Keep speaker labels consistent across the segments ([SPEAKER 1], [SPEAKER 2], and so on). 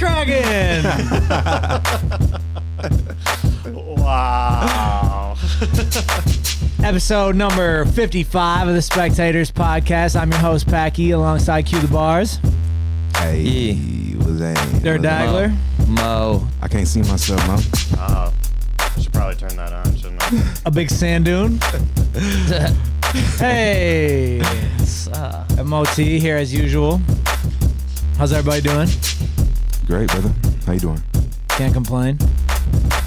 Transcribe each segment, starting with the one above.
[SPEAKER 1] Dragon.
[SPEAKER 2] Wow. Oh,
[SPEAKER 1] Episode number 55 of the Spectators Podcast. I'm your host, Packy, alongside Q the Bars,
[SPEAKER 3] Hey,
[SPEAKER 4] Yeah.
[SPEAKER 3] was that?
[SPEAKER 1] Dirt Dagler.
[SPEAKER 4] Mo.
[SPEAKER 3] I can't see myself, man.
[SPEAKER 2] Oh, I should probably turn that on, shouldn't I?
[SPEAKER 1] a big sand dune. hey,
[SPEAKER 4] It's, uh,
[SPEAKER 1] MOT here as usual. How's everybody doing?
[SPEAKER 3] Great, brother. How you doing?
[SPEAKER 1] Can't complain.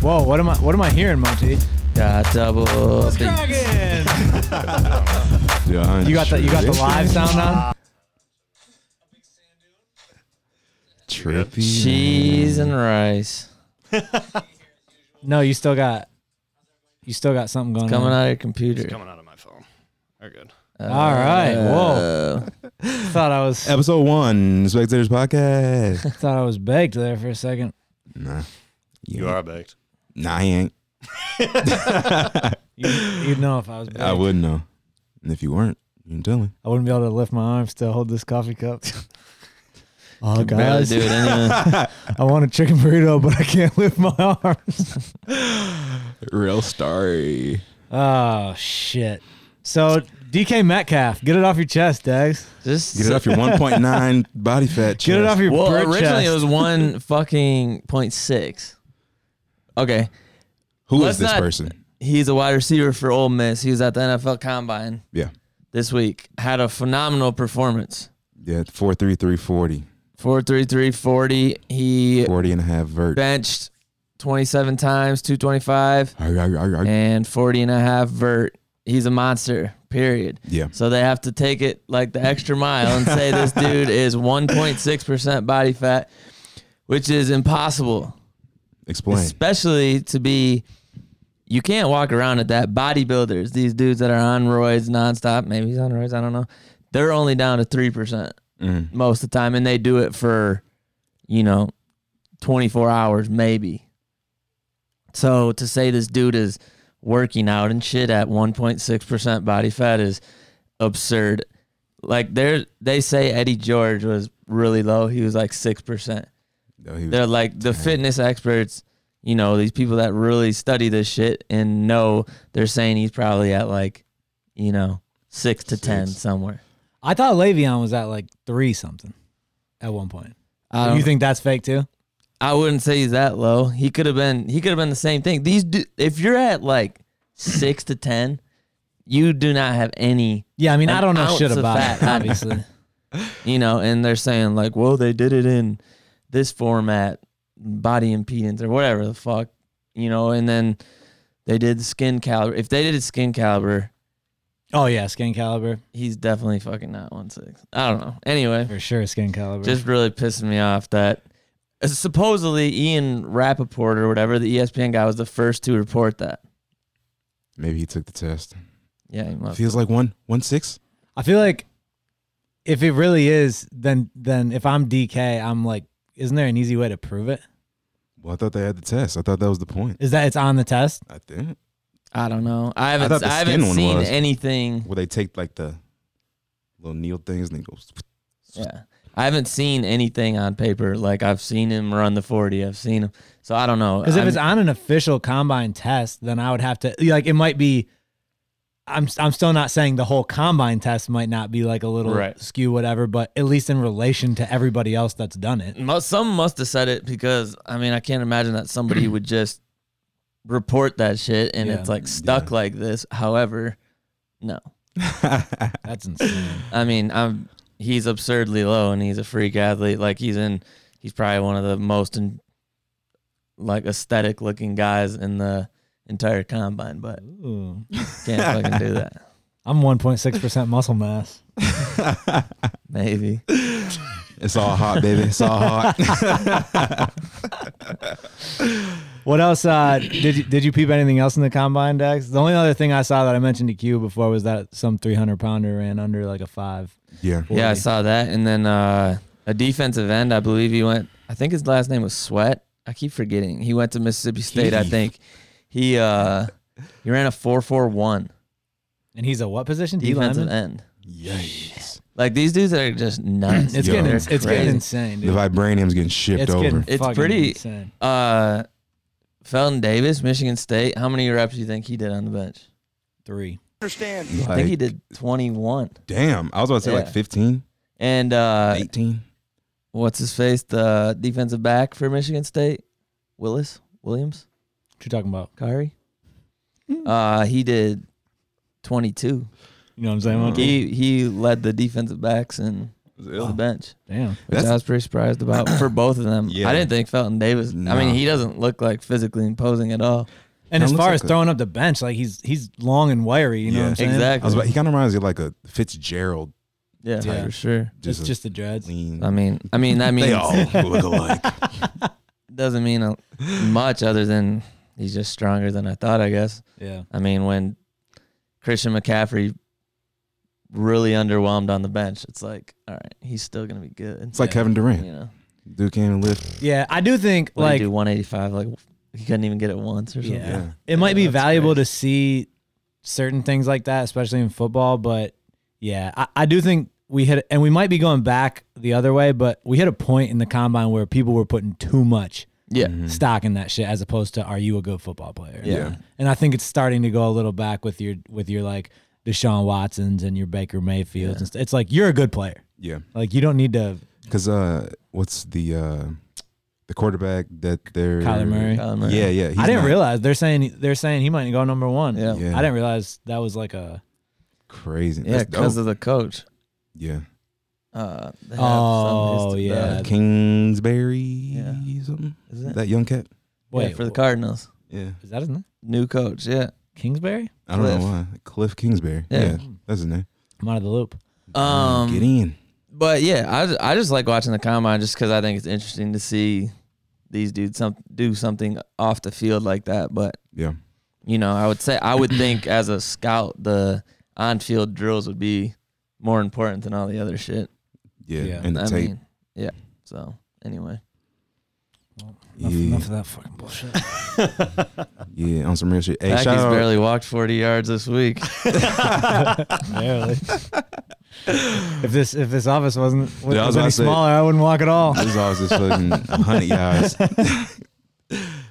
[SPEAKER 1] Whoa, what am I? What am I hearing, Moti?
[SPEAKER 4] got double. the-
[SPEAKER 1] Dragon.
[SPEAKER 3] Yeah, I'm
[SPEAKER 1] You got the you got the
[SPEAKER 3] tripping.
[SPEAKER 1] live sound on.
[SPEAKER 3] Trippy.
[SPEAKER 4] Cheese and rice.
[SPEAKER 1] No, you still got you still got something going
[SPEAKER 3] Mm-hmm.
[SPEAKER 4] Coming
[SPEAKER 1] on.
[SPEAKER 4] out of your computer.
[SPEAKER 2] Coming out of my phone. We're good.
[SPEAKER 1] All right, whoa.
[SPEAKER 4] Uh,
[SPEAKER 1] Thought I was
[SPEAKER 3] Episode one, Spectators Podcast.
[SPEAKER 1] thought I was baked there for a second.
[SPEAKER 3] nah,
[SPEAKER 2] You are baked.
[SPEAKER 3] Nah, I ain't.
[SPEAKER 1] You, you'd know if I was baked.
[SPEAKER 3] I wouldn't know. And if you weren't, you can tell me.
[SPEAKER 1] I wouldn't be able to lift my arms to hold this coffee cup. oh
[SPEAKER 4] can barely do it anyway.
[SPEAKER 1] I want a chicken burrito, but I can't lift my arm.
[SPEAKER 3] Real story.
[SPEAKER 1] Oh shit! So DK Metcalf, get it off your chest, Dags.
[SPEAKER 4] Just
[SPEAKER 3] Get it off your 1.9 body fat.
[SPEAKER 1] Get it off your
[SPEAKER 4] Well,
[SPEAKER 1] brick
[SPEAKER 4] originally
[SPEAKER 1] chest.
[SPEAKER 4] it was one fucking point six. Okay,
[SPEAKER 3] Who is
[SPEAKER 4] Let's
[SPEAKER 3] this
[SPEAKER 4] not-
[SPEAKER 3] person?
[SPEAKER 4] he's a wide receiver for Ole Miss. He was at the NFL Combine
[SPEAKER 3] Yeah.
[SPEAKER 4] this week. Had a phenomenal performance.
[SPEAKER 3] Yeah, 43340.
[SPEAKER 4] Four three three forty. He
[SPEAKER 3] 40 and a half vert.
[SPEAKER 4] benched twenty seven times, two twenty five.
[SPEAKER 3] Arr, arr, arr, arr.
[SPEAKER 4] and 40 and a half vert. He's a monster, period.
[SPEAKER 3] Yeah.
[SPEAKER 4] So they have to take it like the extra mile and say this dude is 1.6% body fat, which is impossible,
[SPEAKER 3] Explain.
[SPEAKER 4] especially to be. You can't walk around at that. Bodybuilders, these dudes that are on roids nonstop, maybe he's on roids, I don't know. They're only down to 3%
[SPEAKER 3] Mm.
[SPEAKER 4] most of the time, and they do it for, you know, 24 hours maybe. So to say this dude is working out and shit at 1.6% body fat is absurd. Like there, they say Eddie George was really low. He was like six percent.
[SPEAKER 3] Oh, he was-
[SPEAKER 4] They're like the fitness experts, you know, these people that really study this shit and know they're saying he's probably at like, you know, six to ten
[SPEAKER 3] Six.
[SPEAKER 4] somewhere.
[SPEAKER 1] I thought Le'Veon was at like three something at one point.
[SPEAKER 4] I
[SPEAKER 1] you
[SPEAKER 4] don't-
[SPEAKER 1] think that's fake too?
[SPEAKER 4] I wouldn't say he's that low. He could have been. He could have been the same thing. These, do, if you're at like six to ten, you do not have any.
[SPEAKER 1] Yeah, I mean
[SPEAKER 4] An
[SPEAKER 1] I don't know
[SPEAKER 4] ounce
[SPEAKER 1] shit
[SPEAKER 4] of
[SPEAKER 1] about
[SPEAKER 4] fat.
[SPEAKER 1] it, obviously.
[SPEAKER 4] You know, and they're saying like, "Well, they did it in this format, body impedance or whatever the fuck," you know. And then they did skin caliber. If they did skin caliber,
[SPEAKER 1] oh yeah, skin caliber
[SPEAKER 4] he's definitely fucking not one six. I don't know. Anyway,
[SPEAKER 1] for sure. Skin caliber.
[SPEAKER 4] just really pissing me off that uh, supposedly Ian Rappaport or whatever the E ESPN guy was the first to report that.
[SPEAKER 3] Maybe he took the test.
[SPEAKER 4] Yeah, he must.
[SPEAKER 3] Feels like one, one six.
[SPEAKER 1] I feel like if it really is, then then if I'm DK, I'm like, isn't there an easy way to prove it?
[SPEAKER 3] Well, I thought they had the test. I thought that was the point.
[SPEAKER 1] Is that it's on the test?
[SPEAKER 3] I think.
[SPEAKER 4] I don't know. I haven't.
[SPEAKER 3] thought
[SPEAKER 4] I,
[SPEAKER 3] the
[SPEAKER 4] haven't
[SPEAKER 3] skin one
[SPEAKER 4] seen
[SPEAKER 3] was.
[SPEAKER 4] anything.
[SPEAKER 3] Where they take like the little needle things and they go.
[SPEAKER 4] Yeah, I haven't seen anything on paper. Like I've seen him run the forty. I've seen him. So I don't know.
[SPEAKER 1] Because if
[SPEAKER 4] I'm-
[SPEAKER 1] it's on an official combine test, then I would have to like it might be. I'm I'm still not saying the whole combine test might not be like a little
[SPEAKER 4] Right.
[SPEAKER 1] skew whatever, but at least in relation to everybody else that's done it.
[SPEAKER 4] Mo- some must have said it because I mean I can't imagine that somebody would just report that shit and
[SPEAKER 1] Yeah.
[SPEAKER 4] it's like stuck like this. However, no.
[SPEAKER 1] That's insane.
[SPEAKER 4] I mean I'm he's absurdly low and he's a freak athlete. Like he's in. He's probably one of the most in, like aesthetic looking guys in the entire combine, but
[SPEAKER 1] Ooh.
[SPEAKER 4] can't fucking do that.
[SPEAKER 1] I'm 1.6 percent muscle mass.
[SPEAKER 4] Maybe.
[SPEAKER 3] It's all hot, baby. It's all hot.
[SPEAKER 1] What else? Uh, did you, did you peep anything else in the combine, Dex? The only other thing I saw that I mentioned to Q before was that some 300 pounder ran under like a five.
[SPEAKER 3] yeah.
[SPEAKER 4] Yeah, I
[SPEAKER 1] 40.
[SPEAKER 4] saw that. And then uh, a defensive end, I believe he went. I think his last name was Sweat. I keep forgetting. He went to Mississippi State. I
[SPEAKER 3] Keith.
[SPEAKER 4] think he uh, he ran a four four one
[SPEAKER 1] and he's a what position? D
[SPEAKER 4] defensive
[SPEAKER 1] lineman?
[SPEAKER 4] end.
[SPEAKER 3] Yikes.
[SPEAKER 4] Like these dudes are just nuts.
[SPEAKER 1] It's
[SPEAKER 3] Yo,
[SPEAKER 1] getting
[SPEAKER 4] They're
[SPEAKER 1] it's getting
[SPEAKER 4] crazy.
[SPEAKER 1] insane,
[SPEAKER 3] The
[SPEAKER 1] dude.
[SPEAKER 3] vibranium's getting shipped
[SPEAKER 1] It's
[SPEAKER 3] over.
[SPEAKER 1] getting
[SPEAKER 4] It's
[SPEAKER 1] fucking
[SPEAKER 4] pretty-
[SPEAKER 1] insane.
[SPEAKER 4] Uh, Felton Davis, Michigan State. How many reps do you think he did on the bench?
[SPEAKER 1] Three.
[SPEAKER 4] I think he
[SPEAKER 3] Like,
[SPEAKER 4] did 21.
[SPEAKER 3] damn. I was about to say like
[SPEAKER 4] Yeah.
[SPEAKER 3] 15,
[SPEAKER 4] And uh,
[SPEAKER 3] 18.
[SPEAKER 4] what's his face? The defensive back for Michigan State, Willis Williams,
[SPEAKER 1] What you talking about?
[SPEAKER 4] Kyrie. Uh, he did 22.
[SPEAKER 1] You know what I'm saying? Monkey?
[SPEAKER 4] He he led the defensive backs and the bench,
[SPEAKER 1] Damn.
[SPEAKER 4] which
[SPEAKER 3] That's-
[SPEAKER 4] I was pretty surprised about for both of them.
[SPEAKER 3] Yeah.
[SPEAKER 4] I didn't think Felton Davis. I
[SPEAKER 3] Nah.
[SPEAKER 4] mean, he doesn't look like physically imposing at all.
[SPEAKER 1] And
[SPEAKER 3] That
[SPEAKER 1] as
[SPEAKER 3] looks
[SPEAKER 1] far
[SPEAKER 3] like
[SPEAKER 1] as
[SPEAKER 3] a-
[SPEAKER 1] throwing up the bench, like he's he's long and wiry. You know
[SPEAKER 3] Yeah.
[SPEAKER 1] what I'm saying?
[SPEAKER 3] I was
[SPEAKER 4] Exactly.
[SPEAKER 3] about, he kind of reminds me of like a Fitzgerald.
[SPEAKER 4] yeah,
[SPEAKER 1] Yeah.
[SPEAKER 4] for sure.
[SPEAKER 1] It's
[SPEAKER 3] Just,
[SPEAKER 1] just the dreads.
[SPEAKER 3] lean.
[SPEAKER 4] I mean, I mean that means
[SPEAKER 3] they all look alike.
[SPEAKER 4] doesn't mean a, much other than he's just stronger than I thought. I guess.
[SPEAKER 1] Yeah.
[SPEAKER 4] I mean, when Christian McCaffrey really underwhelmed on the bench, it's like, all right, he's still gonna be good.
[SPEAKER 3] It's like
[SPEAKER 1] Yeah.
[SPEAKER 3] Kevin Durant.
[SPEAKER 4] you know,
[SPEAKER 3] Dude can't even lift.
[SPEAKER 1] Yeah. I do think
[SPEAKER 4] what
[SPEAKER 1] like
[SPEAKER 4] do 185. Like he couldn't even get it once or something.
[SPEAKER 1] Yeah.
[SPEAKER 3] Yeah.
[SPEAKER 1] it might
[SPEAKER 4] Yeah,
[SPEAKER 1] be
[SPEAKER 4] that's
[SPEAKER 1] valuable
[SPEAKER 4] crazy.
[SPEAKER 1] to see certain things like that, especially in football. But yeah, I, I do think we hit, and we might be going back the other way, but we hit a point in the combine where people were putting too much
[SPEAKER 4] Yeah.
[SPEAKER 3] Mm-hmm.
[SPEAKER 1] stock in that shit, as opposed to are you a good football player?
[SPEAKER 4] Yeah.
[SPEAKER 3] Yeah.
[SPEAKER 1] and I think it's starting to go a little back with your with your like Deshaun Watson's and your Baker Mayfields.
[SPEAKER 4] Yeah.
[SPEAKER 1] And st- it's like you're a good player.
[SPEAKER 3] Yeah.
[SPEAKER 1] Like you don't need to
[SPEAKER 3] Cause uh, what's the uh, the quarterback that they're
[SPEAKER 1] Kyler Murray.
[SPEAKER 4] Kyler Murray.
[SPEAKER 3] Yeah, yeah. he's
[SPEAKER 1] I didn't
[SPEAKER 3] not
[SPEAKER 1] realize they're saying they're saying he might go number one.
[SPEAKER 4] Yeah.
[SPEAKER 3] Yeah.
[SPEAKER 1] I didn't realize that was like a
[SPEAKER 3] crazy.
[SPEAKER 4] Yeah,
[SPEAKER 3] That's
[SPEAKER 4] because
[SPEAKER 3] dope.
[SPEAKER 4] of the coach.
[SPEAKER 3] yeah.
[SPEAKER 4] Uh, they have
[SPEAKER 1] Oh,
[SPEAKER 4] some-
[SPEAKER 1] yeah.
[SPEAKER 4] the-
[SPEAKER 3] Kingsbury
[SPEAKER 4] Yeah.
[SPEAKER 3] something.
[SPEAKER 4] is it?
[SPEAKER 3] That young cat.
[SPEAKER 1] wait
[SPEAKER 4] yeah, for the
[SPEAKER 1] wh-
[SPEAKER 4] Cardinals.
[SPEAKER 3] Yeah.
[SPEAKER 1] Is that his name?
[SPEAKER 4] New coach, yeah.
[SPEAKER 1] Kingsbury? Hmm.
[SPEAKER 3] I don't
[SPEAKER 4] Cliff.
[SPEAKER 3] know why. Cliff Kingsbury.
[SPEAKER 4] Yeah.
[SPEAKER 3] Yeah. That's his name.
[SPEAKER 1] I'm out of the loop.
[SPEAKER 4] Um,
[SPEAKER 3] Get in.
[SPEAKER 4] But yeah, I, ju- I just like watching the combine just because I think it's interesting to see these dudes some, do something off the field like that. But
[SPEAKER 3] Yeah.
[SPEAKER 4] you know, I would say I would think as a scout, the on-field drills would be more important than all the other shit.
[SPEAKER 3] Yeah.
[SPEAKER 1] Yeah.
[SPEAKER 3] And the
[SPEAKER 4] I
[SPEAKER 3] tape.
[SPEAKER 4] mean, yeah. So anyway,
[SPEAKER 1] Enough,
[SPEAKER 3] yeah.
[SPEAKER 1] enough of that fucking bullshit.
[SPEAKER 3] yeah. On some real shit. Hey,
[SPEAKER 4] Mackey's
[SPEAKER 3] shout out.
[SPEAKER 4] barely walked 40 yards this week.
[SPEAKER 1] Barely. if this if this office wasn't was,
[SPEAKER 3] Yeah, I was about
[SPEAKER 1] any
[SPEAKER 3] to say-
[SPEAKER 1] smaller, I wouldn't walk at all.
[SPEAKER 3] This is all just fucking 100 yards.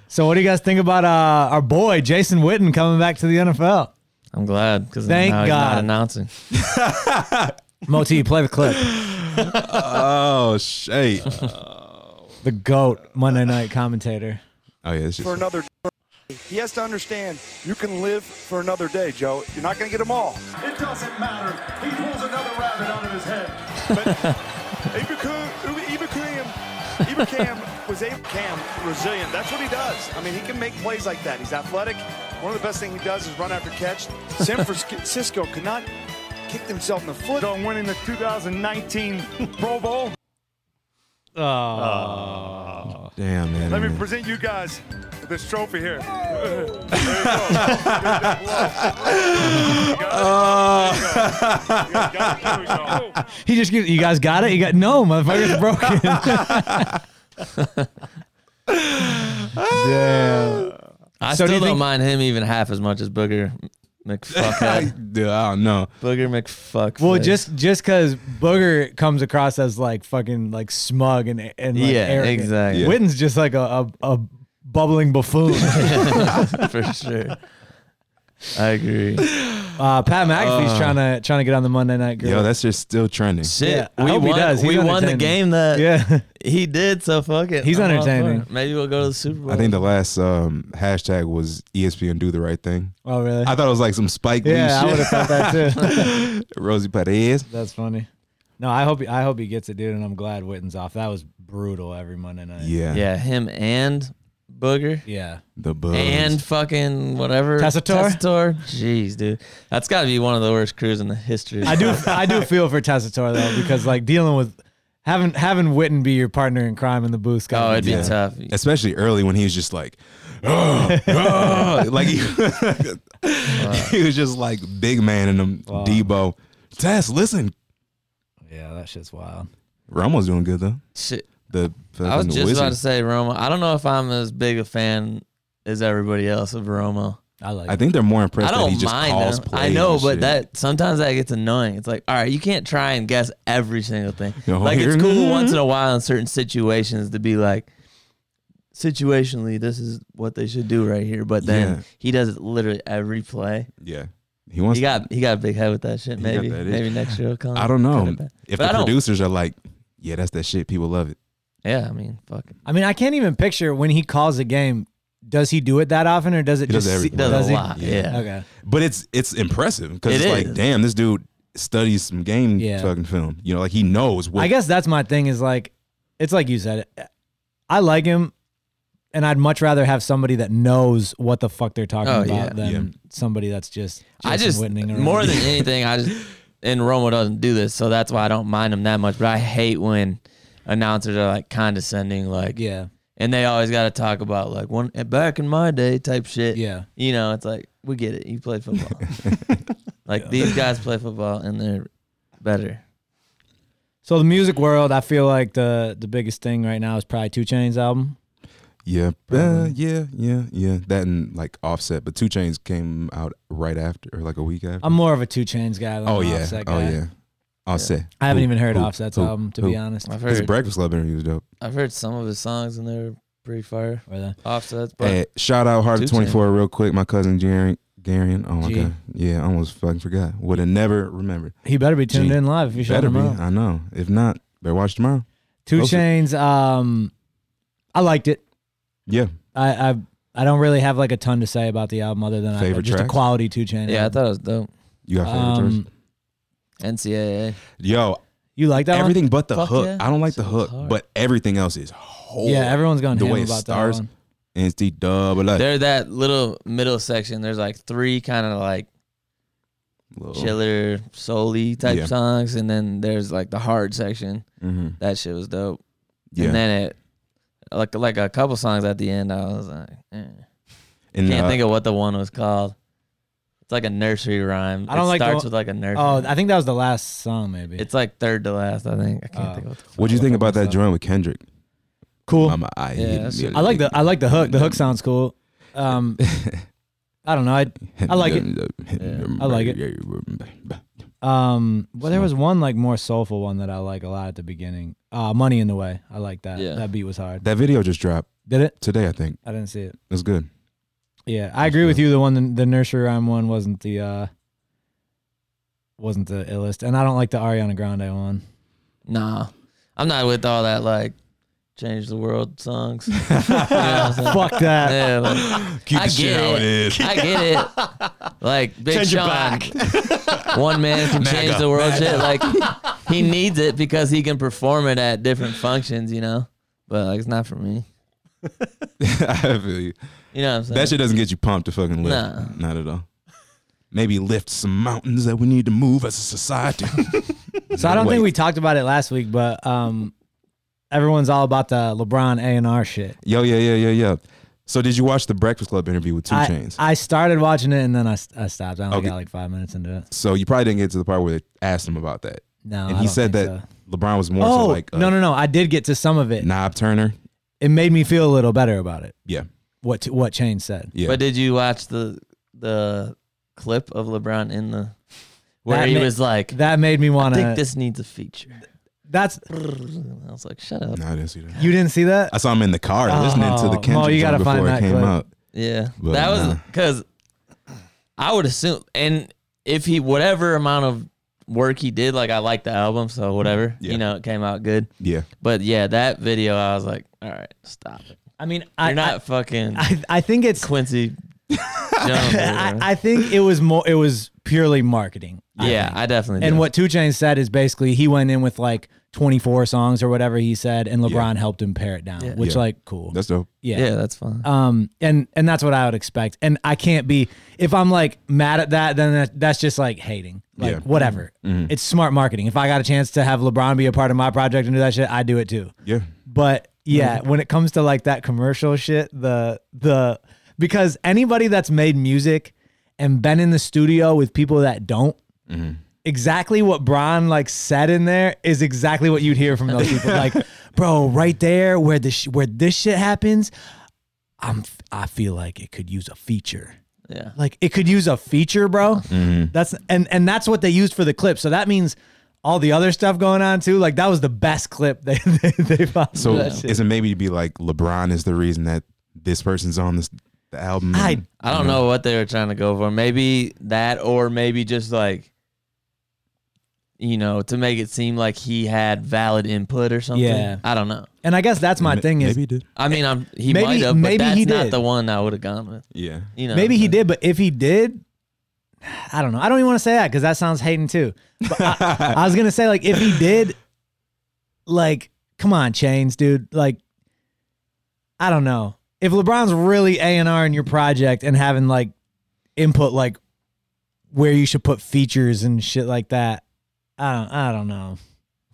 [SPEAKER 1] So what do you guys think about uh, our boy Jason Witten coming back to the NFL?
[SPEAKER 4] I'm glad because
[SPEAKER 1] Thank
[SPEAKER 4] now he's not
[SPEAKER 1] God.
[SPEAKER 4] announcing.
[SPEAKER 1] Moti, play the clip.
[SPEAKER 3] oh, shit.
[SPEAKER 1] The goat Monday night commentator.
[SPEAKER 3] Oh, yeah. It's
[SPEAKER 5] for
[SPEAKER 3] just,
[SPEAKER 5] another day. He has to understand you can live for another day, Joe. You're not going to get them all.
[SPEAKER 6] It doesn't matter. He pulls another rabbit out of his head.
[SPEAKER 5] Ibukam, Ibukam, Ibukam was able Cam resilient. That's what he does. I mean, he can make plays like that. He's athletic. One of the best things he does is run after catch. San Francisco could not kick himself in the foot.
[SPEAKER 6] On winning the 2019 Pro Bowl.
[SPEAKER 3] damn, man. I
[SPEAKER 6] Let me
[SPEAKER 3] mean,
[SPEAKER 6] present you guys with this trophy here. There you go. There you go. You got it. Here we go.
[SPEAKER 1] He just gives you guys got it. You got no motherfucker's broken. Damn.
[SPEAKER 4] I
[SPEAKER 1] So do
[SPEAKER 4] still
[SPEAKER 1] you
[SPEAKER 4] do not
[SPEAKER 1] think-
[SPEAKER 4] mind him even half as much as Booger McFuckhead.
[SPEAKER 3] Dude, I don't know.
[SPEAKER 4] Booger McFuck.
[SPEAKER 1] Well,
[SPEAKER 4] face.
[SPEAKER 1] just just because Booger comes across as like fucking like smug and and like
[SPEAKER 4] yeah,
[SPEAKER 1] arrogant.
[SPEAKER 4] exactly.
[SPEAKER 3] Yeah.
[SPEAKER 1] Witten's just like a a, a bubbling buffoon.
[SPEAKER 4] for sure. I agree.
[SPEAKER 1] uh, Pat McAfee's trying to trying to get on the Monday night girl.
[SPEAKER 3] Yo, that's just still trending.
[SPEAKER 4] Shit,
[SPEAKER 1] I
[SPEAKER 4] we
[SPEAKER 1] hope he
[SPEAKER 4] won.
[SPEAKER 1] does. He's
[SPEAKER 4] We won the
[SPEAKER 1] entertaining.
[SPEAKER 4] game that
[SPEAKER 1] yeah.
[SPEAKER 4] he did. So fuck it.
[SPEAKER 1] He's
[SPEAKER 4] I'm all for
[SPEAKER 1] entertaining.
[SPEAKER 4] it. Maybe we'll go to the Super Bowl.
[SPEAKER 3] I think the last um, hashtag was E ESPN do the right thing.
[SPEAKER 1] Oh really?
[SPEAKER 3] I thought it was like some Spike Lee
[SPEAKER 1] yeah, I would
[SPEAKER 3] shit.
[SPEAKER 1] have thought that too.
[SPEAKER 3] Rosie Perez.
[SPEAKER 1] That's funny. No, I hope he, I hope he gets it, dude. And I'm glad Witten's off. That was brutal every Monday night.
[SPEAKER 3] Yeah.
[SPEAKER 4] yeah, him and Booger
[SPEAKER 1] Yeah.
[SPEAKER 3] The Buzz.
[SPEAKER 4] and fucking whatever
[SPEAKER 1] Tessitore?
[SPEAKER 4] Tessitore. Jeez, dude, that's got to be one of the worst crews in the history. of
[SPEAKER 1] I do I do feel for Tessitore though because like dealing with having having Witten be your partner in crime in the booth.
[SPEAKER 4] Oh, it'd be
[SPEAKER 3] Yeah.
[SPEAKER 4] tough.
[SPEAKER 3] especially early when he was just like, oh, oh," like he, he was just like big man in them
[SPEAKER 1] Wow.
[SPEAKER 3] Debo. Tess, listen,
[SPEAKER 1] yeah, that shit's wild.
[SPEAKER 3] Romo's doing good though.
[SPEAKER 4] Shit.
[SPEAKER 3] The
[SPEAKER 4] I was
[SPEAKER 3] the
[SPEAKER 4] just about to
[SPEAKER 3] Wizards.
[SPEAKER 4] say Roma. I don't know if I'm as big a fan as everybody else of Roma.
[SPEAKER 1] I like.
[SPEAKER 3] I think they're more impressed
[SPEAKER 4] I
[SPEAKER 3] that he
[SPEAKER 4] don't
[SPEAKER 3] just
[SPEAKER 4] mind
[SPEAKER 3] calls
[SPEAKER 4] them.
[SPEAKER 3] plays.
[SPEAKER 4] I know,
[SPEAKER 3] and
[SPEAKER 4] but
[SPEAKER 3] shit.
[SPEAKER 4] that sometimes that gets annoying. It's like, all right, you can't try and guess every single thing.
[SPEAKER 3] You know,
[SPEAKER 4] like it's
[SPEAKER 3] Oh, here-
[SPEAKER 4] cool once in a while in certain situations to be like, situationally, this is what they should do right here. But then
[SPEAKER 3] Yeah.
[SPEAKER 4] he does it literally every play.
[SPEAKER 3] yeah, he wants.
[SPEAKER 4] He got he got a big head with that shit.
[SPEAKER 3] He got
[SPEAKER 4] Maybe
[SPEAKER 3] that itch.
[SPEAKER 4] maybe next year he'll come.
[SPEAKER 3] I don't
[SPEAKER 4] Could
[SPEAKER 3] know
[SPEAKER 4] have been.
[SPEAKER 3] if
[SPEAKER 4] But I
[SPEAKER 3] the
[SPEAKER 4] don't-
[SPEAKER 3] producers are like, yeah, that's that shit. People love it.
[SPEAKER 4] Yeah, I mean, fuck. it.
[SPEAKER 1] I mean, I can't even picture when he calls a game. Does he do it that often, or does it
[SPEAKER 3] He does
[SPEAKER 1] just
[SPEAKER 3] every-
[SPEAKER 1] se-
[SPEAKER 4] Does,
[SPEAKER 1] does
[SPEAKER 4] a
[SPEAKER 1] he?
[SPEAKER 4] lot.
[SPEAKER 3] Yeah.
[SPEAKER 4] Yeah.
[SPEAKER 1] Okay.
[SPEAKER 3] But it's it's impressive because
[SPEAKER 4] It
[SPEAKER 3] it's
[SPEAKER 4] is.
[SPEAKER 3] like, damn, this dude studies some game
[SPEAKER 1] Yeah.
[SPEAKER 3] fucking film. You know, like he knows what.
[SPEAKER 1] I guess that's my thing. Is like, it's like you said. I like him, and I'd much rather have somebody that knows what the fuck they're talking
[SPEAKER 4] Oh,
[SPEAKER 1] about
[SPEAKER 4] yeah.
[SPEAKER 1] than
[SPEAKER 3] Yeah.
[SPEAKER 1] somebody that's just.
[SPEAKER 4] I
[SPEAKER 1] Jason
[SPEAKER 4] just
[SPEAKER 1] Whitting around.
[SPEAKER 4] more than anything, I just and Romo doesn't do this, so that's why I don't mind him that much. But I hate when announcers are like condescending, like
[SPEAKER 1] yeah,
[SPEAKER 4] and they always got to talk about like one back in my day type shit.
[SPEAKER 1] yeah.
[SPEAKER 4] you know, it's like we get it. You play football. like these guys play football and they're better.
[SPEAKER 1] So the music world, I feel like the the biggest thing right now is probably Two Chain's album.
[SPEAKER 3] yeah, uh,
[SPEAKER 1] Probably.
[SPEAKER 3] yeah, yeah, yeah. That and like Offset, but Two Chains came out right after, or like a week after.
[SPEAKER 1] I'm more of a Two Chains guy than
[SPEAKER 3] oh
[SPEAKER 1] an
[SPEAKER 3] yeah,
[SPEAKER 1] Offset
[SPEAKER 3] oh
[SPEAKER 1] guy.
[SPEAKER 3] yeah. Offset.
[SPEAKER 1] I haven't
[SPEAKER 3] Who-
[SPEAKER 1] even heard
[SPEAKER 3] who-
[SPEAKER 1] Offset's
[SPEAKER 3] who-
[SPEAKER 1] album to
[SPEAKER 3] who?
[SPEAKER 1] be honest.
[SPEAKER 4] I've
[SPEAKER 3] His
[SPEAKER 4] heard
[SPEAKER 3] Breakfast Club interview was dope.
[SPEAKER 4] I've heard some of his songs and they're pretty fire.
[SPEAKER 1] Or the-
[SPEAKER 4] Offsets, but
[SPEAKER 3] Hey, shout out Heart of
[SPEAKER 4] Two
[SPEAKER 3] 24 real quick. My cousin Garion. Garion. Oh my
[SPEAKER 1] G.
[SPEAKER 3] god. Yeah, I almost fucking forgot. Would have never remembered.
[SPEAKER 1] He better be tuned
[SPEAKER 3] Gee,
[SPEAKER 1] in live if you shut
[SPEAKER 3] Better
[SPEAKER 1] him
[SPEAKER 3] be.
[SPEAKER 1] out.
[SPEAKER 3] I know. If not, better watch tomorrow.
[SPEAKER 1] Two
[SPEAKER 3] Those are-
[SPEAKER 1] Chains. Um, I liked it.
[SPEAKER 3] Yeah.
[SPEAKER 1] I, I I don't really have like a ton to say about the album other than I-
[SPEAKER 3] Favorite
[SPEAKER 1] just a
[SPEAKER 3] tracks?
[SPEAKER 1] quality Two Chain.
[SPEAKER 4] yeah, I
[SPEAKER 1] album.
[SPEAKER 4] thought it was dope.
[SPEAKER 3] You got favorite
[SPEAKER 1] Um,
[SPEAKER 3] verse?
[SPEAKER 4] NCAA.
[SPEAKER 3] Yo,
[SPEAKER 1] You like that
[SPEAKER 3] everything but the
[SPEAKER 4] Fuck
[SPEAKER 3] hook.
[SPEAKER 4] yeah.
[SPEAKER 3] I don't like the
[SPEAKER 4] It's
[SPEAKER 3] hook,
[SPEAKER 4] hard.
[SPEAKER 3] but everything else is whole.
[SPEAKER 1] one? Yeah, everyone's going
[SPEAKER 3] The
[SPEAKER 1] ham
[SPEAKER 3] way it
[SPEAKER 1] about
[SPEAKER 3] starts,
[SPEAKER 1] that one.
[SPEAKER 3] NC double A.
[SPEAKER 4] They're that little middle section. There's like three kind of like
[SPEAKER 3] Little-
[SPEAKER 4] chiller, soul-y type
[SPEAKER 3] Oh. Yeah.
[SPEAKER 4] songs, and then there's like the hard section.
[SPEAKER 3] Mhm.
[SPEAKER 4] That shit was dope.
[SPEAKER 3] Yeah.
[SPEAKER 4] And then it like like a couple songs at the end, I was like, eh.
[SPEAKER 3] And,
[SPEAKER 4] can't
[SPEAKER 3] uh,
[SPEAKER 4] think of what the one was called. It's like a nursery rhyme.
[SPEAKER 1] I don't
[SPEAKER 4] it
[SPEAKER 1] like the
[SPEAKER 4] starts
[SPEAKER 1] one-
[SPEAKER 4] with like a nursery.
[SPEAKER 1] Oh,
[SPEAKER 4] rhyme.
[SPEAKER 1] I think that was the last song maybe.
[SPEAKER 4] it's like third to last. I think I can't
[SPEAKER 1] Oh.
[SPEAKER 4] think of what the fuck
[SPEAKER 3] What do you
[SPEAKER 4] it
[SPEAKER 3] think
[SPEAKER 4] was.
[SPEAKER 3] about that joint with Kendrick?
[SPEAKER 1] cool.
[SPEAKER 3] I'm a, I,
[SPEAKER 4] Yeah,
[SPEAKER 3] hit
[SPEAKER 4] that's
[SPEAKER 3] me
[SPEAKER 4] it.
[SPEAKER 3] a
[SPEAKER 1] I like the
[SPEAKER 3] lick.
[SPEAKER 1] I like the hook. The hook sounds cool. Um, I don't know. I I like it. I like Um, well, there was one like more soulful one that I like a lot at the beginning. Uh, Money in the Way. I like that.
[SPEAKER 4] Yeah.
[SPEAKER 1] That beat was hard.
[SPEAKER 3] That video just dropped
[SPEAKER 1] Did it?
[SPEAKER 3] today, I think.
[SPEAKER 1] I didn't see it.
[SPEAKER 3] That's good.
[SPEAKER 1] Yeah, I agree with you. The one, the, the nursery rhyme one, wasn't the uh, wasn't the illest, and I don't like the Ariana Grande one.
[SPEAKER 4] Nah, I'm not with all that like change the world songs. You know what I'm saying?
[SPEAKER 1] Fuck that.
[SPEAKER 4] Yeah, like,
[SPEAKER 3] Keep
[SPEAKER 4] I get it. I get it. Like Big
[SPEAKER 2] Change your
[SPEAKER 4] Sean, one man can change the world. Shit, like he needs it because he can perform it at different functions. You know, but like it's not for me.
[SPEAKER 3] I feel you.
[SPEAKER 4] You know what I'm saying?
[SPEAKER 3] That shit doesn't get you pumped to fucking lift.
[SPEAKER 4] Nah.
[SPEAKER 3] Not at all. Maybe lift some mountains that we need to move as a society.
[SPEAKER 1] So I don't think
[SPEAKER 3] Wait.
[SPEAKER 1] we talked about it last week, but um, everyone's all about the LeBron A and R shit.
[SPEAKER 3] Yo, yeah, yeah, yeah, yeah. So did you watch the Breakfast Club interview with Two
[SPEAKER 1] I,
[SPEAKER 3] Chains?
[SPEAKER 1] I started watching it and then I, I stopped. I only
[SPEAKER 3] Okay.
[SPEAKER 1] got like five minutes into it.
[SPEAKER 3] so you probably didn't get to the part where they asked him about that,
[SPEAKER 1] No,
[SPEAKER 3] and
[SPEAKER 1] I
[SPEAKER 3] he
[SPEAKER 1] don't
[SPEAKER 3] said
[SPEAKER 1] think
[SPEAKER 3] that
[SPEAKER 1] so.
[SPEAKER 3] LeBron was more
[SPEAKER 1] oh
[SPEAKER 3] so like uh, a
[SPEAKER 1] no no no! I did get to some of it.
[SPEAKER 3] knob turner.
[SPEAKER 1] It made me feel a little better about it.
[SPEAKER 3] Yeah,
[SPEAKER 1] What what Chain said.
[SPEAKER 3] yeah.
[SPEAKER 4] But did you watch the the clip of LeBron in the where
[SPEAKER 1] That
[SPEAKER 4] he
[SPEAKER 1] ma-
[SPEAKER 4] was like,
[SPEAKER 1] That uh, made me
[SPEAKER 4] "I
[SPEAKER 1] want to.
[SPEAKER 4] think this needs a feature."
[SPEAKER 1] That's
[SPEAKER 4] I was like, "Shut up."
[SPEAKER 3] no, I didn't see that.
[SPEAKER 1] you didn't see that.
[SPEAKER 3] I saw him in the car listening to
[SPEAKER 1] Oh,
[SPEAKER 3] the
[SPEAKER 1] Mo,
[SPEAKER 3] Kendrick
[SPEAKER 1] you
[SPEAKER 3] joint
[SPEAKER 1] gotta
[SPEAKER 3] before
[SPEAKER 1] find
[SPEAKER 3] it
[SPEAKER 1] that
[SPEAKER 3] came
[SPEAKER 1] clip.
[SPEAKER 3] out.
[SPEAKER 4] Yeah,
[SPEAKER 3] But
[SPEAKER 4] that was
[SPEAKER 3] nah.
[SPEAKER 4] because I would assume, and if he whatever amount of work he did, like I like the album, so whatever,
[SPEAKER 3] Yeah.
[SPEAKER 4] you know, it came out good.
[SPEAKER 3] Yeah,
[SPEAKER 4] But yeah, that video, I was like, "All right, stop it.
[SPEAKER 1] I mean,
[SPEAKER 4] You're
[SPEAKER 1] I,
[SPEAKER 4] not fucking
[SPEAKER 1] I, I think it's.
[SPEAKER 4] Quincy." Jones or
[SPEAKER 1] I,
[SPEAKER 4] whatever."
[SPEAKER 1] I think it was more. It was purely marketing. I
[SPEAKER 4] yeah,
[SPEAKER 1] think.
[SPEAKER 4] I, definitely.
[SPEAKER 1] and
[SPEAKER 4] do.
[SPEAKER 1] what Two Chainz said is basically he went in with like 24 songs or whatever he said, and LeBron helped him pare it down,
[SPEAKER 4] Yeah.
[SPEAKER 1] which
[SPEAKER 3] Yeah.
[SPEAKER 1] like cool.
[SPEAKER 3] that's dope.
[SPEAKER 1] yeah.
[SPEAKER 4] Yeah, that's fine.
[SPEAKER 1] Um. And and that's what I would expect. And I can't be if I'm like mad at that, then that, that's just like hating. Like
[SPEAKER 3] Yeah.
[SPEAKER 1] whatever. It's smart marketing. If I got a chance to have LeBron be a part of my project and do that shit, I do it too.
[SPEAKER 3] Yeah,
[SPEAKER 1] But yeah, when it comes to like that commercial shit, the the because anybody that's made music and been in the studio with people that don't, exactly what Bron like said in there is exactly what you'd hear from those people. like, bro, right there where the sh- where this shit happens, I'm f- I feel like it could use a feature.
[SPEAKER 4] Yeah.
[SPEAKER 1] Like it could use a feature, bro. That's and and that's what they used for the clip. So that means all the other stuff going on too. Like that was the best clip they they, they found.
[SPEAKER 3] So
[SPEAKER 1] That shit.
[SPEAKER 3] is it maybe to be like LeBron is the reason that this person's on this the album?
[SPEAKER 1] I-
[SPEAKER 3] and-
[SPEAKER 4] I don't know what they were trying to go for. Maybe that, or maybe just like, you know, to make it seem like he had valid input or something.
[SPEAKER 1] Yeah.
[SPEAKER 4] I don't know.
[SPEAKER 1] and I guess that's my
[SPEAKER 3] Ma-
[SPEAKER 1] thing is
[SPEAKER 3] maybe he did.
[SPEAKER 4] I mean, I'm he
[SPEAKER 1] Maybe-
[SPEAKER 4] might have, but
[SPEAKER 1] maybe
[SPEAKER 4] that's
[SPEAKER 1] he
[SPEAKER 4] not
[SPEAKER 1] did.
[SPEAKER 4] the one I would have gone with.
[SPEAKER 3] Yeah.
[SPEAKER 4] You know,
[SPEAKER 1] Maybe he did, but if he did, I don't know. I don't even want to say that because that sounds hating too. But I, I was gonna say like if he did, like come on, chains, dude. Like I don't know if LeBron's really A and R in your project and having like input like where you should put features and shit like that. I don't. I don't know.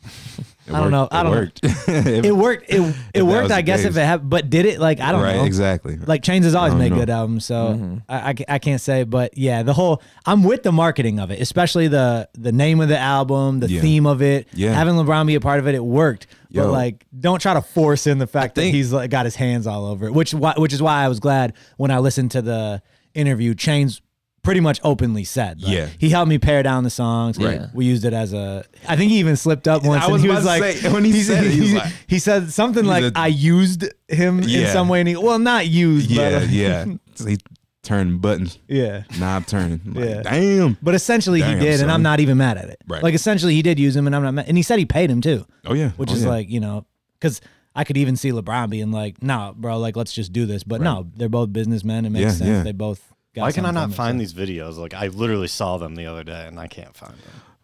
[SPEAKER 3] It
[SPEAKER 1] I don't know.
[SPEAKER 3] worked.
[SPEAKER 1] I don't know.
[SPEAKER 3] It worked.
[SPEAKER 1] It worked. It it
[SPEAKER 3] that
[SPEAKER 1] worked.
[SPEAKER 3] was
[SPEAKER 1] I
[SPEAKER 3] the
[SPEAKER 1] guess
[SPEAKER 3] case.
[SPEAKER 1] if it happened, but did it? Like I don't
[SPEAKER 3] right,
[SPEAKER 1] know.
[SPEAKER 3] exactly.
[SPEAKER 1] Like Chains has always
[SPEAKER 3] I don't
[SPEAKER 1] made
[SPEAKER 3] know.
[SPEAKER 1] good albums, so
[SPEAKER 3] Mm-hmm.
[SPEAKER 1] I, I ca- I can't say, but yeah, the whole I'm with the marketing of it, especially the the name of the album, the
[SPEAKER 3] Yeah.
[SPEAKER 1] theme of it,
[SPEAKER 3] Yeah.
[SPEAKER 1] having LeBron be a part of it, it worked. But
[SPEAKER 3] Yo.
[SPEAKER 1] like, don't try to force in the fact that
[SPEAKER 3] think-
[SPEAKER 1] he's like got his hands all over it, which why, which is why I was glad when I listened to the interview. Chains pretty much openly said, like,
[SPEAKER 3] Yeah.
[SPEAKER 1] he helped me pare down the songs.
[SPEAKER 4] Right.
[SPEAKER 1] we used it as a. I think he even slipped up once,
[SPEAKER 3] I
[SPEAKER 1] and
[SPEAKER 3] was
[SPEAKER 1] he
[SPEAKER 3] about
[SPEAKER 1] was
[SPEAKER 3] to
[SPEAKER 1] like,
[SPEAKER 3] say, when he
[SPEAKER 1] he's-
[SPEAKER 3] said it, he was like-
[SPEAKER 1] he said something like,
[SPEAKER 3] a-
[SPEAKER 1] "I used him in
[SPEAKER 3] Yeah.
[SPEAKER 1] some way," and he, well, not used,
[SPEAKER 3] yeah,
[SPEAKER 1] but
[SPEAKER 3] yeah. So he turned buttons,
[SPEAKER 1] yeah.
[SPEAKER 3] knob turning. I'm like,
[SPEAKER 1] Yeah.
[SPEAKER 3] Damn.
[SPEAKER 1] But essentially,
[SPEAKER 3] Damn,
[SPEAKER 1] he did, and
[SPEAKER 3] son.
[SPEAKER 1] I'm not even mad at it.
[SPEAKER 3] Right.
[SPEAKER 1] Like essentially, he did use him, and I'm not mad. And he said he paid him too,
[SPEAKER 3] Oh yeah.
[SPEAKER 1] which
[SPEAKER 3] Oh,
[SPEAKER 1] is
[SPEAKER 3] yeah.
[SPEAKER 1] like you know, because I could even see LeBron being like, "No, bro, like let's just do this." But no, they're both businessmen. It makes
[SPEAKER 3] Yeah,
[SPEAKER 1] sense.
[SPEAKER 3] yeah.
[SPEAKER 1] They both. Got
[SPEAKER 2] Why can I
[SPEAKER 1] something
[SPEAKER 2] not
[SPEAKER 1] from it,
[SPEAKER 2] find
[SPEAKER 1] so.
[SPEAKER 2] these videos? Like I literally saw them the other day and I can't find them.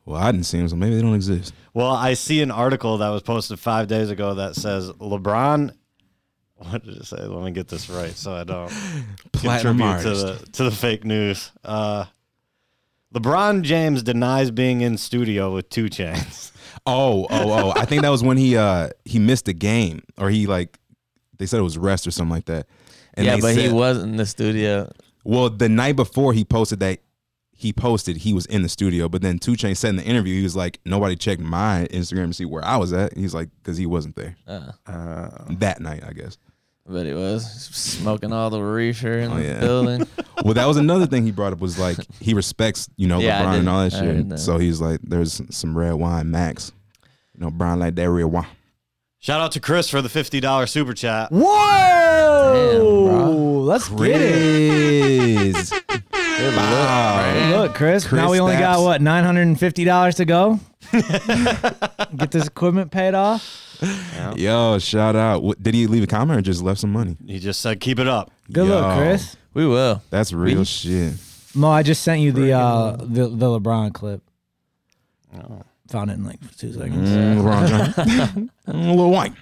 [SPEAKER 3] Well, I didn't see him, so maybe they don't exist.
[SPEAKER 2] Well, I see an article that was posted five days ago that says LeBron. What did it say? Let me get this right so I don't
[SPEAKER 3] Platinum
[SPEAKER 2] contribute to
[SPEAKER 3] artist.
[SPEAKER 2] the to the fake news. Uh, LeBron James denies being in studio with Two Chains.
[SPEAKER 3] Oh, oh, oh! I think that was when he uh he missed a game, or he like they said it was rest or something like that. And
[SPEAKER 4] yeah,
[SPEAKER 3] they
[SPEAKER 4] but he
[SPEAKER 3] said-
[SPEAKER 4] was in the studio.
[SPEAKER 3] Well, the night before he posted that, he posted he was in the studio, but then Two Chain said in the interview he was like, nobody checked my Instagram to see where I was at. He's like, because he wasn't there
[SPEAKER 4] Uh,
[SPEAKER 3] that night, I guess.
[SPEAKER 4] but he was smoking all the reefer in
[SPEAKER 3] Oh,
[SPEAKER 4] the
[SPEAKER 3] yeah.
[SPEAKER 4] building.
[SPEAKER 3] Well, that was another thing he brought up was like he respects you know
[SPEAKER 4] Yeah, I
[SPEAKER 3] LeBron
[SPEAKER 4] did-
[SPEAKER 3] and all that
[SPEAKER 4] I heard that.
[SPEAKER 3] shit. So he's like, there's some red wine, Max. You know, Brian like that red wine.
[SPEAKER 2] Shout out to Chris for the fifty dollar super chat.
[SPEAKER 1] Whoa!
[SPEAKER 4] Damn, bro.
[SPEAKER 1] let's get it.
[SPEAKER 3] Chris, wow.
[SPEAKER 1] Look, Chris.
[SPEAKER 3] Chris
[SPEAKER 1] now we only got
[SPEAKER 3] Stapps.
[SPEAKER 1] what nine hundred and fifty dollars to go. get this equipment paid off.
[SPEAKER 3] Yo, shout out. What, did he leave a comment or just left some money?
[SPEAKER 2] He just said, "Keep it up."
[SPEAKER 1] Good luck,
[SPEAKER 3] Yo,
[SPEAKER 1] Chris.
[SPEAKER 4] we will.
[SPEAKER 3] That's real shit.
[SPEAKER 1] Mo, I just sent you the uh the, the LeBron clip.
[SPEAKER 4] Oh.
[SPEAKER 1] Found it in like two seconds.
[SPEAKER 3] Mm, LeBron James. Mm, Lil Wayne.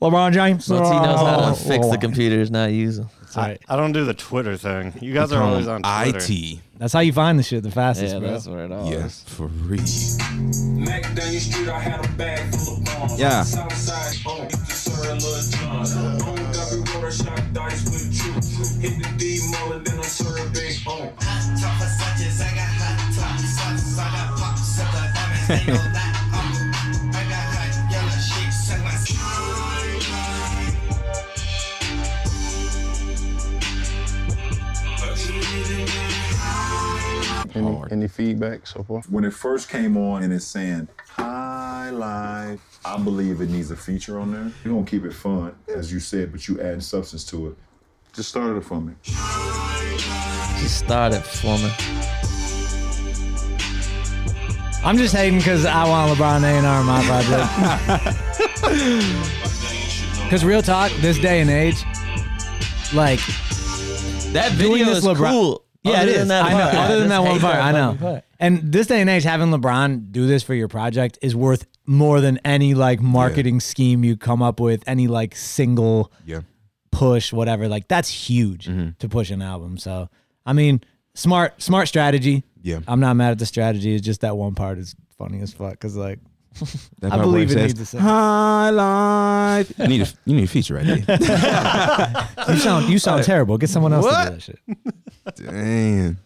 [SPEAKER 1] LeBron James.
[SPEAKER 4] Once he knows how
[SPEAKER 1] Oh.
[SPEAKER 4] to fix the computers, not use them.
[SPEAKER 1] That's, right.
[SPEAKER 2] I don't do the Twitter thing. You guys are
[SPEAKER 3] Call
[SPEAKER 2] always
[SPEAKER 3] him
[SPEAKER 2] on Twitter.
[SPEAKER 3] IT.
[SPEAKER 1] That's how you find the shit the fastest,
[SPEAKER 4] Yeah,
[SPEAKER 1] bro.
[SPEAKER 4] that's where it all
[SPEAKER 3] Yeah,
[SPEAKER 4] is.
[SPEAKER 3] for real.
[SPEAKER 7] Mac down your street, I had a bag full of bombs.
[SPEAKER 3] Yeah.
[SPEAKER 7] Southside, boom, sir, and Lil John. On Duffy Road, I shot dice with the truth. Hit the D mullet, then I'm serving big boom.
[SPEAKER 8] Any, any feedback so far?
[SPEAKER 9] when it first came on and it's saying high life i believe it needs a feature on there you're gonna keep it fun as you said but you adding substance to it just started it for me
[SPEAKER 4] Just started for me.
[SPEAKER 1] I'm just hating because I want LeBron A and R in my project. Because real talk, this day and age, like
[SPEAKER 4] That video
[SPEAKER 1] this
[SPEAKER 4] is
[SPEAKER 1] LeBron-
[SPEAKER 4] cool.
[SPEAKER 1] yeah,
[SPEAKER 4] Other
[SPEAKER 1] it
[SPEAKER 4] than
[SPEAKER 1] is.
[SPEAKER 4] that
[SPEAKER 1] I know.
[SPEAKER 4] part, I
[SPEAKER 1] Other than
[SPEAKER 4] just
[SPEAKER 1] that one
[SPEAKER 4] hate
[SPEAKER 1] part,
[SPEAKER 4] that
[SPEAKER 1] I know.
[SPEAKER 4] fucking part.
[SPEAKER 1] And this day and age, having LeBron do this for your project is worth more than any like marketing scheme you come up with, any like single
[SPEAKER 3] Yeah.
[SPEAKER 1] push, whatever. Like that's huge
[SPEAKER 3] Mm-hmm.
[SPEAKER 1] to push an album. So I mean, smart, smart strategy.
[SPEAKER 3] Yeah.
[SPEAKER 1] I'm not mad at the strategy. It's just that one part is funny as fuck. Cause like
[SPEAKER 3] That
[SPEAKER 1] I
[SPEAKER 3] part
[SPEAKER 1] believe
[SPEAKER 3] where
[SPEAKER 1] it
[SPEAKER 3] he
[SPEAKER 1] needs a
[SPEAKER 3] says,
[SPEAKER 1] second.
[SPEAKER 3] High life. You need a, you need a feature right there.
[SPEAKER 1] you sound, you sound terrible. Get someone else to do that shit.
[SPEAKER 3] Damn.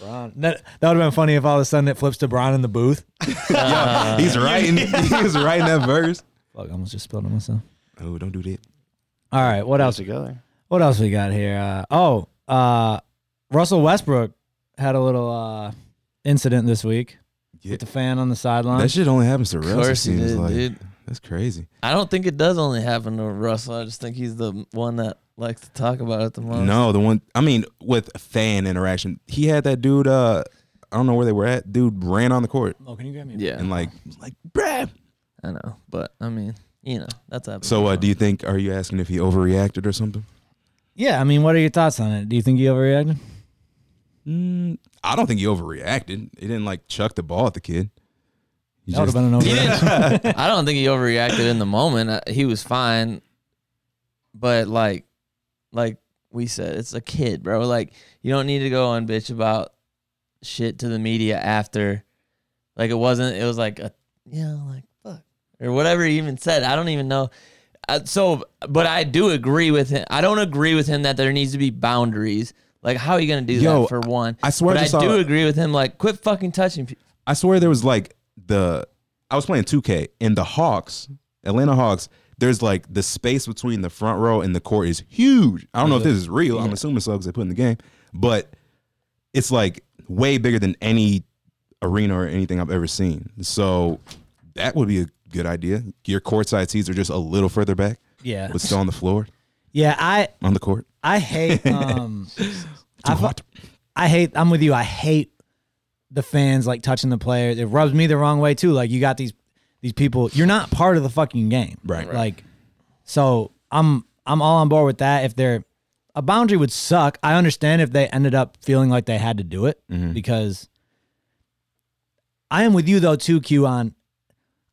[SPEAKER 1] Bron. That that would have been funny if all of a sudden it flips to Bron in the booth.
[SPEAKER 3] he's writing. he's writing that verse.
[SPEAKER 1] Fuck, I almost just spilled on myself.
[SPEAKER 3] Oh, don't do that.
[SPEAKER 1] All right, what else?
[SPEAKER 2] Together.
[SPEAKER 1] What else we got here? Uh, oh, uh, Russell Westbrook had a little uh, incident this week
[SPEAKER 3] Yeah.
[SPEAKER 1] with the fan on the sideline.
[SPEAKER 3] That shit only happens to Russ. It
[SPEAKER 4] course he
[SPEAKER 3] seems
[SPEAKER 4] did,
[SPEAKER 3] like
[SPEAKER 4] dude.
[SPEAKER 3] that's crazy.
[SPEAKER 4] I don't think it does only happen to Russell. I just think he's the one that likes to talk about it the most.
[SPEAKER 3] No, the one I mean with fan interaction, he had that dude. uh I don't know where they were at. Dude ran on the court
[SPEAKER 1] oh, can you get me?
[SPEAKER 4] Yeah.
[SPEAKER 3] and like was like bruh.
[SPEAKER 4] I know, but I mean, you know, that's happening.
[SPEAKER 3] So uh, do you think? Are you asking if he overreacted or something?
[SPEAKER 1] Yeah, I mean, what are your thoughts on it? Do you think he overreacted? Mm.
[SPEAKER 3] I don't think he overreacted. He didn't like chuck the ball at the kid. He
[SPEAKER 1] That would have
[SPEAKER 3] just-
[SPEAKER 1] been an overreaction.
[SPEAKER 4] I don't think he overreacted in the moment. Uh, He was fine, but like, like we said, it's a kid, bro. Like, you don't need to go and bitch about shit to the media after. Like, it wasn't. It was like a yeah, like fuck or whatever he even said. I don't even know. Uh, so, but I do agree with him. I don't agree with him that there needs to be boundaries. Like, how are you gonna do
[SPEAKER 3] Yo,
[SPEAKER 4] that for one?
[SPEAKER 3] I swear
[SPEAKER 4] but
[SPEAKER 3] I
[SPEAKER 4] I,
[SPEAKER 3] just saw-
[SPEAKER 4] do agree with him. Like, quit fucking touching. pe-
[SPEAKER 3] I swear there was like the I was playing 2K and the Hawks, Atlanta Hawks. There's like the space between the front row and the court is huge. I don't know if this is real. I'm assuming so because they put in the game, but it's like way bigger than any arena or anything I've ever seen. So that would be a good idea. Your courtside seats are just a little further back,
[SPEAKER 1] yeah,
[SPEAKER 3] but still on the floor
[SPEAKER 1] yeah. I
[SPEAKER 3] on the court.
[SPEAKER 1] I hate. Um, I, fu-
[SPEAKER 3] hot.
[SPEAKER 1] I hate. I'm with you. I hate the fans like touching the players. It rubs me the wrong way too. Like you got these these people. You're not part of the fucking game,
[SPEAKER 3] Right. Right.
[SPEAKER 1] Like, so I'm I'm all on board with that. If they're a boundary would suck. I understand if they ended up feeling like they had to do it
[SPEAKER 3] Mm-hmm.
[SPEAKER 1] because I am with you though too. Q on.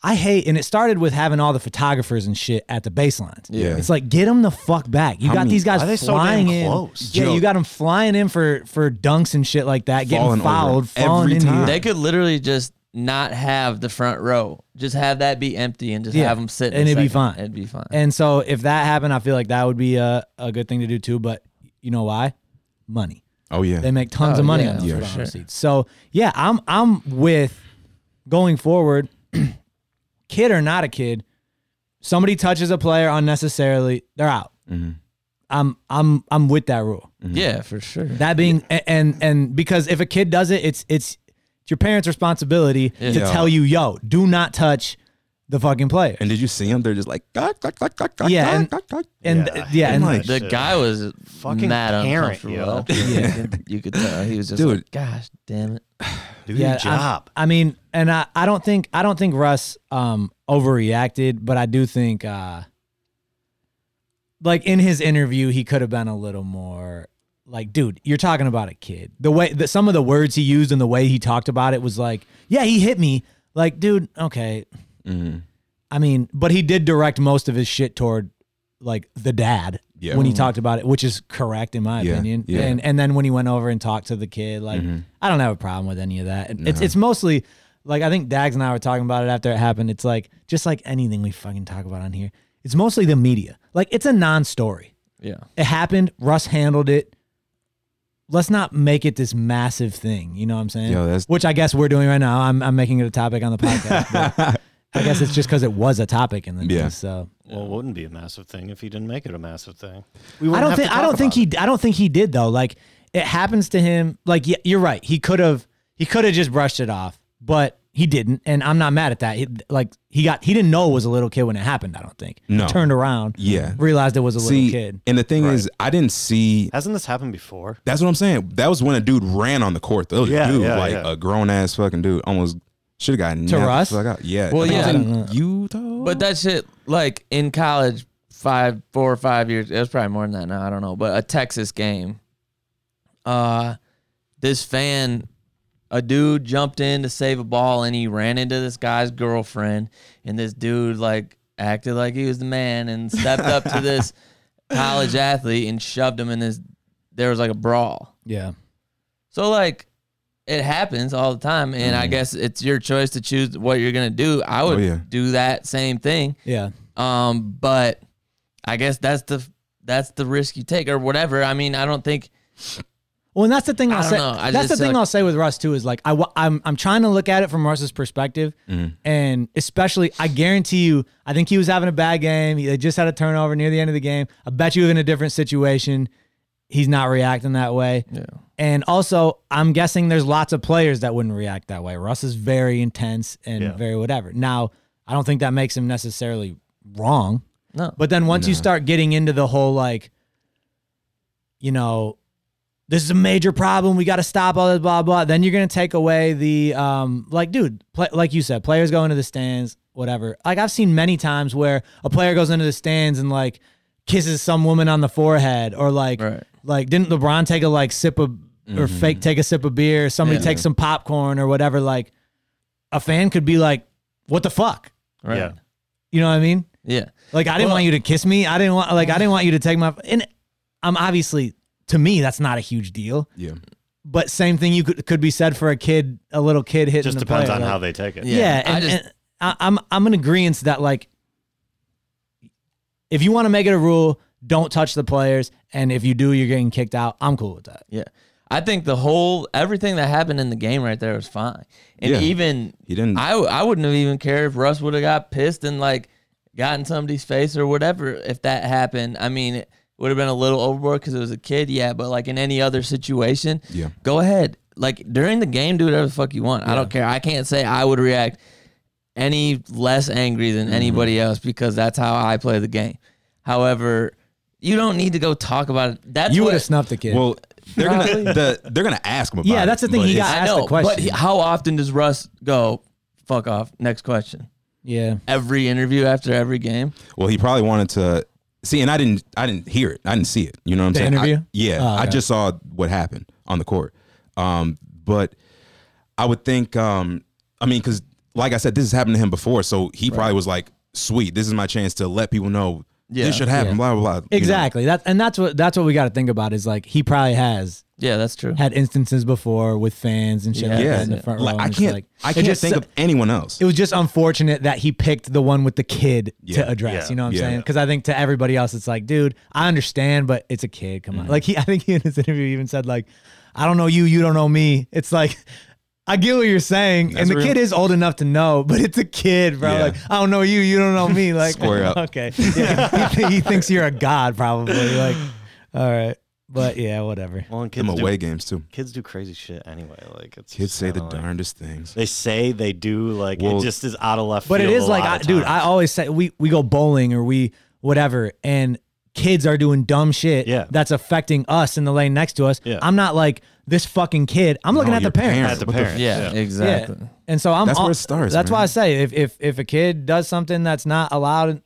[SPEAKER 1] I hate, and it started with having all the photographers and shit at the baselines.
[SPEAKER 3] Yeah.
[SPEAKER 1] it's like get them the fuck back. You
[SPEAKER 3] How
[SPEAKER 1] got
[SPEAKER 3] many-
[SPEAKER 1] these guys
[SPEAKER 2] Why are they so
[SPEAKER 1] flying
[SPEAKER 2] damn
[SPEAKER 1] in.
[SPEAKER 2] close?
[SPEAKER 1] Yeah,
[SPEAKER 3] Joe-
[SPEAKER 1] you got them flying in for for dunks and shit like that,
[SPEAKER 3] Falling
[SPEAKER 1] getting
[SPEAKER 3] over
[SPEAKER 1] fouled, falling
[SPEAKER 3] every
[SPEAKER 1] into
[SPEAKER 3] time.
[SPEAKER 1] you.
[SPEAKER 4] They could literally just not have the front row. Just have that be empty and just
[SPEAKER 1] Yeah,
[SPEAKER 4] have them sit.
[SPEAKER 1] and
[SPEAKER 4] a
[SPEAKER 1] it'd be
[SPEAKER 4] second.
[SPEAKER 1] fine.
[SPEAKER 4] It'd be fine.
[SPEAKER 1] And so if that happened, I feel like that would be a, a good thing to do too. But you know why? Money.
[SPEAKER 3] Oh yeah.
[SPEAKER 1] They make tons
[SPEAKER 4] Oh,
[SPEAKER 1] of money
[SPEAKER 4] yeah,
[SPEAKER 1] on those
[SPEAKER 4] yeah,
[SPEAKER 1] front
[SPEAKER 4] sure.
[SPEAKER 1] row seats. So yeah, I'm I'm with going forward, kid or not a kid, somebody touches a player unnecessarily, they're out.
[SPEAKER 3] Mm-hmm.
[SPEAKER 1] I'm I'm I'm with that rule.
[SPEAKER 4] yeah, for sure.
[SPEAKER 1] That being a- and and because if a kid does it, it's it's it's your parents' responsibility to
[SPEAKER 3] Yeah.
[SPEAKER 1] tell you, yo, do not touch the fucking player.
[SPEAKER 3] and did you see them? They're just like, "Gawk, gawk, gawk, gawk, gawk,
[SPEAKER 1] Yeah, and-
[SPEAKER 3] gawk, gawk."
[SPEAKER 1] And
[SPEAKER 2] Yeah, I
[SPEAKER 1] yeah,
[SPEAKER 2] hate
[SPEAKER 1] and
[SPEAKER 3] that
[SPEAKER 4] the
[SPEAKER 2] shit.
[SPEAKER 4] guy was
[SPEAKER 2] Fucking
[SPEAKER 4] mad
[SPEAKER 2] parent,
[SPEAKER 4] uncomfortable. yeah. you, could, you could tell he was just
[SPEAKER 3] Dude.
[SPEAKER 4] like, "Gosh, damn it."
[SPEAKER 2] Do
[SPEAKER 1] yeah,
[SPEAKER 2] your job.
[SPEAKER 1] I, I mean, and I, I don't think I don't think Russ um overreacted, but I do think uh like in his interview he could have been a little more like, dude, you're talking about a kid. The way that some of the words he used and the way he talked about it was like, yeah, he hit me. Like, dude, okay.
[SPEAKER 2] Mm-hmm.
[SPEAKER 1] I mean, but he did direct most of his shit toward like the dad
[SPEAKER 3] Yeah.
[SPEAKER 1] when he
[SPEAKER 2] Mm-hmm.
[SPEAKER 1] talked about it, which is correct in my
[SPEAKER 3] Yeah,
[SPEAKER 1] opinion.
[SPEAKER 3] yeah. Mm-hmm.
[SPEAKER 1] And and then when he went over and talked to the kid, like I don't have a problem with any of that. And
[SPEAKER 3] Uh-huh.
[SPEAKER 1] It's it's mostly like I think Dags and I were talking about it after it happened. It's like just like anything we fucking talk about on here. It's mostly the media. Like it's a non-story.
[SPEAKER 4] Yeah.
[SPEAKER 1] It happened. Russ handled it. Let's not make it this massive thing. You know what I'm saying?
[SPEAKER 3] Yo, that's-
[SPEAKER 1] Which I guess we're doing right now. I'm I'm making it a topic on the podcast. but I guess it's just because it was a topic in the
[SPEAKER 3] Yeah.
[SPEAKER 1] news. So
[SPEAKER 2] Well, it wouldn't be a massive thing if he didn't make it a massive thing. We
[SPEAKER 1] I
[SPEAKER 2] wouldn't
[SPEAKER 1] don't
[SPEAKER 2] have to
[SPEAKER 1] think I
[SPEAKER 2] talk
[SPEAKER 1] don't think
[SPEAKER 2] about
[SPEAKER 1] he I don't think he did though. Like it happens to him. Like yeah, you're right. He could have he could have just brushed it off, but he didn't. And I'm not mad at that. He, like he got he didn't know it was a little kid when it happened. I don't think.
[SPEAKER 3] No.
[SPEAKER 1] He turned around.
[SPEAKER 3] Yeah.
[SPEAKER 1] Realized it was a
[SPEAKER 3] See,
[SPEAKER 1] little kid.
[SPEAKER 3] and the thing is, I didn't see
[SPEAKER 2] it. Hasn't this happened before?
[SPEAKER 3] That's what I'm saying. That was when a dude ran on the court. That was
[SPEAKER 2] Yeah,
[SPEAKER 3] a dude,
[SPEAKER 2] yeah,
[SPEAKER 3] like
[SPEAKER 2] yeah.
[SPEAKER 3] a grown ass fucking dude, almost should have gotten napped the
[SPEAKER 1] Russ?
[SPEAKER 3] fuck out. Yeah.
[SPEAKER 4] Well,
[SPEAKER 3] I think
[SPEAKER 4] yeah.
[SPEAKER 3] it was in Utah.
[SPEAKER 4] But that shit, like in college, five, four or five years. It was probably more than that now. I don't know. But a Texas game. Uh, this fan, a dude jumped in to save a ball, and he ran into this guy's girlfriend, and this dude like acted like he was the man and stepped up to this college athlete and shoved him in this. There was like a brawl.
[SPEAKER 1] Yeah.
[SPEAKER 4] So like it happens all the time and I guess it's your choice to choose what you're going to do. I would
[SPEAKER 3] Mm. Oh, yeah.
[SPEAKER 4] do that same thing.
[SPEAKER 1] Yeah.
[SPEAKER 4] Um but I guess that's the that's the risk you take or whatever. I mean, I don't think
[SPEAKER 1] Well, and that's the thing I'll
[SPEAKER 4] don't
[SPEAKER 1] say.
[SPEAKER 4] know. I
[SPEAKER 1] that's the
[SPEAKER 4] just,
[SPEAKER 1] thing
[SPEAKER 4] like-
[SPEAKER 1] I'll say with Russ too is like I wa- I'm I'm trying to look at it from Russ's perspective,
[SPEAKER 4] Mm-hmm.
[SPEAKER 1] and especially I guarantee you, I think he was having a bad game. They just had a turnover near the end of the game. I bet you in a different situation, he's not reacting that way.
[SPEAKER 4] Yeah.
[SPEAKER 1] And also, I'm guessing there's lots of players that wouldn't react that way. Russ is very intense and
[SPEAKER 2] Yeah.
[SPEAKER 1] very whatever. Now, I don't think that makes him necessarily wrong.
[SPEAKER 4] No.
[SPEAKER 1] But then once you start getting into the whole like, you know, this is a major problem. We got to stop all this blah blah. Then you're gonna take away the um like, dude, play, like you said, players go into the stands, whatever. Like I've seen many times where a player goes into the stands and like kisses some woman on the forehead or like
[SPEAKER 4] Right. Mm-hmm.
[SPEAKER 1] like didn't LeBron take a like sip of or fake take a sip of beer? Or somebody
[SPEAKER 4] Yeah.
[SPEAKER 1] take some popcorn or whatever. Like a fan could be like, what the fuck?
[SPEAKER 4] Right.
[SPEAKER 2] Yeah.
[SPEAKER 1] You know what I mean?
[SPEAKER 4] Yeah.
[SPEAKER 1] Like I didn't want you to kiss me. I didn't want like I didn't want you to take my and I'm obviously to me that's not a huge deal.
[SPEAKER 3] Yeah.
[SPEAKER 1] But same thing you could could be said for a kid, a little kid hitting.
[SPEAKER 2] Just
[SPEAKER 1] the
[SPEAKER 2] depends
[SPEAKER 1] player,
[SPEAKER 2] on
[SPEAKER 1] like-
[SPEAKER 2] how they take it.
[SPEAKER 4] Yeah.
[SPEAKER 1] Yeah,
[SPEAKER 4] I
[SPEAKER 1] and, I
[SPEAKER 4] just-
[SPEAKER 1] I, I'm I'm in agreement that like if you want to make it a rule, don't touch the players, and if you do, you're getting kicked out. I'm cool with that.
[SPEAKER 4] Yeah. I think the whole everything that happened in the game right there was fine. And
[SPEAKER 3] Yeah.
[SPEAKER 4] even
[SPEAKER 3] He didn't-
[SPEAKER 4] I I wouldn't have even cared if Russ would have got pissed and like got in somebody's face or whatever if that happened. I mean, it would have been a little overboard because it was a kid, yeah. But like in any other situation,
[SPEAKER 3] Yeah.
[SPEAKER 4] go ahead. Like during the game, do whatever the fuck you want. I don't care. I can't say I would react any less angry
[SPEAKER 3] Mm-hmm.
[SPEAKER 4] than anybody else because that's how I play the game. However, you don't need to go talk about it. That's
[SPEAKER 1] You
[SPEAKER 4] what-
[SPEAKER 1] would have snuffed the kid.
[SPEAKER 3] Well, they're
[SPEAKER 4] Probably.
[SPEAKER 3] gonna the, they're gonna ask him about.
[SPEAKER 1] Yeah, that's the thing, he
[SPEAKER 3] got.
[SPEAKER 1] got-
[SPEAKER 4] I
[SPEAKER 1] asked
[SPEAKER 4] know,
[SPEAKER 1] the question.
[SPEAKER 4] but he- how often does Russ go? Fuck off. Next question.
[SPEAKER 1] yeah,
[SPEAKER 4] Every interview after every game.
[SPEAKER 3] Well, he probably wanted to see, and I didn't. I didn't hear it. I didn't see it. You know what I'm
[SPEAKER 1] The
[SPEAKER 3] saying? I-
[SPEAKER 1] interview?
[SPEAKER 3] yeah,
[SPEAKER 1] Oh,
[SPEAKER 3] I
[SPEAKER 1] okay.
[SPEAKER 3] just saw what happened on the court. Um, but I would think. Um, I mean, because like I said, this has happened to him before, so he probably was like, "Sweet, this is my chance to let people know
[SPEAKER 4] Yeah.
[SPEAKER 3] this should happen."
[SPEAKER 1] Yeah.
[SPEAKER 3] Blah blah blah. you know?
[SPEAKER 1] exactly. That and that's what that's what we got to think about is like he probably has
[SPEAKER 4] Yeah, that's true.
[SPEAKER 1] had instances before with fans and shit like
[SPEAKER 3] Yeah.
[SPEAKER 1] that in the front row.
[SPEAKER 3] Like, I
[SPEAKER 1] and it's
[SPEAKER 3] can't.
[SPEAKER 1] like-
[SPEAKER 3] I
[SPEAKER 1] it
[SPEAKER 3] can't
[SPEAKER 1] just
[SPEAKER 3] think
[SPEAKER 1] su-
[SPEAKER 3] of anyone else.
[SPEAKER 1] it was just unfortunate that he picked the one with the kid
[SPEAKER 3] Yeah.
[SPEAKER 1] to address.
[SPEAKER 2] Yeah.
[SPEAKER 1] You know what I'm
[SPEAKER 3] Yeah.
[SPEAKER 1] saying? Because I think to everybody else, it's like, dude, I understand, but it's a kid. Come
[SPEAKER 3] Mm-hmm.
[SPEAKER 1] on. Like he, I think he in his interview even said like, I don't know you, you don't know me. It's like. I get what you're saying,
[SPEAKER 3] That's
[SPEAKER 1] and the
[SPEAKER 3] real.
[SPEAKER 1] kid is old enough to know, but it's a kid, bro.
[SPEAKER 3] Yeah.
[SPEAKER 1] Like I don't know you, you don't know me. Like
[SPEAKER 3] Square up.
[SPEAKER 1] Okay, Yeah, he, he thinks you're a god, probably. Like, all right, but yeah, whatever.
[SPEAKER 2] Well, and
[SPEAKER 3] Them
[SPEAKER 2] kids
[SPEAKER 3] away
[SPEAKER 2] do,
[SPEAKER 3] games too.
[SPEAKER 2] kids do crazy shit anyway. Like it's
[SPEAKER 3] Kids
[SPEAKER 2] just
[SPEAKER 3] say the
[SPEAKER 2] kinda like-
[SPEAKER 3] darndest things.
[SPEAKER 2] They say they do. Like
[SPEAKER 3] Well-
[SPEAKER 2] it just is out of left.
[SPEAKER 1] But it
[SPEAKER 2] field
[SPEAKER 1] is
[SPEAKER 2] a
[SPEAKER 1] like,
[SPEAKER 2] lot
[SPEAKER 1] I,
[SPEAKER 2] of
[SPEAKER 1] dude, I
[SPEAKER 2] times.
[SPEAKER 1] always say we, we go bowling or we whatever, and kids are doing dumb shit
[SPEAKER 2] Yeah.
[SPEAKER 1] that's affecting us in the lane next to us.
[SPEAKER 2] Yeah.
[SPEAKER 1] I'm not like this fucking kid. I'm looking
[SPEAKER 3] No,
[SPEAKER 1] at the
[SPEAKER 3] Oh, your
[SPEAKER 1] parents.
[SPEAKER 2] at the
[SPEAKER 3] What the
[SPEAKER 2] parents.
[SPEAKER 4] yeah, exactly.
[SPEAKER 1] Yeah. And so I'm
[SPEAKER 3] That's where
[SPEAKER 1] all-
[SPEAKER 3] it starts,
[SPEAKER 1] That's
[SPEAKER 3] man.
[SPEAKER 1] why I say if, if if a kid does something that's not allowed in,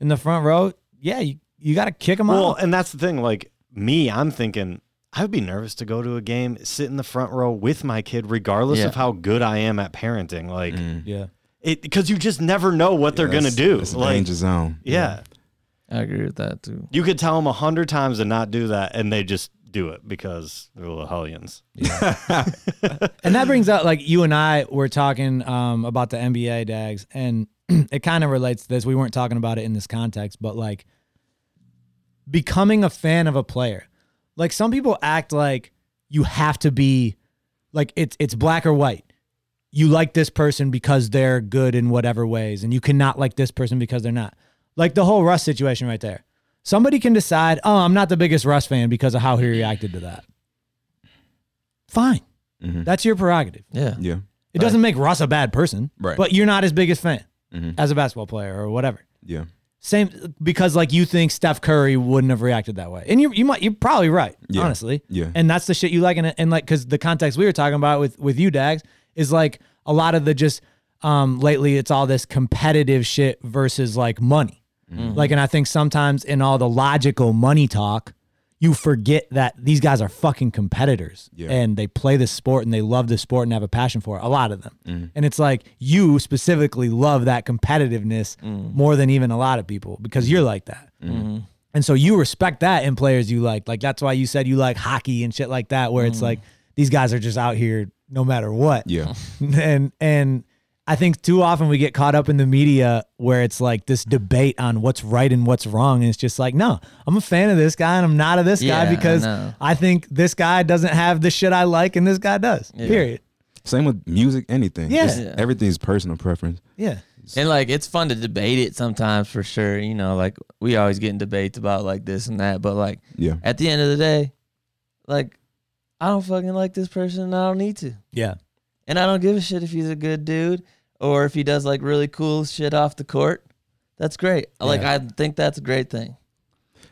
[SPEAKER 1] in the front row, yeah, you, you got to kick them
[SPEAKER 2] Well,
[SPEAKER 1] out.
[SPEAKER 2] and that's the thing. Like me, I'm thinking I would be nervous to go to a game, sit in the front row with my kid, regardless
[SPEAKER 4] Yeah.
[SPEAKER 2] of how good I am at parenting. Like
[SPEAKER 1] Yeah.
[SPEAKER 2] it, because you just never know what they're gonna
[SPEAKER 3] That's-
[SPEAKER 2] do.
[SPEAKER 3] That's a
[SPEAKER 2] Like
[SPEAKER 3] danger zone.
[SPEAKER 2] yeah,
[SPEAKER 4] I agree with that too.
[SPEAKER 2] you could tell them a hundred times to not do that, and they just do it because they're little hellions.
[SPEAKER 1] And that brings up like you and I were talking um, about the NBA dags, and it kind of relates to this. We weren't talking about it in this context, but like becoming a fan of a player. Like some people act like you have to be like it's it's black or white. You like this person because they're good in whatever ways, and you cannot like this person because they're not. Like the whole Russ situation right there. Somebody can decide, oh, I'm not the biggest Russ fan because of how he reacted to that. Fine.
[SPEAKER 3] Mm-hmm.
[SPEAKER 1] That's your prerogative.
[SPEAKER 4] Yeah.
[SPEAKER 3] Yeah.
[SPEAKER 1] It doesn't make Russ a bad person,
[SPEAKER 3] Right. Mm-hmm.
[SPEAKER 1] but you're not his biggest fan as a basketball player or whatever.
[SPEAKER 3] Yeah.
[SPEAKER 1] Same because like you think Steph Curry wouldn't have reacted that way, and you you might you're probably right,
[SPEAKER 3] Yeah.
[SPEAKER 1] honestly.
[SPEAKER 3] Yeah.
[SPEAKER 1] And that's the shit you like, and and like because the context we were talking about with with you Dags is like a lot of the just um lately it's all this competitive shit versus like money, like and I think sometimes in all the logical money talk, you forget that these guys are fucking competitors
[SPEAKER 3] Yeah.
[SPEAKER 1] and they play this sport and they love this sport and have a passion for it. A lot of them. And it's like you specifically love that competitiveness more than even a lot of people because you're like that. And so you respect that in players you like. Like that's why you said you like hockey and shit like that, where
[SPEAKER 4] Mm.
[SPEAKER 1] it's like these guys are just out here no matter what.
[SPEAKER 3] Yeah.
[SPEAKER 1] And and I think too often we get caught up in the media where it's like this debate on what's right and what's wrong. And it's just like, no, I'm a fan of this guy and I'm not of this
[SPEAKER 4] Yeah, I
[SPEAKER 1] guy because
[SPEAKER 4] know.
[SPEAKER 1] I, think this guy doesn't have the shit I like and this guy does. Period.
[SPEAKER 3] Same with music. Anything.
[SPEAKER 1] Yeah.
[SPEAKER 3] Just
[SPEAKER 1] Yeah.
[SPEAKER 3] Everything's personal preference.
[SPEAKER 1] Yeah.
[SPEAKER 4] And like it's fun to debate it sometimes for sure. You know, like we always get in debates about like this and that, but like
[SPEAKER 3] Yeah.
[SPEAKER 4] at the end of the day, Like, I don't fucking like this person and I don't need to.
[SPEAKER 1] Yeah.
[SPEAKER 4] And I don't give a shit if he's a good dude or if he does like really cool shit off the court. That's great. Like I think that's a great thing.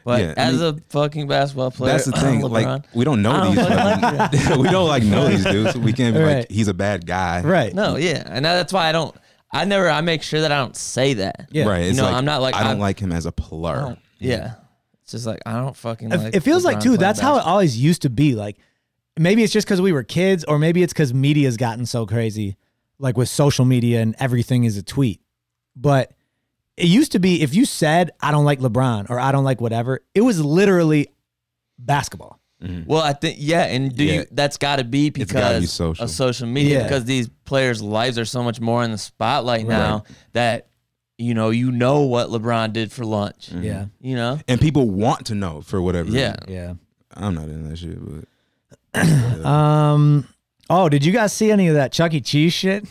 [SPEAKER 4] But
[SPEAKER 3] Yeah, I
[SPEAKER 4] as a fucking basketball player,
[SPEAKER 3] That's the
[SPEAKER 1] uh,
[SPEAKER 3] thing.
[SPEAKER 4] LeBron,
[SPEAKER 3] Like we don't know
[SPEAKER 4] I don't
[SPEAKER 3] these.
[SPEAKER 4] fucking like
[SPEAKER 3] fucking- we don't like know these dudes. We can't be
[SPEAKER 1] Right.
[SPEAKER 3] like he's a bad guy.
[SPEAKER 1] Right.
[SPEAKER 4] no, yeah, and that's why I don't. I never. I make sure that I don't say that.
[SPEAKER 1] Yeah.
[SPEAKER 3] Right. It's
[SPEAKER 4] know,
[SPEAKER 3] like,
[SPEAKER 4] I'm not like-
[SPEAKER 3] I don't
[SPEAKER 4] I'm-
[SPEAKER 3] like him as a player.
[SPEAKER 1] Oh.
[SPEAKER 4] I don't- yeah. It's just like I don't fucking.
[SPEAKER 1] It-
[SPEAKER 4] like
[SPEAKER 1] it feels like
[SPEAKER 4] LeBron
[SPEAKER 1] too.
[SPEAKER 4] playing
[SPEAKER 1] That's how it
[SPEAKER 4] basketball.
[SPEAKER 1] always used to be. Like maybe it's just because we were kids, or maybe it's because media's gotten so crazy, like with social media and everything is a tweet. But it used to be if you said I don't like LeBron or I don't like whatever, it was literally basketball.
[SPEAKER 4] Well, I think yeah, and do
[SPEAKER 3] Yeah.
[SPEAKER 4] you? That's got to be because
[SPEAKER 3] It's gotta be social.
[SPEAKER 4] of social media.
[SPEAKER 1] Yeah.
[SPEAKER 4] Because these players' lives are so much more in the spotlight now that you know you know what LeBron did for lunch.
[SPEAKER 3] Mm-hmm.
[SPEAKER 1] Yeah.
[SPEAKER 4] You know,
[SPEAKER 3] And people want to know for whatever.
[SPEAKER 4] yeah.
[SPEAKER 3] reason.
[SPEAKER 1] Yeah.
[SPEAKER 3] I'm not in that shit, but
[SPEAKER 1] Um. Oh, did you guys see any of that Chuck E. Cheese shit?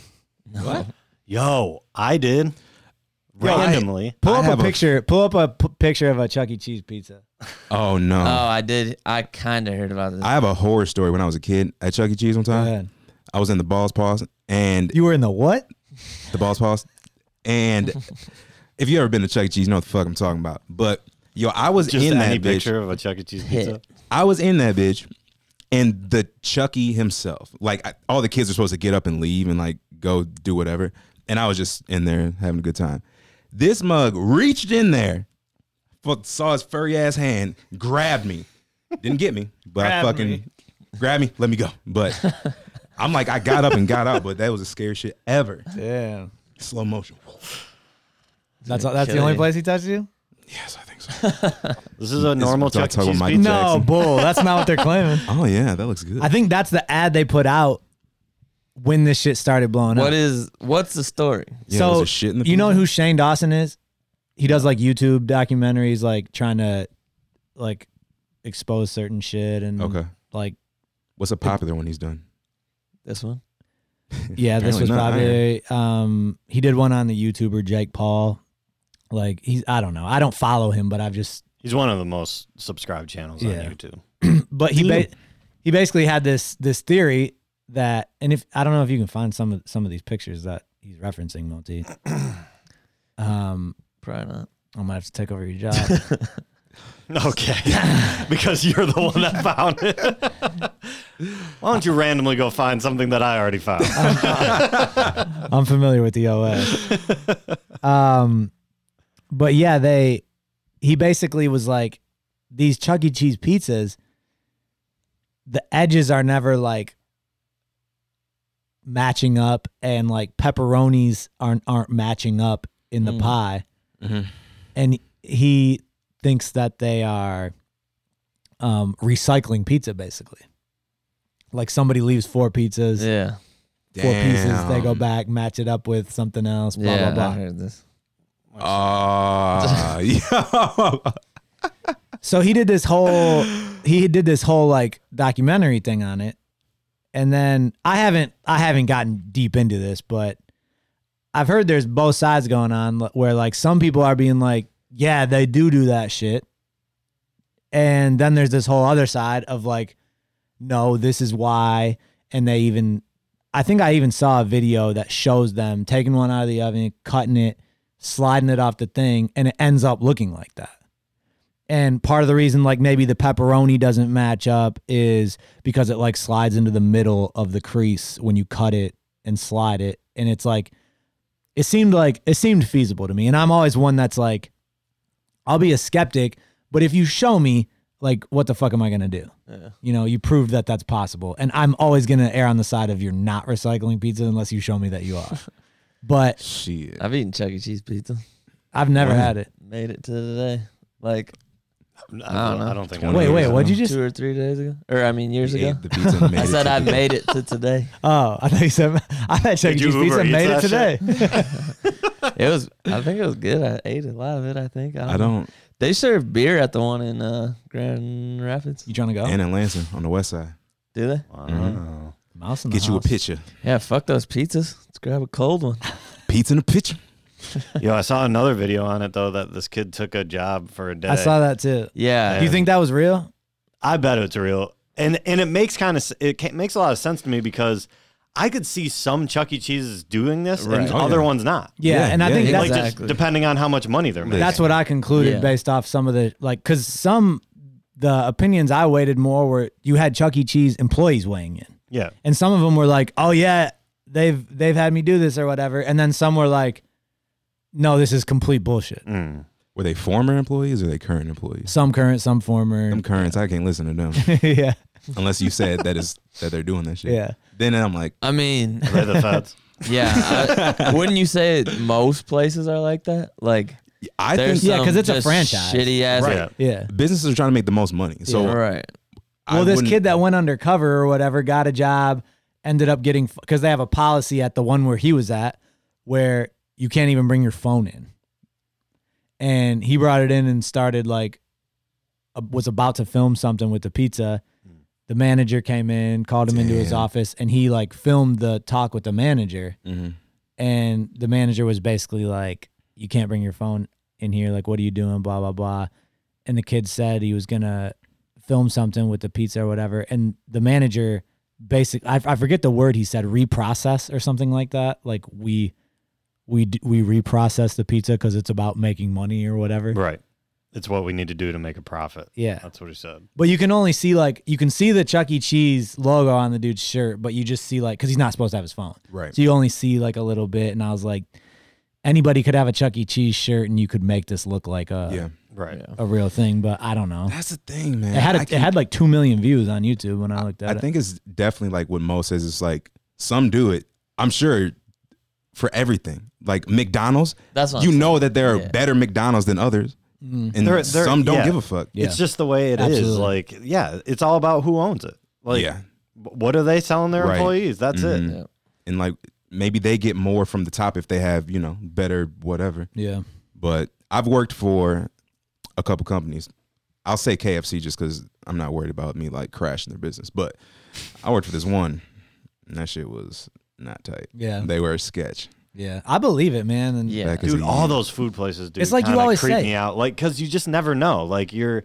[SPEAKER 2] Yo, I did randomly.
[SPEAKER 1] Pull
[SPEAKER 3] I
[SPEAKER 1] up
[SPEAKER 3] have
[SPEAKER 1] a
[SPEAKER 3] a-
[SPEAKER 1] picture. pull up a p- picture of a Chuck E. Cheese pizza.
[SPEAKER 3] oh no.
[SPEAKER 4] Oh, I did. I kind of heard about this.
[SPEAKER 3] I have a horror story when I was a kid at Chuck E. Cheese one
[SPEAKER 1] Go
[SPEAKER 3] time.
[SPEAKER 1] ahead.
[SPEAKER 3] I was in the balls pause and
[SPEAKER 1] Uh, You were in the what?
[SPEAKER 3] the balls pause. And if you ever been to Chuck E. Cheese, you know what the fuck I'm talking about. But yo, I was
[SPEAKER 2] Just
[SPEAKER 3] in
[SPEAKER 2] any
[SPEAKER 3] that bitch.
[SPEAKER 2] picture of a Chuck E. Cheese pizza.
[SPEAKER 3] I was in that bitch, and the Chucky himself, like I, all the kids are supposed to get up and leave and like go do whatever, and I was just in there having a good time. This mug reached in there, fuck, saw his furry ass hand, grabbed me, didn't get me, but I
[SPEAKER 1] Grabbed
[SPEAKER 3] fucking
[SPEAKER 1] me.
[SPEAKER 3] grabbed me, let me go. But I'm like, I got up and got out, but that was the scariest shit ever.
[SPEAKER 1] Yeah.
[SPEAKER 3] Slow motion.
[SPEAKER 1] That's that's the
[SPEAKER 4] Kill
[SPEAKER 1] only
[SPEAKER 4] you.
[SPEAKER 1] place he touched you.
[SPEAKER 3] Yes, I think so.
[SPEAKER 2] This is a normal
[SPEAKER 3] Talk-
[SPEAKER 2] Chuck E.
[SPEAKER 3] talk about
[SPEAKER 2] Cheese
[SPEAKER 3] Mike
[SPEAKER 2] pizza.
[SPEAKER 1] No,
[SPEAKER 3] Jackson.
[SPEAKER 1] bull. That's not what they're claiming.
[SPEAKER 3] Oh yeah, that looks good.
[SPEAKER 1] I think that's the ad they put out when this shit started blowing
[SPEAKER 4] What
[SPEAKER 1] up.
[SPEAKER 4] is? What's the story?
[SPEAKER 3] Yeah, was
[SPEAKER 1] so
[SPEAKER 3] there shit in the
[SPEAKER 1] you know
[SPEAKER 3] pizza?
[SPEAKER 1] who Shane Dawson is? He does like YouTube documentaries, like trying to like expose certain shit and
[SPEAKER 3] Okay.
[SPEAKER 1] like
[SPEAKER 3] What's a popular one he's done?
[SPEAKER 4] This one.
[SPEAKER 1] yeah, this
[SPEAKER 3] Apparently
[SPEAKER 1] was
[SPEAKER 3] not
[SPEAKER 1] probably um he did one on the YouTuber Jake Paul. Like he's I don't know. I don't follow him, but I've just
[SPEAKER 2] He's one of the most subscribed channels
[SPEAKER 1] Yeah.
[SPEAKER 2] on YouTube.
[SPEAKER 1] but he ba- he basically had this this theory that and if I don't know if you can find some of some of these pictures that he's referencing, Monty. um,
[SPEAKER 4] Probably not.
[SPEAKER 1] I might have to take over your job.
[SPEAKER 2] Okay, because you're the one that found it. Why don't you randomly go find something that I already found?
[SPEAKER 1] I'm familiar with the OS. um, but yeah, they he basically was like these Chuck E. Cheese pizzas. The edges are never like matching up, and like pepperonis aren't aren't matching up in the
[SPEAKER 4] Mm.
[SPEAKER 1] pie, and he thinks that they are um, recycling pizza basically. Like somebody leaves four pizzas
[SPEAKER 4] Yeah.
[SPEAKER 1] four pieces. They go
[SPEAKER 3] Damn.
[SPEAKER 1] back, match it up with something else. Blah
[SPEAKER 4] yeah. I
[SPEAKER 1] blah blah.
[SPEAKER 4] heard this.
[SPEAKER 3] Ah, yeah.
[SPEAKER 1] So he did this whole he did this whole like documentary thing on it, and then I haven't I haven't gotten deep into this, but I've heard there's both sides going on li- where like some people are being like, yeah, they do do that shit, and then there's this whole other side of like, no, this is why, and they even. I think I even saw a video that shows them taking one out of the oven, cutting it, sliding it off the thing, and it ends up looking like that. And part of the reason, like maybe the pepperoni doesn't match up, is because it like slides into the middle of the crease when you cut it and slide it. And it's like, it seemed like, it seemed feasible to me. And I'm always one that's like, I'll be a skeptic, but if you show me, like, what the fuck am I going to do? You know, you proved that that's possible. And I'm always going to err on the side of you're not recycling pizza unless you show me that you are. but
[SPEAKER 3] Shit.
[SPEAKER 4] I've eaten Chuck E. Cheese pizza.
[SPEAKER 1] I've never had it.
[SPEAKER 4] Made it to today. Like
[SPEAKER 2] I, don't,
[SPEAKER 4] know.
[SPEAKER 2] I don't think.
[SPEAKER 1] Wait, wait, what'd you just?
[SPEAKER 4] two or three days ago, or I mean years
[SPEAKER 3] He
[SPEAKER 4] ago.
[SPEAKER 3] ate the pizza and made
[SPEAKER 4] I
[SPEAKER 3] it
[SPEAKER 4] said
[SPEAKER 3] to
[SPEAKER 4] I
[SPEAKER 3] the-
[SPEAKER 4] made it to today.
[SPEAKER 1] Oh, I thought you said, I thought Chuck E.
[SPEAKER 2] Did you
[SPEAKER 1] Cheese Pizza
[SPEAKER 2] Uber Eats
[SPEAKER 1] made it
[SPEAKER 2] that shit?
[SPEAKER 1] today.
[SPEAKER 4] It was. I think it was good. I ate a lot of it. I think.
[SPEAKER 3] I don't.
[SPEAKER 4] They serve beer at the one in uh, Grand Rapids.
[SPEAKER 1] You trying to go?
[SPEAKER 3] And in Lansing on the west side. Mm-hmm.
[SPEAKER 4] Do they?
[SPEAKER 1] Uh-huh. Mouse in the
[SPEAKER 3] Get you a
[SPEAKER 1] house.
[SPEAKER 3] picture.
[SPEAKER 4] Yeah. Fuck those pizzas. Let's grab a cold one.
[SPEAKER 3] Pizza in a picture.
[SPEAKER 2] Yo, I saw another video on it though that this kid took a job for a day.
[SPEAKER 1] I saw that too.
[SPEAKER 4] Yeah.
[SPEAKER 1] Do you think that was real?
[SPEAKER 2] I bet it's real. and and it makes kind of it ca- makes a lot of sense to me because I could see some Chuck E. Cheeses doing this
[SPEAKER 3] Right.
[SPEAKER 2] and
[SPEAKER 3] Oh,
[SPEAKER 2] other
[SPEAKER 3] yeah.
[SPEAKER 2] ones not.
[SPEAKER 1] Yeah,
[SPEAKER 3] Yeah,
[SPEAKER 1] and I
[SPEAKER 3] yeah,
[SPEAKER 1] think
[SPEAKER 3] yeah.
[SPEAKER 1] that's
[SPEAKER 2] Like
[SPEAKER 4] Exactly.
[SPEAKER 2] just depending on how much money they're making.
[SPEAKER 1] That's what I concluded
[SPEAKER 4] Yeah.
[SPEAKER 1] based off some of the like because some the opinions I weighted more were you had Chuck E. Cheese employees weighing in,
[SPEAKER 2] yeah.
[SPEAKER 1] and some of them were like, "Oh yeah, they've they've had me do this or whatever," and then some were like, "No, this is complete bullshit."
[SPEAKER 2] Mm.
[SPEAKER 3] Were they former employees or they current employees?
[SPEAKER 1] Some current, some former.
[SPEAKER 3] Them currents, I can't listen to them
[SPEAKER 1] yeah,
[SPEAKER 3] unless you said that is that they're doing that shit.
[SPEAKER 1] yeah.
[SPEAKER 3] Then I'm like,
[SPEAKER 4] I mean,
[SPEAKER 2] They're the feds.
[SPEAKER 4] yeah. I- wouldn't you say most places are like that? Like,
[SPEAKER 3] I
[SPEAKER 4] there's
[SPEAKER 3] think
[SPEAKER 1] Yeah, 'cause
[SPEAKER 4] some
[SPEAKER 1] it's a
[SPEAKER 4] just
[SPEAKER 1] franchise.
[SPEAKER 4] Shitty ass.
[SPEAKER 2] Right.
[SPEAKER 1] Yeah.
[SPEAKER 3] businesses are trying to make the most money. So
[SPEAKER 4] All right.
[SPEAKER 3] I
[SPEAKER 1] Well, this
[SPEAKER 3] wouldn't-
[SPEAKER 1] kid that went undercover or whatever got a job, ended up getting because they have a policy at the one where he was at where you can't even bring your phone in. And he brought it in and started like a, was about to film something with the pizza. The manager came in, called him into his
[SPEAKER 3] Hmm. Damn.
[SPEAKER 1] office, and he like filmed the talk with the manager.
[SPEAKER 3] Mhm.
[SPEAKER 1] And the manager was basically like, "You can't bring your phone in here. Like, what are you doing? Blah blah blah." And the kid said he was gonna film something with the pizza or whatever. And the manager basic I, I forget the word he said reprocess or something like that. Like we we d- we reprocess the pizza because it's about making money or whatever.
[SPEAKER 2] Right. It's what we need to do to make a profit.
[SPEAKER 1] Yeah.
[SPEAKER 2] That's what he said.
[SPEAKER 1] But you can only see like you can see the Chuck E. Cheese logo on the dude's shirt, but you just see like because he's not supposed to have his phone,
[SPEAKER 3] Right.
[SPEAKER 1] so you only see like a little bit. And I was like, anybody could have a Chuck E. Cheese shirt, and you could make this look like a
[SPEAKER 3] yeah,
[SPEAKER 2] Right.
[SPEAKER 1] a real thing. But I don't know.
[SPEAKER 3] that's the thing, man.
[SPEAKER 1] It had
[SPEAKER 3] I
[SPEAKER 1] a, it
[SPEAKER 3] can't-
[SPEAKER 1] had like two million views on YouTube when I looked at
[SPEAKER 3] I
[SPEAKER 1] it.
[SPEAKER 3] think it's definitely like what Mo says. It's like some do it. I'm sure for everything, like McDonald's.
[SPEAKER 4] That's what
[SPEAKER 3] you
[SPEAKER 4] I'm
[SPEAKER 3] know
[SPEAKER 4] saying.
[SPEAKER 3] that there are
[SPEAKER 4] Yeah.
[SPEAKER 3] better McDonald's than others, and
[SPEAKER 2] Mm-hmm. There- there-
[SPEAKER 3] some don't
[SPEAKER 2] yeah.
[SPEAKER 3] give a fuck.
[SPEAKER 1] Yeah.
[SPEAKER 2] It's just the way it is.
[SPEAKER 1] Absolutely.
[SPEAKER 2] Like, yeah, it's all about who owns it. Like,
[SPEAKER 3] yeah,
[SPEAKER 2] what are they selling their
[SPEAKER 3] Right.
[SPEAKER 2] employees? That's
[SPEAKER 3] Mhm.
[SPEAKER 2] it.
[SPEAKER 3] and like maybe they get more from the top if they have you know better whatever.
[SPEAKER 1] yeah,
[SPEAKER 3] But I've worked for a couple companies. I'll say KFC just because I'm not worried about me like crashing their business. But I worked for this one, and that shit was not tight.
[SPEAKER 1] Yeah.
[SPEAKER 3] they were a sketch.
[SPEAKER 1] yeah. I believe it, man. And
[SPEAKER 4] Yeah.
[SPEAKER 3] Back as
[SPEAKER 2] Dude,
[SPEAKER 3] a
[SPEAKER 2] all
[SPEAKER 3] youth.
[SPEAKER 2] those food places, dude.
[SPEAKER 1] It's like you
[SPEAKER 2] kinda
[SPEAKER 1] always
[SPEAKER 2] creep
[SPEAKER 1] say.
[SPEAKER 2] me out. Like, cause you just never know. Like, you're,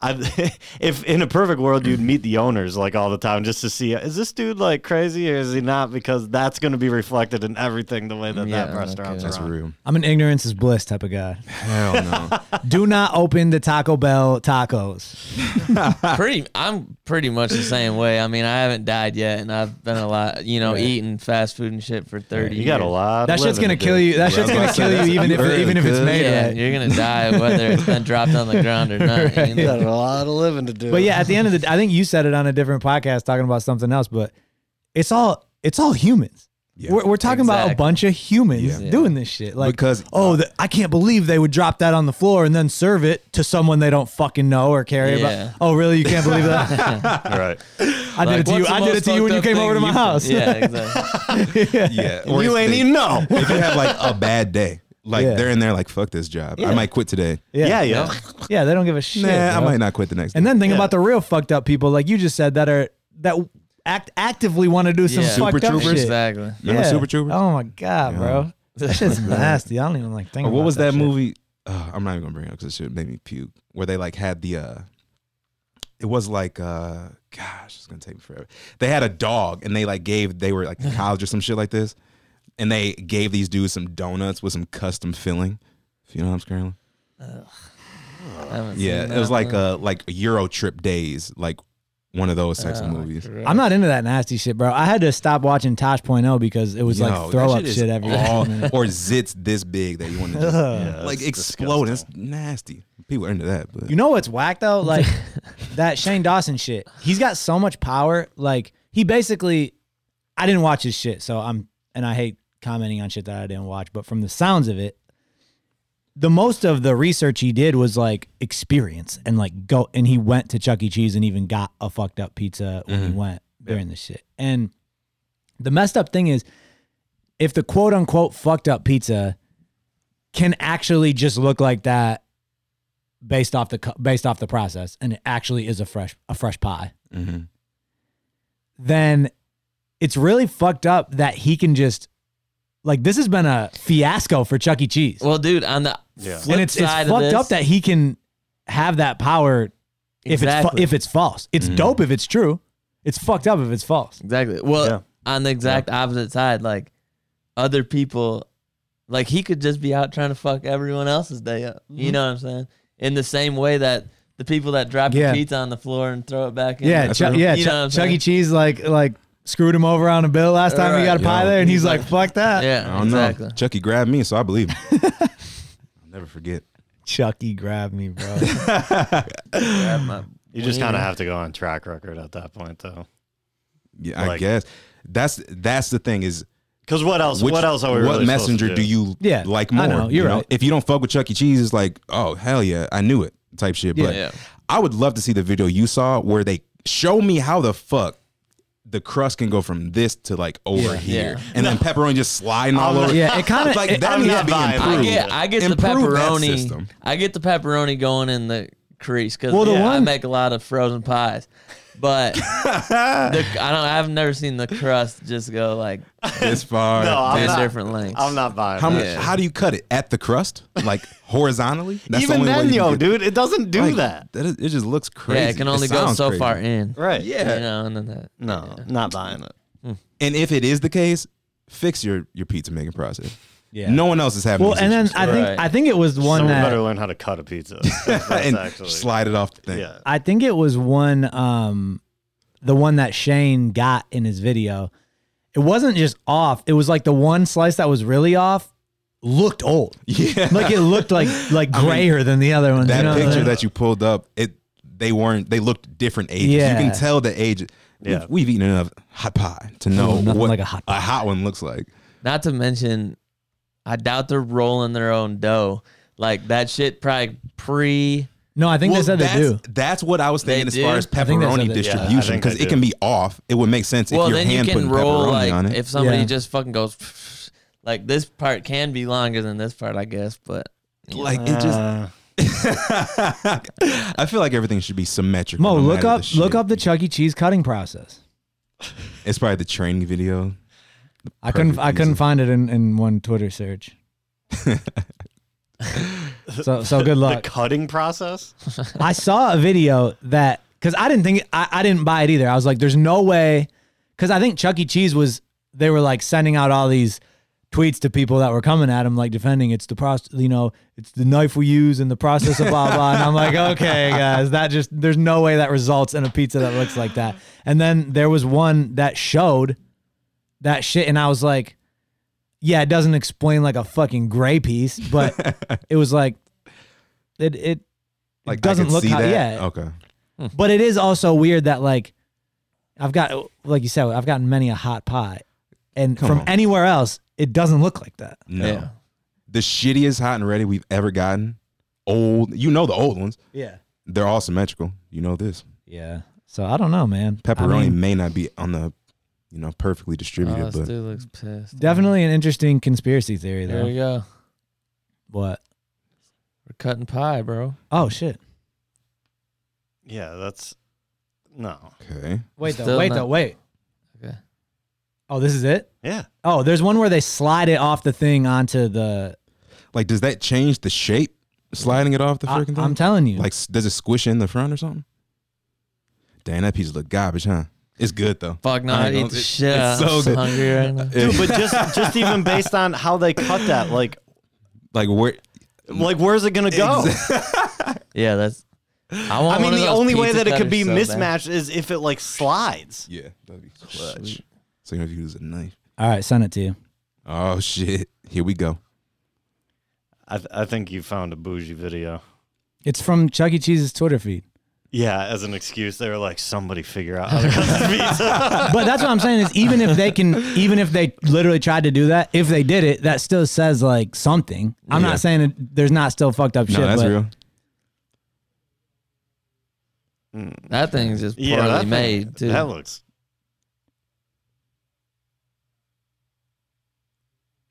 [SPEAKER 2] I, if in a perfect world you'd meet the owners like all the time just to see is this dude like crazy or is he not because that's going to be reflected in everything the way that
[SPEAKER 4] Yeah,
[SPEAKER 2] that restaurant's
[SPEAKER 3] That's
[SPEAKER 2] run.
[SPEAKER 3] real.
[SPEAKER 1] I'm an ignorance is bliss type of guy.
[SPEAKER 3] Hell no.
[SPEAKER 1] Do not open the Taco Bell tacos.
[SPEAKER 4] pretty I'm pretty much the same way. I mean, I haven't died yet and I've been a lot, you know, eating fast food and shit for 30
[SPEAKER 2] You got a
[SPEAKER 4] years.
[SPEAKER 2] lot.
[SPEAKER 1] That
[SPEAKER 2] of
[SPEAKER 1] shit's gonna
[SPEAKER 2] living to do.
[SPEAKER 1] kill you. That
[SPEAKER 3] Yeah,
[SPEAKER 1] shit's
[SPEAKER 3] I
[SPEAKER 1] gonna
[SPEAKER 3] was about
[SPEAKER 1] kill
[SPEAKER 3] to say,
[SPEAKER 1] you even if
[SPEAKER 3] that's a-
[SPEAKER 1] even if it's
[SPEAKER 3] Yeah,
[SPEAKER 1] made
[SPEAKER 4] Yeah,
[SPEAKER 1] right.
[SPEAKER 4] you're gonna die whether it's been dropped on the ground or not. you know?
[SPEAKER 2] You got a lot of living to do.
[SPEAKER 1] But yeah, at the end of the, I think you said it on a different podcast talking about something else. But it's all it's all humans.
[SPEAKER 3] Yeah.
[SPEAKER 1] we're, we're talking about a
[SPEAKER 4] Exactly.
[SPEAKER 1] bunch of humans
[SPEAKER 4] Yeah.
[SPEAKER 1] doing this shit. Like
[SPEAKER 3] Because-
[SPEAKER 1] oh, the, I can't believe they would drop that on the floor and then serve it to someone they don't fucking know or care
[SPEAKER 4] Yeah.
[SPEAKER 1] about. Oh, really? You can't believe that?
[SPEAKER 2] right.
[SPEAKER 1] I did
[SPEAKER 4] Like,
[SPEAKER 1] it to you.
[SPEAKER 4] what's the
[SPEAKER 1] I did
[SPEAKER 4] most
[SPEAKER 1] it to you when
[SPEAKER 4] fucked
[SPEAKER 1] you
[SPEAKER 4] up
[SPEAKER 1] came
[SPEAKER 4] thing
[SPEAKER 1] over to my
[SPEAKER 4] you've-
[SPEAKER 1] house.
[SPEAKER 4] Yeah, exactly.
[SPEAKER 3] yeah. Or
[SPEAKER 2] You
[SPEAKER 3] if
[SPEAKER 2] ain't
[SPEAKER 3] they-
[SPEAKER 2] even know.
[SPEAKER 3] If you have like a bad day, like
[SPEAKER 1] Yeah.
[SPEAKER 3] they're in there like fuck this job. I might quit today.
[SPEAKER 1] Yeah.
[SPEAKER 2] Yeah, yeah.
[SPEAKER 1] Yeah, they don't give a shit.
[SPEAKER 3] Nah, I
[SPEAKER 1] bro.
[SPEAKER 3] might not quit the next
[SPEAKER 1] And
[SPEAKER 3] day.
[SPEAKER 1] then think
[SPEAKER 2] Yeah.
[SPEAKER 1] about the real fucked up people, like you just said, that are that act actively want to do some
[SPEAKER 4] Yeah.
[SPEAKER 1] fucked
[SPEAKER 3] Super
[SPEAKER 1] up
[SPEAKER 3] troopers.
[SPEAKER 1] shit.
[SPEAKER 4] Exactly.
[SPEAKER 3] Remember Super Troopers?
[SPEAKER 1] Oh my god,
[SPEAKER 3] Yeah.
[SPEAKER 1] bro, that shit's nasty. I don't even like think.
[SPEAKER 3] Or what
[SPEAKER 1] about
[SPEAKER 3] was that,
[SPEAKER 1] shit.
[SPEAKER 3] movie? Uh, I'm not even gonna bring it up because it should make me puke. Where they like had the uh it was like uh gosh, it's gonna take me forever. They had a dog and they like gave they were like in college or some shit like this. And they gave these dudes some donuts with some custom filling. If you know what I'm screaming.
[SPEAKER 4] I haven't seen
[SPEAKER 3] Yeah. It
[SPEAKER 4] that
[SPEAKER 3] was like
[SPEAKER 4] one.
[SPEAKER 3] uh like Euro trip days, like one of those types of
[SPEAKER 4] Oh,
[SPEAKER 1] Ah,
[SPEAKER 3] movies.
[SPEAKER 1] I'm not into that nasty shit, bro. I had to stop watching Tosh.0 because it was
[SPEAKER 3] Yo,
[SPEAKER 1] like
[SPEAKER 3] that
[SPEAKER 1] throw up
[SPEAKER 3] is
[SPEAKER 1] shit every
[SPEAKER 3] all-
[SPEAKER 1] day.
[SPEAKER 3] or zits this big that you want to just,
[SPEAKER 2] Yeah,
[SPEAKER 3] like
[SPEAKER 2] it's
[SPEAKER 3] explode. It's
[SPEAKER 2] disgusting.
[SPEAKER 3] nasty. People are into that, but
[SPEAKER 1] You know what's whack though? Like that Shane Dawson shit. He's got so much power. Like he basically, I didn't watch his shit, so I'm and I hate commenting on shit that I didn't watch. But from the sounds of it, the most of the research he did was like experience and like go and he went to Chuck E. Cheese and even got a fucked up pizza when he went during the shit. And the messed up thing is if the quote unquote fucked up pizza can actually just look like that based off the co- based off the process and it actually is a fresh a fresh pie
[SPEAKER 4] Mm-hmm.
[SPEAKER 3] Mhm.
[SPEAKER 1] then it's really fucked up that he can just like this has been a fiasco for Chuck E. Cheese
[SPEAKER 4] Well, dude, on the
[SPEAKER 2] Yeah.
[SPEAKER 4] flip
[SPEAKER 1] and it's, it's
[SPEAKER 4] side of
[SPEAKER 1] fucked
[SPEAKER 4] this,
[SPEAKER 1] up that he can have that power If it's
[SPEAKER 4] Exactly. Mm-hmm.
[SPEAKER 1] fa- if it's false, it's dope if it's true. It's fucked up if it's false.
[SPEAKER 4] Exactly. Well,
[SPEAKER 2] Yeah.
[SPEAKER 4] on the exact opposite side, like other people, like he could just be out trying to fuck everyone else's day up.
[SPEAKER 1] Mm-hmm.
[SPEAKER 4] You know what I'm saying? In the same way that the people that drop
[SPEAKER 1] Yeah.
[SPEAKER 4] the pizza on the floor and throw it back in.
[SPEAKER 1] Yeah, Chu- yeah.
[SPEAKER 4] You
[SPEAKER 1] Chu-
[SPEAKER 4] know what I'm
[SPEAKER 1] Chuck E.
[SPEAKER 4] saying?
[SPEAKER 1] Cheese like like screwed him over on a bill last time he
[SPEAKER 4] Right.
[SPEAKER 1] got a pie
[SPEAKER 3] Yeah.
[SPEAKER 1] there, and he's like, "Fuck that."
[SPEAKER 3] I
[SPEAKER 4] Yeah,
[SPEAKER 3] don't
[SPEAKER 4] exactly.
[SPEAKER 3] know. Chucky grabbed me, so I believe him. I'll never forget.
[SPEAKER 1] Chucky E. grabbed me, bro.
[SPEAKER 2] You just kind of have to go on track record at that point, though.
[SPEAKER 3] Yeah, I
[SPEAKER 2] Like-
[SPEAKER 3] guess that's that's the thing is
[SPEAKER 2] Because what else?
[SPEAKER 3] which,
[SPEAKER 2] what else are we?
[SPEAKER 3] what
[SPEAKER 2] really supposed to
[SPEAKER 3] messenger do? you
[SPEAKER 1] Yeah,
[SPEAKER 3] like more?
[SPEAKER 1] I know, you're
[SPEAKER 3] you
[SPEAKER 1] right.
[SPEAKER 3] If you don't fuck with Chuck E. Cheese, it's like, oh hell yeah, I knew it type shit. But
[SPEAKER 4] Yeah.
[SPEAKER 3] I would love to see the video you saw where they show me how the fuck the crust can go from this to like over here,
[SPEAKER 4] Yeah.
[SPEAKER 3] and then pepperoni just sliding all over.
[SPEAKER 1] yeah, it kind of
[SPEAKER 3] like
[SPEAKER 1] it,
[SPEAKER 3] that
[SPEAKER 2] I'm
[SPEAKER 3] needs
[SPEAKER 2] not
[SPEAKER 3] to be
[SPEAKER 2] buying that.
[SPEAKER 3] improved.
[SPEAKER 4] I get, I get the
[SPEAKER 3] Improve that system.
[SPEAKER 4] pepperoni. I get the pepperoni going in the crease because
[SPEAKER 1] Well, the
[SPEAKER 4] I
[SPEAKER 1] one-
[SPEAKER 4] make a lot of frozen pies, but the, I don't. I've never seen the crust just go like
[SPEAKER 3] This far.
[SPEAKER 2] No, I'm
[SPEAKER 4] in
[SPEAKER 2] not-
[SPEAKER 4] different lengths.
[SPEAKER 2] I'm not buying.
[SPEAKER 3] how
[SPEAKER 2] that.
[SPEAKER 3] much? How do you cut it at the crust, like horizontally? That's the
[SPEAKER 2] Even
[SPEAKER 3] only way
[SPEAKER 2] then,
[SPEAKER 3] you
[SPEAKER 2] yo,
[SPEAKER 3] can get-
[SPEAKER 2] dude, it doesn't do
[SPEAKER 3] like,
[SPEAKER 2] that.
[SPEAKER 3] is- it just looks crazy.
[SPEAKER 4] Yeah, it can only go
[SPEAKER 3] sounds
[SPEAKER 4] so
[SPEAKER 3] crazy.
[SPEAKER 4] far in.
[SPEAKER 2] Right?
[SPEAKER 3] Yeah.
[SPEAKER 4] You know, and then that.
[SPEAKER 2] No, not buying it.
[SPEAKER 3] And if it is the case, fix your your pizza making process.
[SPEAKER 1] Yeah.
[SPEAKER 3] No one else is having.
[SPEAKER 1] Well,
[SPEAKER 3] these
[SPEAKER 1] and then
[SPEAKER 3] issues.
[SPEAKER 1] I think
[SPEAKER 4] Right.
[SPEAKER 1] I think it was one
[SPEAKER 2] Someone
[SPEAKER 1] that
[SPEAKER 2] better learn how to cut a pizza. That's
[SPEAKER 3] and
[SPEAKER 2] actually,
[SPEAKER 3] slide it off the thing.
[SPEAKER 2] yeah.
[SPEAKER 1] I think it was one um the one that Shane got in his video. It wasn't just off. It was like the one slice that was really off looked old.
[SPEAKER 3] Yeah.
[SPEAKER 1] Like it looked like like
[SPEAKER 3] mean,
[SPEAKER 1] grayer than the other ones.
[SPEAKER 3] that
[SPEAKER 1] you know what I'm
[SPEAKER 3] picture
[SPEAKER 1] saying?
[SPEAKER 3] that you pulled up, it they weren't. They looked different ages.
[SPEAKER 1] Yeah.
[SPEAKER 3] You can tell the age. We've-
[SPEAKER 2] Yeah.
[SPEAKER 3] We've, eaten enough hot pie to know
[SPEAKER 1] nothing
[SPEAKER 3] what
[SPEAKER 1] like a hot pie.
[SPEAKER 3] one looks like.
[SPEAKER 4] Not to mention, I doubt they're rolling their own dough. Like that shit probably pre.
[SPEAKER 1] No, I think
[SPEAKER 3] Well,
[SPEAKER 1] they said they
[SPEAKER 3] that's,
[SPEAKER 1] do.
[SPEAKER 3] that's what I was thinking as
[SPEAKER 4] do?
[SPEAKER 3] far as
[SPEAKER 4] I
[SPEAKER 1] think they said
[SPEAKER 3] pepperoni
[SPEAKER 1] they do.
[SPEAKER 2] Yeah, I
[SPEAKER 3] distribution
[SPEAKER 2] think they
[SPEAKER 3] because it
[SPEAKER 2] do.
[SPEAKER 3] can be off. It would make sense
[SPEAKER 4] well,
[SPEAKER 3] if your
[SPEAKER 4] then you
[SPEAKER 3] hand
[SPEAKER 4] can
[SPEAKER 3] putting
[SPEAKER 4] roll
[SPEAKER 3] pepperoni on
[SPEAKER 4] like
[SPEAKER 3] it.
[SPEAKER 4] if somebody
[SPEAKER 1] Yeah.
[SPEAKER 4] just fucking goes. Like this part can be longer than this part, I guess, but
[SPEAKER 3] like it just.
[SPEAKER 2] Uh,
[SPEAKER 3] I feel like everything should be symmetrical.
[SPEAKER 1] Mo,
[SPEAKER 3] no
[SPEAKER 1] look
[SPEAKER 3] matter
[SPEAKER 1] up
[SPEAKER 3] the
[SPEAKER 1] look
[SPEAKER 3] shape.
[SPEAKER 1] up the Chuck E. Cheese cutting process.
[SPEAKER 3] It's probably the training video.
[SPEAKER 1] I couldn't
[SPEAKER 3] Perfect
[SPEAKER 1] I couldn't
[SPEAKER 3] pizza.
[SPEAKER 1] find it in, in one Twitter search. so so good
[SPEAKER 2] the
[SPEAKER 1] luck.
[SPEAKER 2] cutting process.
[SPEAKER 1] I saw a video that because I didn't think I, I didn't buy it either. I was like, there's no way because I think Chuck E. Cheese was they were like sending out all these tweets to people that were coming at him like defending it's the process you know it's the knife we use and the process of blah blah and i'm like okay guys that just there's no way that results in a pizza that looks like that and then there was one that showed that shit and i was like yeah it doesn't explain like a fucking gray piece but it was like it it
[SPEAKER 3] Like I
[SPEAKER 1] doesn't
[SPEAKER 3] can
[SPEAKER 1] look
[SPEAKER 3] see
[SPEAKER 1] how-
[SPEAKER 3] that.
[SPEAKER 1] yeah.
[SPEAKER 3] Okay.
[SPEAKER 1] but it is also weird that like I've got like you said, I've gotten many a hot pie. And
[SPEAKER 3] Come
[SPEAKER 1] from
[SPEAKER 3] on.
[SPEAKER 1] anywhere else, it doesn't look like that.
[SPEAKER 3] No.
[SPEAKER 4] Yeah.
[SPEAKER 3] The shittiest hot and ready we've ever gotten. Old. You know the old ones.
[SPEAKER 1] Yeah.
[SPEAKER 3] They're all symmetrical. You know this.
[SPEAKER 1] Yeah. So I don't know, man.
[SPEAKER 3] Pepperoni
[SPEAKER 1] I mean,
[SPEAKER 3] may not be on the, you know, perfectly
[SPEAKER 4] oh,
[SPEAKER 3] distributed,
[SPEAKER 4] this
[SPEAKER 3] but
[SPEAKER 4] dude looks pissed.
[SPEAKER 1] definitely an interesting conspiracy theory
[SPEAKER 4] There we
[SPEAKER 1] though.
[SPEAKER 4] go.
[SPEAKER 1] What?
[SPEAKER 4] We're cutting pie, bro.
[SPEAKER 1] Oh shit.
[SPEAKER 2] Yeah, that's no.
[SPEAKER 3] okay.
[SPEAKER 1] Wait though,
[SPEAKER 4] Still
[SPEAKER 1] wait
[SPEAKER 4] not-
[SPEAKER 1] though, wait.
[SPEAKER 4] Okay.
[SPEAKER 1] Oh, this is it?
[SPEAKER 2] Yeah,
[SPEAKER 1] Oh, there's one where they slide it off the thing onto the
[SPEAKER 3] Like, does that change the shape? Sliding it off the
[SPEAKER 1] I,
[SPEAKER 3] freaking thing.
[SPEAKER 1] am telling you.
[SPEAKER 3] Like, s- does it squish in the front or something? Damn, that piece of look garbage, huh? It's good though.
[SPEAKER 4] Fuck no,
[SPEAKER 3] I
[SPEAKER 4] I
[SPEAKER 3] know,
[SPEAKER 4] eat the
[SPEAKER 3] it-
[SPEAKER 4] shit.
[SPEAKER 3] it's
[SPEAKER 4] out. I'm
[SPEAKER 3] so
[SPEAKER 4] so
[SPEAKER 3] good.
[SPEAKER 4] hungry right now.
[SPEAKER 2] dude, but just just even based on how they cut that, like
[SPEAKER 3] Like where?
[SPEAKER 2] like where's it gonna go?
[SPEAKER 4] Yeah, that's. I, want
[SPEAKER 2] I mean,
[SPEAKER 4] one of
[SPEAKER 2] the
[SPEAKER 4] those
[SPEAKER 2] only way
[SPEAKER 4] pizza
[SPEAKER 2] that it could
[SPEAKER 4] cutters
[SPEAKER 2] be
[SPEAKER 4] so bad.
[SPEAKER 2] mismatched is if it like slides.
[SPEAKER 3] Yeah, that'd be clutch. So you have to use a knife.
[SPEAKER 1] All right, send it to you.
[SPEAKER 3] Oh shit! Here we go.
[SPEAKER 2] I th- I think you found a bougie video.
[SPEAKER 1] It's from Chuck E. Cheese's Twitter feed.
[SPEAKER 2] Yeah, as an excuse, they were like, somebody figure out how to cut this pizza.
[SPEAKER 1] but that's what I'm saying is even if they can, even if they literally tried to do that, if they did it, that still says like something. I'm
[SPEAKER 3] Yeah.
[SPEAKER 1] not saying it, there's not still fucked up
[SPEAKER 3] No,
[SPEAKER 1] shit.
[SPEAKER 3] that's
[SPEAKER 1] but
[SPEAKER 3] real.
[SPEAKER 4] That thing's just poorly
[SPEAKER 2] yeah, that thing-
[SPEAKER 4] made too.
[SPEAKER 2] That looks.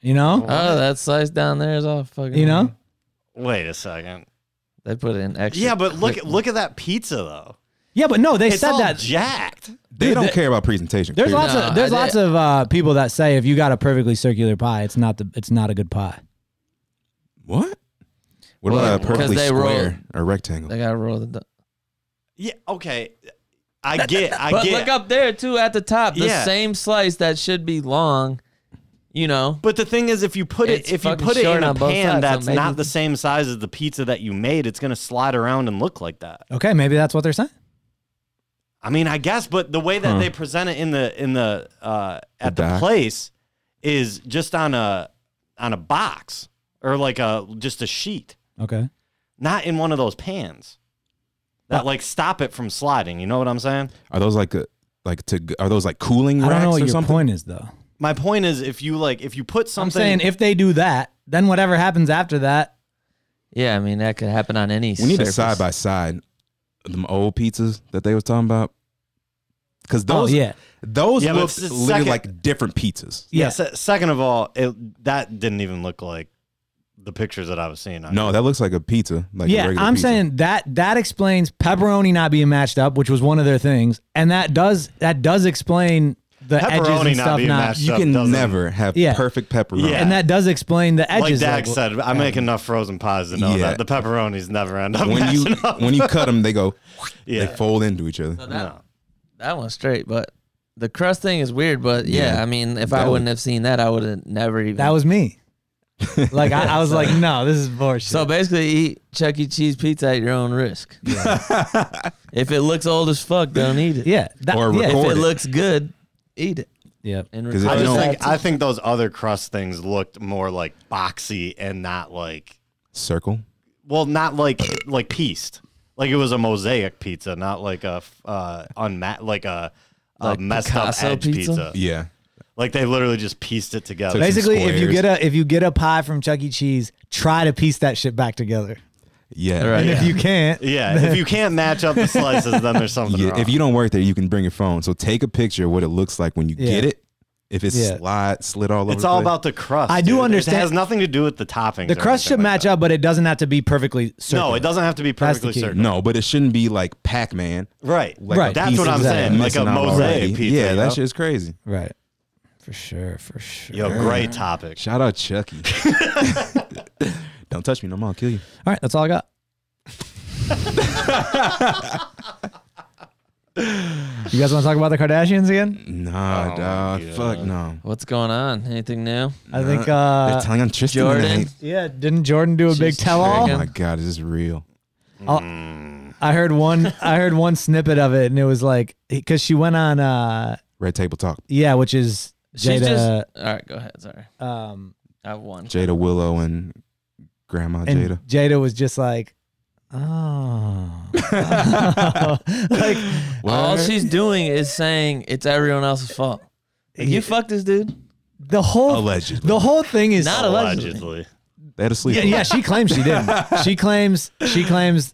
[SPEAKER 1] You know,
[SPEAKER 4] oh, that slice down there is all fucking.
[SPEAKER 1] you know,
[SPEAKER 2] Wait a second.
[SPEAKER 4] they put in extra.
[SPEAKER 2] Yeah, but look
[SPEAKER 4] quick-
[SPEAKER 2] at look at that pizza though.
[SPEAKER 1] yeah, but no, they
[SPEAKER 2] It's
[SPEAKER 1] said
[SPEAKER 2] all
[SPEAKER 1] that.
[SPEAKER 2] jacked.
[SPEAKER 3] They
[SPEAKER 1] Dude,
[SPEAKER 3] don't
[SPEAKER 1] the-
[SPEAKER 3] care about presentation.
[SPEAKER 1] There's
[SPEAKER 3] clearly.
[SPEAKER 1] lots
[SPEAKER 4] No,
[SPEAKER 1] of there's
[SPEAKER 4] I
[SPEAKER 1] lots
[SPEAKER 4] did-
[SPEAKER 1] of uh, people that say if you got a perfectly circular pie, it's not the it's not a good pie.
[SPEAKER 3] what? What
[SPEAKER 4] Well,
[SPEAKER 3] about a
[SPEAKER 4] because
[SPEAKER 3] perfectly
[SPEAKER 4] they
[SPEAKER 3] square
[SPEAKER 4] roll-
[SPEAKER 3] or rectangle?
[SPEAKER 4] They gotta roll the. dough.
[SPEAKER 2] Yeah. Okay. I get. I
[SPEAKER 4] But
[SPEAKER 2] get.
[SPEAKER 4] look up there too at the top, the
[SPEAKER 2] Yeah.
[SPEAKER 4] same slice that should be long. You know,
[SPEAKER 2] But the thing is, if you put it
[SPEAKER 4] It's
[SPEAKER 2] if you
[SPEAKER 4] fucking
[SPEAKER 2] put it
[SPEAKER 4] short
[SPEAKER 2] in a
[SPEAKER 4] on both sides,
[SPEAKER 2] pan
[SPEAKER 4] so
[SPEAKER 2] that's
[SPEAKER 4] maybe-
[SPEAKER 2] not the same size as the pizza that you made, it's gonna slide around and look like that.
[SPEAKER 1] Okay, maybe that's what they're saying.
[SPEAKER 2] I mean, I guess, but the way that they present it in the in the uh, at the,
[SPEAKER 3] doc?
[SPEAKER 2] place is just on a on a box or like a just a sheet,
[SPEAKER 1] Okay.
[SPEAKER 2] not in one of those pans that like stop it from sliding. You know what I'm saying?
[SPEAKER 3] Are those like a, like to go- are those like cooling
[SPEAKER 1] I
[SPEAKER 3] racks
[SPEAKER 1] don't know
[SPEAKER 3] or
[SPEAKER 1] what your
[SPEAKER 3] something?
[SPEAKER 1] point is though.
[SPEAKER 2] My point is, if you like, if you put
[SPEAKER 1] I'm
[SPEAKER 2] something,
[SPEAKER 1] saying if they do that, then whatever happens after that,
[SPEAKER 4] yeah, I mean that could happen on any.
[SPEAKER 3] We need a
[SPEAKER 4] surface.
[SPEAKER 3] side by side, them old pizzas that they was talking about. Because
[SPEAKER 1] oh
[SPEAKER 3] those
[SPEAKER 1] yeah,
[SPEAKER 3] those
[SPEAKER 2] Yeah, but
[SPEAKER 3] looked
[SPEAKER 2] it's the
[SPEAKER 3] literally
[SPEAKER 2] second-
[SPEAKER 3] like different pizzas.
[SPEAKER 2] yeah.
[SPEAKER 1] yeah.
[SPEAKER 2] se- second of all, it, that didn't even look like the pictures that I was seeing. on
[SPEAKER 3] No, that looks like a pizza. Like a
[SPEAKER 1] yeah,
[SPEAKER 3] regular
[SPEAKER 1] I'm
[SPEAKER 3] pizza.
[SPEAKER 1] saying that that explains pepperoni not being matched up, which was one of their things, and that does that does explain the edges
[SPEAKER 2] Pepperoni
[SPEAKER 1] and
[SPEAKER 2] not
[SPEAKER 1] stuff
[SPEAKER 2] being
[SPEAKER 1] not,
[SPEAKER 2] matched
[SPEAKER 3] you
[SPEAKER 2] Stuff
[SPEAKER 3] can
[SPEAKER 2] doesn't-
[SPEAKER 3] never have
[SPEAKER 1] Yeah.
[SPEAKER 3] perfect pepperoni.
[SPEAKER 2] Yeah.
[SPEAKER 1] and that does explain the
[SPEAKER 2] like
[SPEAKER 1] edges.
[SPEAKER 2] Dak
[SPEAKER 1] like-
[SPEAKER 2] said, I make enough frozen pies to know
[SPEAKER 3] Yeah.
[SPEAKER 2] that the pepperonis never end up.
[SPEAKER 3] When you
[SPEAKER 2] matching up.
[SPEAKER 3] when you cut them, they go
[SPEAKER 2] yeah,
[SPEAKER 3] they fold into each other.
[SPEAKER 4] So that,
[SPEAKER 2] No.
[SPEAKER 4] that one's straight, but the crust thing is weird. But yeah,
[SPEAKER 3] Yeah.
[SPEAKER 4] I mean, if
[SPEAKER 3] That
[SPEAKER 4] I
[SPEAKER 3] would-
[SPEAKER 4] wouldn't have seen that, I would have never even.
[SPEAKER 1] that was me. Like I, I was like, no, this is bullshit.
[SPEAKER 4] so basically, eat Chuck E. Cheese pizza at your own risk. if it looks old as fuck, don't eat it.
[SPEAKER 1] yeah, that,
[SPEAKER 3] Or
[SPEAKER 1] yeah,
[SPEAKER 4] If
[SPEAKER 3] record- Record
[SPEAKER 4] it
[SPEAKER 3] it.
[SPEAKER 4] looks good, eat it.
[SPEAKER 1] yeah.
[SPEAKER 4] And
[SPEAKER 3] 'Cause if
[SPEAKER 2] I
[SPEAKER 4] record
[SPEAKER 3] you
[SPEAKER 2] just
[SPEAKER 3] don't-
[SPEAKER 4] it.
[SPEAKER 2] think I think those other crust things looked more like boxy and not like
[SPEAKER 3] Circle.
[SPEAKER 2] well, not like like pieced. Like it was a mosaic pizza, not like a f- uh, unmat like a, a
[SPEAKER 4] Like
[SPEAKER 2] messed
[SPEAKER 4] Picasso
[SPEAKER 2] up edge
[SPEAKER 4] pizza?
[SPEAKER 2] pizza?
[SPEAKER 3] Yeah.
[SPEAKER 2] Like they literally just pieced it together.
[SPEAKER 3] Took some
[SPEAKER 1] Basically, if you
[SPEAKER 3] squares.
[SPEAKER 1] get a if you get a pie from Chuck E. Cheese, try to piece that shit back together.
[SPEAKER 3] Yeah.
[SPEAKER 4] Right.
[SPEAKER 1] And
[SPEAKER 4] Yeah.
[SPEAKER 1] if you can't,
[SPEAKER 2] yeah, if you can't match up the slices, then there's something
[SPEAKER 3] Yeah,
[SPEAKER 2] wrong.
[SPEAKER 3] if you don't work there, you can bring your phone. So take a picture of what it looks like when you
[SPEAKER 1] Yeah.
[SPEAKER 3] get it. If it's
[SPEAKER 1] Yeah.
[SPEAKER 3] slide slid all over,
[SPEAKER 2] it's
[SPEAKER 3] the
[SPEAKER 2] all
[SPEAKER 3] place.
[SPEAKER 2] about the crust.
[SPEAKER 1] I do
[SPEAKER 2] dude.
[SPEAKER 1] understand-
[SPEAKER 2] It has nothing to do with the toppings.
[SPEAKER 1] the
[SPEAKER 2] or
[SPEAKER 1] crust should
[SPEAKER 2] anything like
[SPEAKER 1] match
[SPEAKER 2] that.
[SPEAKER 1] up, but it doesn't have to be perfectly circular.
[SPEAKER 2] No, it doesn't have to be
[SPEAKER 1] That's the
[SPEAKER 2] perfectly
[SPEAKER 1] key.
[SPEAKER 2] circular.
[SPEAKER 3] no, but it shouldn't be like Pac Man.
[SPEAKER 2] Right.
[SPEAKER 3] Like
[SPEAKER 1] Right.
[SPEAKER 3] a
[SPEAKER 1] That's
[SPEAKER 3] piece
[SPEAKER 1] what
[SPEAKER 3] is
[SPEAKER 1] I'm saying,
[SPEAKER 2] like a
[SPEAKER 3] missing out
[SPEAKER 2] mosaic
[SPEAKER 3] already.
[SPEAKER 2] pizza,
[SPEAKER 3] Yeah,
[SPEAKER 2] you know?
[SPEAKER 3] that shit's crazy.
[SPEAKER 1] Right. For sure. For sure.
[SPEAKER 2] Yo, great topic.
[SPEAKER 3] Shout out Chucky. don't touch me no more, I'll kill you.
[SPEAKER 1] All right, that's all I got. you guys want to talk about the Kardashians again?
[SPEAKER 2] Oh,
[SPEAKER 3] Nah, dog. Fuck no.
[SPEAKER 4] What's going on? Anything new?
[SPEAKER 1] I think
[SPEAKER 3] They're
[SPEAKER 1] uh
[SPEAKER 3] telling on Tristan
[SPEAKER 4] Jordan.
[SPEAKER 3] tonight.
[SPEAKER 1] yeah, didn't Jordan do a big
[SPEAKER 4] She's
[SPEAKER 1] tell
[SPEAKER 3] Oh
[SPEAKER 1] all?
[SPEAKER 4] tricking.
[SPEAKER 3] my god, is this real?
[SPEAKER 1] I heard one I heard one snippet of it and it was like cuz she went on uh
[SPEAKER 3] Red Table Talk.
[SPEAKER 1] yeah, which is
[SPEAKER 4] She's
[SPEAKER 1] Jada
[SPEAKER 4] just all right. Go ahead. Sorry,
[SPEAKER 1] um
[SPEAKER 4] I won.
[SPEAKER 3] Jada Willow and Grandma
[SPEAKER 1] and
[SPEAKER 3] Jada.
[SPEAKER 1] Jada. was just like oh like
[SPEAKER 4] All
[SPEAKER 3] What?
[SPEAKER 4] she's doing is saying it's everyone else's fault. Like,
[SPEAKER 1] Yeah.
[SPEAKER 4] You fucked this dude.
[SPEAKER 1] the whole
[SPEAKER 3] Allegedly.
[SPEAKER 1] the whole thing is
[SPEAKER 4] Not
[SPEAKER 2] Allegedly.
[SPEAKER 3] They had a
[SPEAKER 1] Yeah,
[SPEAKER 3] sleepover.
[SPEAKER 1] yeah, she claims she didn't. She claims she claims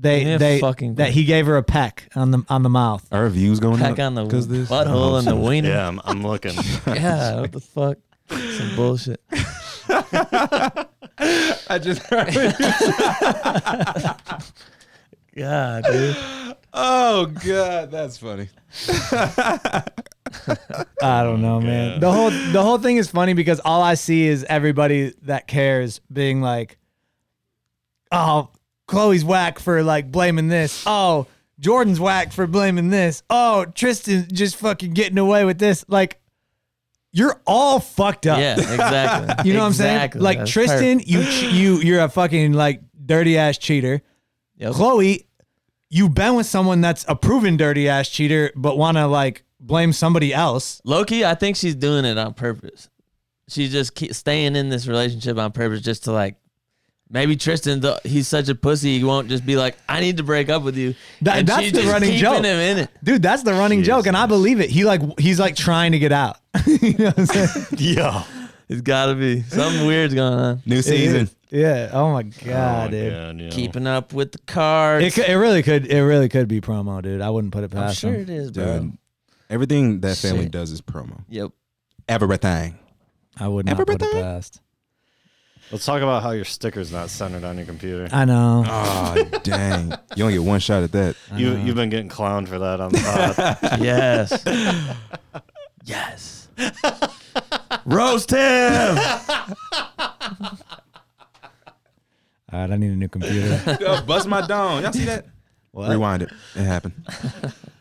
[SPEAKER 1] they
[SPEAKER 4] Give me a
[SPEAKER 1] they
[SPEAKER 4] fucking
[SPEAKER 1] that
[SPEAKER 4] break.
[SPEAKER 1] he gave her a peck on the on the mouth.
[SPEAKER 3] Our views going
[SPEAKER 4] Peck
[SPEAKER 3] up
[SPEAKER 4] on the
[SPEAKER 3] 'cause of this?
[SPEAKER 4] butthole
[SPEAKER 3] Oh,
[SPEAKER 4] and the
[SPEAKER 3] shit.
[SPEAKER 4] wiener.
[SPEAKER 2] Yeah, I'm, I'm looking.
[SPEAKER 4] Yeah, what the fuck? Some bullshit.
[SPEAKER 3] I just heard.
[SPEAKER 4] God, dude.
[SPEAKER 3] oh god, that's funny.
[SPEAKER 1] I don't know, man. The whole the whole thing is funny because all I see is everybody that cares being like, "Oh, Chloe's whack for like blaming this. Oh, Jordan's whack for blaming this. Oh, Tristan's just fucking getting away with this." Like, you're all fucked up.
[SPEAKER 4] Yeah, exactly.
[SPEAKER 1] You know
[SPEAKER 4] Exactly.
[SPEAKER 1] what I'm saying? Like
[SPEAKER 4] That's
[SPEAKER 1] Tristan,
[SPEAKER 4] perfect.
[SPEAKER 1] you che- you you're a fucking like dirty ass cheater.
[SPEAKER 4] Yep.
[SPEAKER 1] Chloe, you've been with someone that's a proven dirty ass cheater, but want to like blame somebody else.
[SPEAKER 4] Loki, I think she's doing it on purpose. She's just keep staying in this relationship on purpose, just to like. Maybe Tristan, the, he's such a pussy, he won't just be like, "I need to break up with you."
[SPEAKER 1] That-
[SPEAKER 4] And
[SPEAKER 1] that's
[SPEAKER 4] she's
[SPEAKER 1] the
[SPEAKER 4] just
[SPEAKER 1] running
[SPEAKER 4] keeping
[SPEAKER 1] joke.
[SPEAKER 4] Him in it.
[SPEAKER 1] Dude, that's the running joke, and I believe it. He like he's like trying to get out. you know what I'm saying? Ah,
[SPEAKER 2] Yo.
[SPEAKER 4] It's gotta be something weird's going on.
[SPEAKER 3] New season.
[SPEAKER 1] yeah. Oh my god,
[SPEAKER 2] Oh,
[SPEAKER 1] dude.
[SPEAKER 2] God, yo.
[SPEAKER 4] Keeping up with the cards.
[SPEAKER 1] It, cou- it really could it really could be promo, dude. I wouldn't put it
[SPEAKER 4] I'm
[SPEAKER 1] past
[SPEAKER 4] sure
[SPEAKER 1] him.
[SPEAKER 4] it is, bro.
[SPEAKER 3] Dude. Everything that family
[SPEAKER 4] Shit.
[SPEAKER 3] does is promo.
[SPEAKER 4] Yep.
[SPEAKER 3] Everything.
[SPEAKER 1] I would not put it
[SPEAKER 3] Everything?
[SPEAKER 1] past.
[SPEAKER 2] Let's talk about how your sticker's not centered on your computer.
[SPEAKER 1] I know.
[SPEAKER 3] Oh dang. You only get one shot at that.
[SPEAKER 2] You you've been getting clowned for that uh, on the pod.
[SPEAKER 4] Yes. yes. Roast him.
[SPEAKER 1] All right, I need a new computer.
[SPEAKER 3] Yo, bust my dome. Y'all see that? Rewind it. It happened.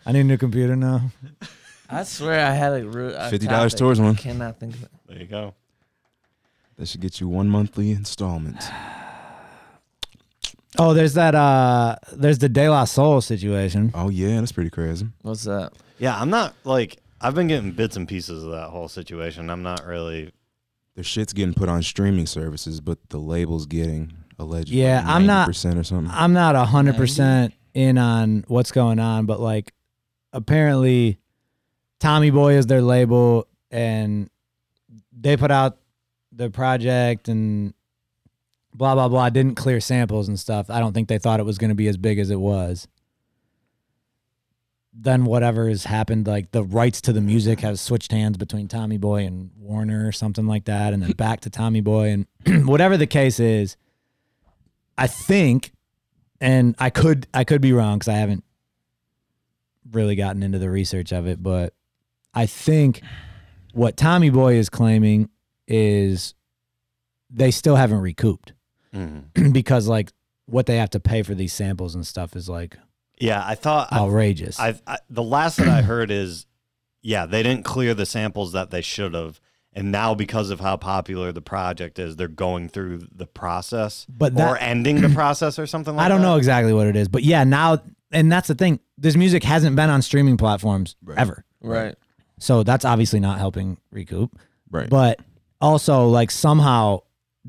[SPEAKER 1] I need a new computer now.
[SPEAKER 4] I swear I had a ru- a
[SPEAKER 3] $50
[SPEAKER 4] topic.
[SPEAKER 3] towards one.
[SPEAKER 4] I cannot think of it.
[SPEAKER 2] There you go.
[SPEAKER 3] That should get you one monthly installment.
[SPEAKER 1] Oh, there's that. Uh, there's the De La Soul situation.
[SPEAKER 3] Oh yeah, that's pretty crazy.
[SPEAKER 4] What's that?
[SPEAKER 2] Yeah, I'm not like I've been getting bits and pieces of that whole situation. I'm not really.
[SPEAKER 3] Their shit's getting put on streaming services, but the label's getting allegedly
[SPEAKER 1] Yeah, I'm not-
[SPEAKER 3] percent or something.
[SPEAKER 1] I'm not a hundred percent in on what's going on, but like, apparently, Tommy Boy is their label, and they put out the project and blah blah blah. Didn't clear samples and stuff. I don't think they thought it was going to be as big as it was. Then whatever has happened, like the rights to the music has switched hands between Tommy Boy and Warner or something like that, and then back to Tommy Boy and whatever the case is. I think, and I could I could be wrong because I haven't really gotten into the research of it, but I think what Tommy Boy is claiming is they still haven't recouped because like what they have to pay for these samples and stuff is like
[SPEAKER 2] Yeah, I thought
[SPEAKER 1] Oh,
[SPEAKER 2] I,
[SPEAKER 1] outrageous.
[SPEAKER 2] I, I the last that I heard is, yeah, they didn't clear the samples that they should have, and now because of how popular the project is, they're going through the process,
[SPEAKER 1] But that-
[SPEAKER 2] or ending the process or something. like
[SPEAKER 1] I don't
[SPEAKER 2] that.
[SPEAKER 1] know exactly what it is, but yeah, now and that's the thing. This music hasn't been on streaming platforms ever.
[SPEAKER 4] Right.
[SPEAKER 1] So that's obviously not helping recoup.
[SPEAKER 3] Right.
[SPEAKER 1] But also, like somehow,